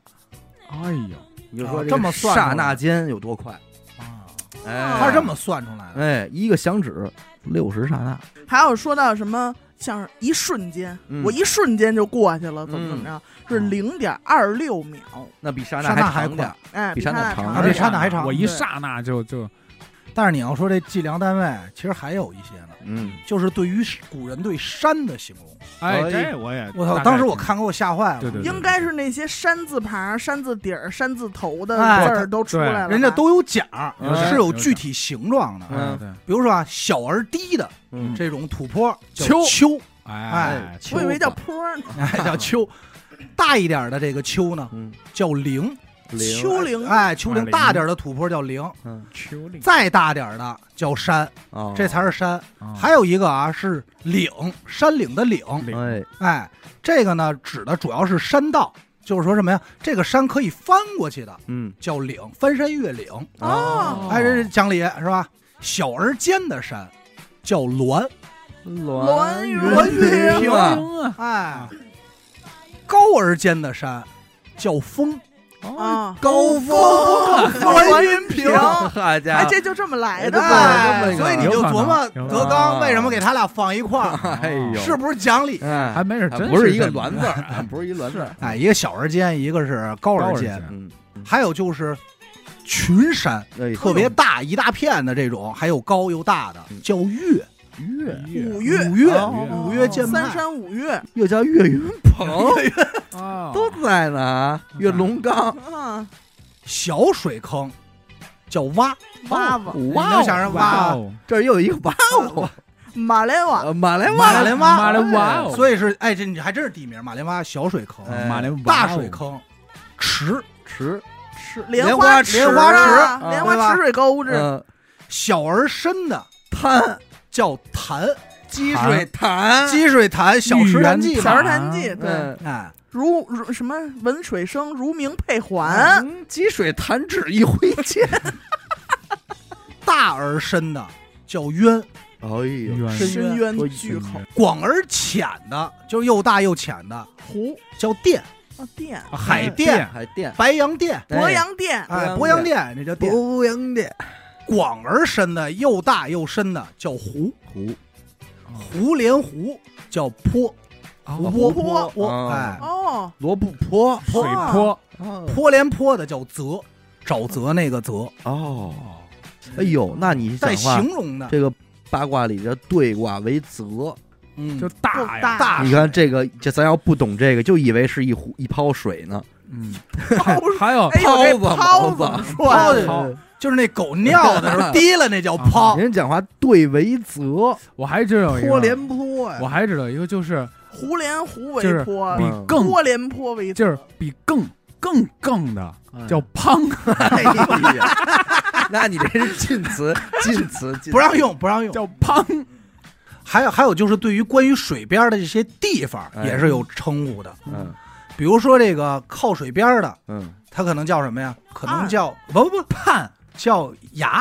S4: 哎呦，
S1: 你就说
S2: 哦
S1: 个
S2: 这么算出来
S1: 刹那间有多快，
S4: 啊
S1: 哎，
S2: 他是这么算出来的。
S1: 哎，一个响指六十刹那，
S3: 还有说到什么像是一瞬间，
S1: 嗯
S3: 我一瞬间就过去了，怎么
S1: 嗯
S3: 怎么着，是零点二六秒，
S1: 那比刹
S2: 刹那还
S1: 长点儿
S2: 快，
S3: 哎，
S1: 比
S3: 刹
S1: 刹那长
S3: 长
S1: 啊
S3: 点
S2: 比刹那还长
S4: 我一
S3: 对
S4: 刹那就就
S2: 但是你要说这计量单位，其实还有一些呢，
S1: 嗯，
S2: 就是对于古人对山的形容。
S4: 哎，
S1: 哎
S4: 这我也
S2: 我
S4: 大
S2: 操！
S4: 概
S2: 当时我看给我吓坏了。
S4: 对对对
S3: 应该是那些山字旁、山字底儿、山字头的
S2: 哎
S3: 字儿都出来了吧，
S2: 人家都有讲儿
S1: 有
S4: 嗯
S1: 讲，
S2: 是有具体形状的。
S4: 哎对，
S2: 比如说啊，小而低的
S1: 嗯
S2: 这种土坡叫
S4: 丘 [LAUGHS]
S2: 丘，
S4: 哎，
S1: 丘
S3: 我以为叫坡儿呢，
S2: 哎，叫丘。大一点的这个丘呢
S1: 嗯，
S2: 叫陵，
S1: 零
S3: 丘陵
S2: 哎，丘陵
S4: 陵
S2: 大点的土坡叫陵，
S1: 嗯
S4: 丘陵，
S2: 再大点的叫山，
S1: 哦，
S2: 这才是山。
S4: 啊
S2: 还有一个啊是岭，山岭的岭，
S4: 岭
S1: 哎，
S2: 哎，这个呢指的主要是山道，就是说什么呀？这个山可以翻过去的
S1: 嗯，
S2: 叫岭，翻山越岭。
S3: 哦
S2: 哎，这是讲理是吧？小而尖的山叫峦，
S1: 栾
S3: 云哎
S2: 平
S1: 平啊，
S4: 啊，
S2: 哎，高而尖的山叫峰，
S3: 啊，
S1: 高峰
S3: 栾云平，
S1: 好家
S3: 哎，
S1: 伙，
S3: 这就这么来的啊
S1: 这。么
S2: 哎
S1: 这么一个
S2: 所以你就琢磨
S4: 有可能
S2: 德纲为什么给他俩放一块儿，
S1: 哎呦，
S2: 是不是讲理？
S1: 哎，
S4: 还没事，真
S1: 不
S4: 是
S1: 一个
S4: 这么
S1: 栾字儿，哎不是一栾字儿，
S2: 哎，一个小而尖，一个是高
S4: 高
S2: 而
S4: 而
S2: 尖
S4: 尖，
S1: 嗯，
S2: 还有就是群山，
S1: 哎
S2: 特别大一大片的这种，还有高又大的
S1: 嗯
S2: 叫岳
S4: 月
S3: 五岳，
S2: 五岳
S4: 哦
S2: 五岳剑派
S3: 三，山五岳，啊
S1: 又叫岳云鹏， [LAUGHS]
S4: 啊，
S1: 都在呢 [LAUGHS] 啊，岳龙刚，
S3: 啊，
S2: 小水坑叫蛙，
S3: 娃
S1: 哇哦，
S3: 娃，
S2: 你能想象
S4: 哇
S2: 蛙
S4: 哦，
S1: 这儿又有一个哇哦，
S3: 马来瓦，
S1: 呃马来
S2: 马
S1: 哇，
S2: 连
S4: 马
S2: 蛙，
S4: 来哇哦，
S2: 所以是哎，这你还真是地名，马连蛙小水坑、
S1: 哎
S4: 马来哇哦
S2: 大水坑、池、
S1: 池池
S3: 莲
S1: 花
S3: 池，
S2: 莲花池
S3: 啊
S1: 啊
S3: 莲花
S2: 对吧
S3: 池水沟子，
S1: 呃
S2: 小而深的
S1: 滩
S2: 叫潭，
S1: 积水潭，
S2: 积水潭、小石潭记
S4: 玉
S3: 小
S4: 渊
S3: 儿
S2: 嘛，
S3: 潭记，对，
S1: 嗯
S2: 哎，
S3: 如如什么闻水声，如鸣佩环，
S1: 嗯积水潭只一挥剑，
S2: 大而深的叫渊，
S1: [LAUGHS] 哎呦， [LAUGHS]
S4: 远
S3: 深渊
S1: 说
S3: 巨口
S2: 广而浅的就是又大又浅的
S3: 湖
S2: 叫淀，
S3: 啊殿，
S4: 啊海淀
S2: 淀
S1: 海淀，
S2: 白洋淀。
S4: 哎
S3: 鄱阳殿，
S4: 啊
S2: 哎，
S1: 鄱
S2: 鄱
S1: 阳
S2: 阳淀这叫淀，
S1: 鄱阳淀
S2: 广而深的又大又深的叫湖，
S1: 湖，
S2: 湖连湖叫坡，湖泊
S4: 湖
S3: 湖泊
S2: 坡
S1: 哦
S2: 坡，哎，
S3: 哦，
S1: 罗布泊，
S4: 水坡，
S1: 哦
S2: 坡连坡的叫泽，沼泽那个泽，
S1: 哦，哎呦，那你
S2: 在
S1: 想话
S2: 形容的，
S1: 这个八卦里的对卦为泽，
S2: 嗯，
S4: 就
S3: 够
S4: 大呀，
S3: 大
S2: 大
S1: 你看这个，这咱要不懂这个，就以为是一壶一泡水呢。
S4: 嗯，还还有
S3: 哎呦，这
S1: 泡子泡
S3: 泡子
S1: 子啊
S3: 说
S2: 泡
S3: 的，
S2: 子
S4: 好
S2: 就是那狗尿的时候滴了，那叫
S3: 哦
S2: 泡。
S1: 人讲话对为泽，
S4: 我还知道一
S1: 坡
S4: 个，
S1: 连坡呀
S4: 我。还知道一个就是
S3: 胡连湖
S4: 就
S3: 为
S4: 是
S3: 坡
S4: 比，
S1: 嗯
S4: 更
S3: 坡连坡为
S4: 就是比更更更的叫
S1: [LAUGHS]
S4: 胖，
S1: 嗯哎呀，那你这是禁 [LAUGHS] 词，禁词，禁词
S2: 不让。用，不让用。
S4: 叫胖，
S2: 还有还有就是，对于关于水边的这些地方，
S1: 哎
S2: 也是有称呼的。
S1: 嗯
S2: 比如说这个靠水边的，
S1: 嗯，
S2: 它可能叫什么呀？可能
S3: 岸
S2: 叫不不不畔，叫崖，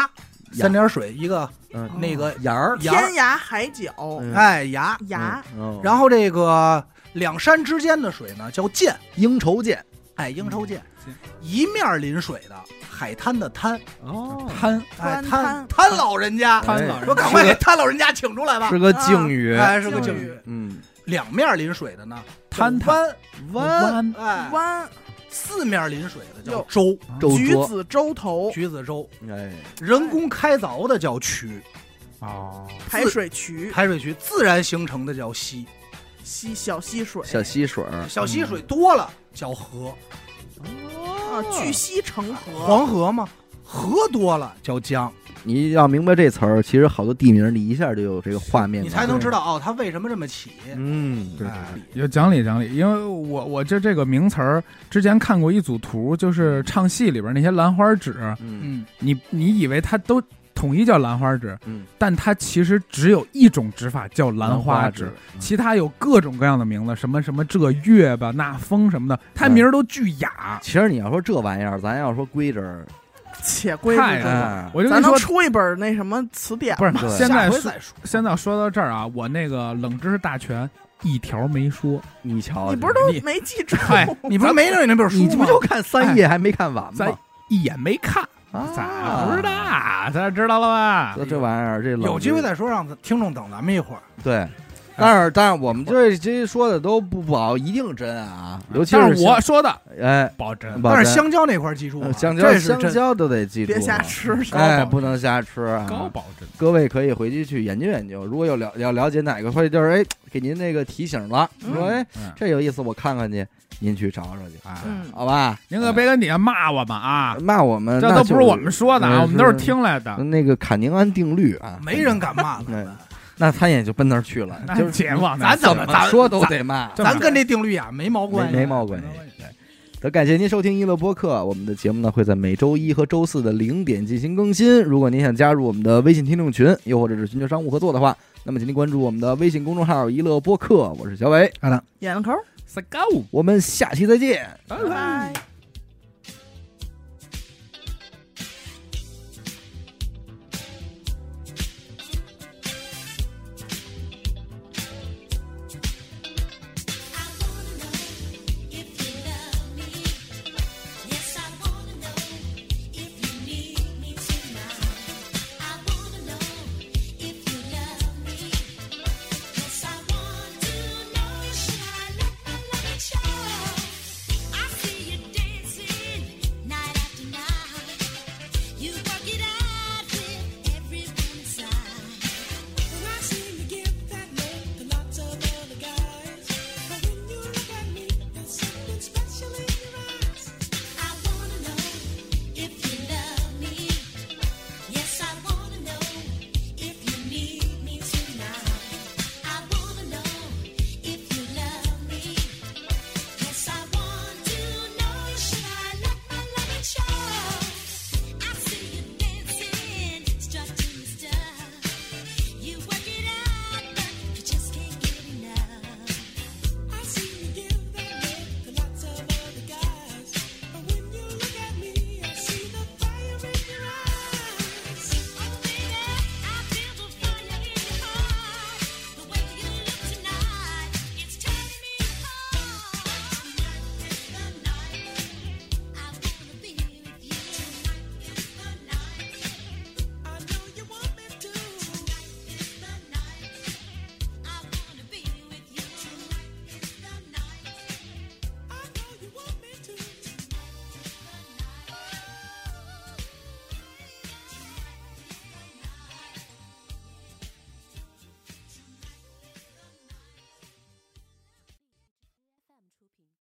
S1: 崖
S2: 三点水一个
S1: 嗯
S2: 那个
S1: 眼儿，
S2: 崖儿
S3: 天，涯海角
S1: 嗯
S2: 哎崖。
S3: 崖，
S1: 嗯，
S2: 然后这个两山之间的水呢叫涧，
S1: 应酬见
S2: 哎应酬涧
S4: 涧，
S2: 一面临水的海滩的滩，
S1: 哦
S4: 贪
S2: 哎滩
S3: 川滩
S2: 滩老人家，
S1: 滩
S4: 贪
S1: 老
S4: 老
S1: 人
S4: 人
S2: 说赶快给滩老人家请出来吧
S1: 是。个敬语，
S2: 哎，是个敬
S3: 敬语
S2: 语。
S1: 啊嗯，
S2: 两面临水的呢，
S4: 贪
S2: 叫湾
S1: 弯
S4: 弯
S2: 哎，
S3: 湾
S2: 四面临水的叫
S3: 哟
S2: 洲，
S1: 周
S3: 橘
S1: 桌，
S3: 子洲头
S2: 橘子洲，
S1: 哎，
S2: 人工开凿的叫渠，
S4: 哦，
S3: 排水渠，
S2: 排水渠自然形成的叫溪，
S3: 溪小溪水，
S1: 小溪水儿，
S2: 小溪水多了叫河，
S3: 啊，巨溪成河，
S4: 哦
S2: 黄河嘛，河多了叫江，
S1: 你要明白这词儿，其实好多地名你一下就有这个画面
S2: 你
S1: 感，
S2: 才能知道哦，它为什么这么起。哎
S1: 嗯，
S2: 对
S4: 有讲理讲理，因为我我这这个名词儿之前看过一组图，就是唱戏里边那些兰花指，
S1: 嗯
S2: 嗯，
S4: 你你以为它都统一叫兰花指，
S1: 嗯，
S4: 但它其实只有一种指法叫兰花指，其他有各种各样的名字，什么什么这月吧、那风什么的，它名儿都巨雅。
S1: 其实你要说这玩意儿，咱要说规则儿，
S3: 且归
S4: 太啊
S3: 之
S1: 哎
S4: 我就跟
S3: 咱
S4: 你
S3: 能
S4: 说，
S3: 出一本那什么词典
S4: 不是
S1: 对
S4: 现在
S2: 下回
S4: 说
S2: 再说。
S4: 现在说到这儿啊，我那个冷知识大全一条没说，
S1: 你瞧，
S3: 你不是都
S4: 哦你
S3: 没记住？
S4: 嗨
S2: 你不是没有那本书
S1: 你
S2: 吗？
S1: 不就看三页还没看完
S4: 咱
S1: 吗？
S4: 一眼没看，
S1: 啊
S4: 咋不知道？啊咱知道了吧？
S1: 这玩意儿，这冷
S2: 有机会
S1: 知
S2: 再说，让听众等咱们一会儿。
S1: 对。但是，但是我们这这说的都不不好，一定真啊，尤其
S4: 但是我
S1: 像
S4: 说的
S1: 哎，
S4: 保真。
S1: 保
S2: 但是
S1: 真
S2: 香蕉那块儿记住
S1: 呃
S2: 了，
S1: 香蕉
S2: 这是
S1: 香
S2: 真
S1: 蕉都得记住，
S3: 别瞎，吃，
S1: 哎，
S4: 高保
S1: 不能瞎吃
S4: 高
S1: 啊！
S4: 保真，
S1: 各位可以回去去研究研究，如果有了要了解哪个会就是哎，给您那个提醒了，
S3: 嗯
S1: 说哎
S4: 嗯
S1: 这有意思，我看看去，您去找找去，
S4: 哎，
S3: 嗯，
S1: 好吧？
S4: 您可别跟底下骂我们啊
S1: 哎，骂我们，
S4: 这
S1: 那
S4: 都
S1: 就
S4: 不是我们说的
S1: 那嗯
S4: 啊，我们都是听来的。
S1: 那个坎宁安定律啊，
S2: 没人敢骂
S1: 哎
S2: 了。
S1: 那他也就奔那儿去了，就
S4: 那啊
S1: 是
S4: 解放
S2: 咱怎么
S1: 怎么说都得骂，
S4: 这么
S2: 咱跟这定律啊没毛关
S1: 没
S2: 系，
S1: 没毛关系。得感谢您收听一乐播客，我们的节目呢会在每周一和周四的零点进行更新。如果您想加入我们的微信听众群，又或者是寻求商务合作的话，那么请您关注我们的微信公众号“一乐播客”，我是小伟，
S3: 眼口，
S4: ？Let's go。
S1: 我们下期再见。
S3: 拜拜。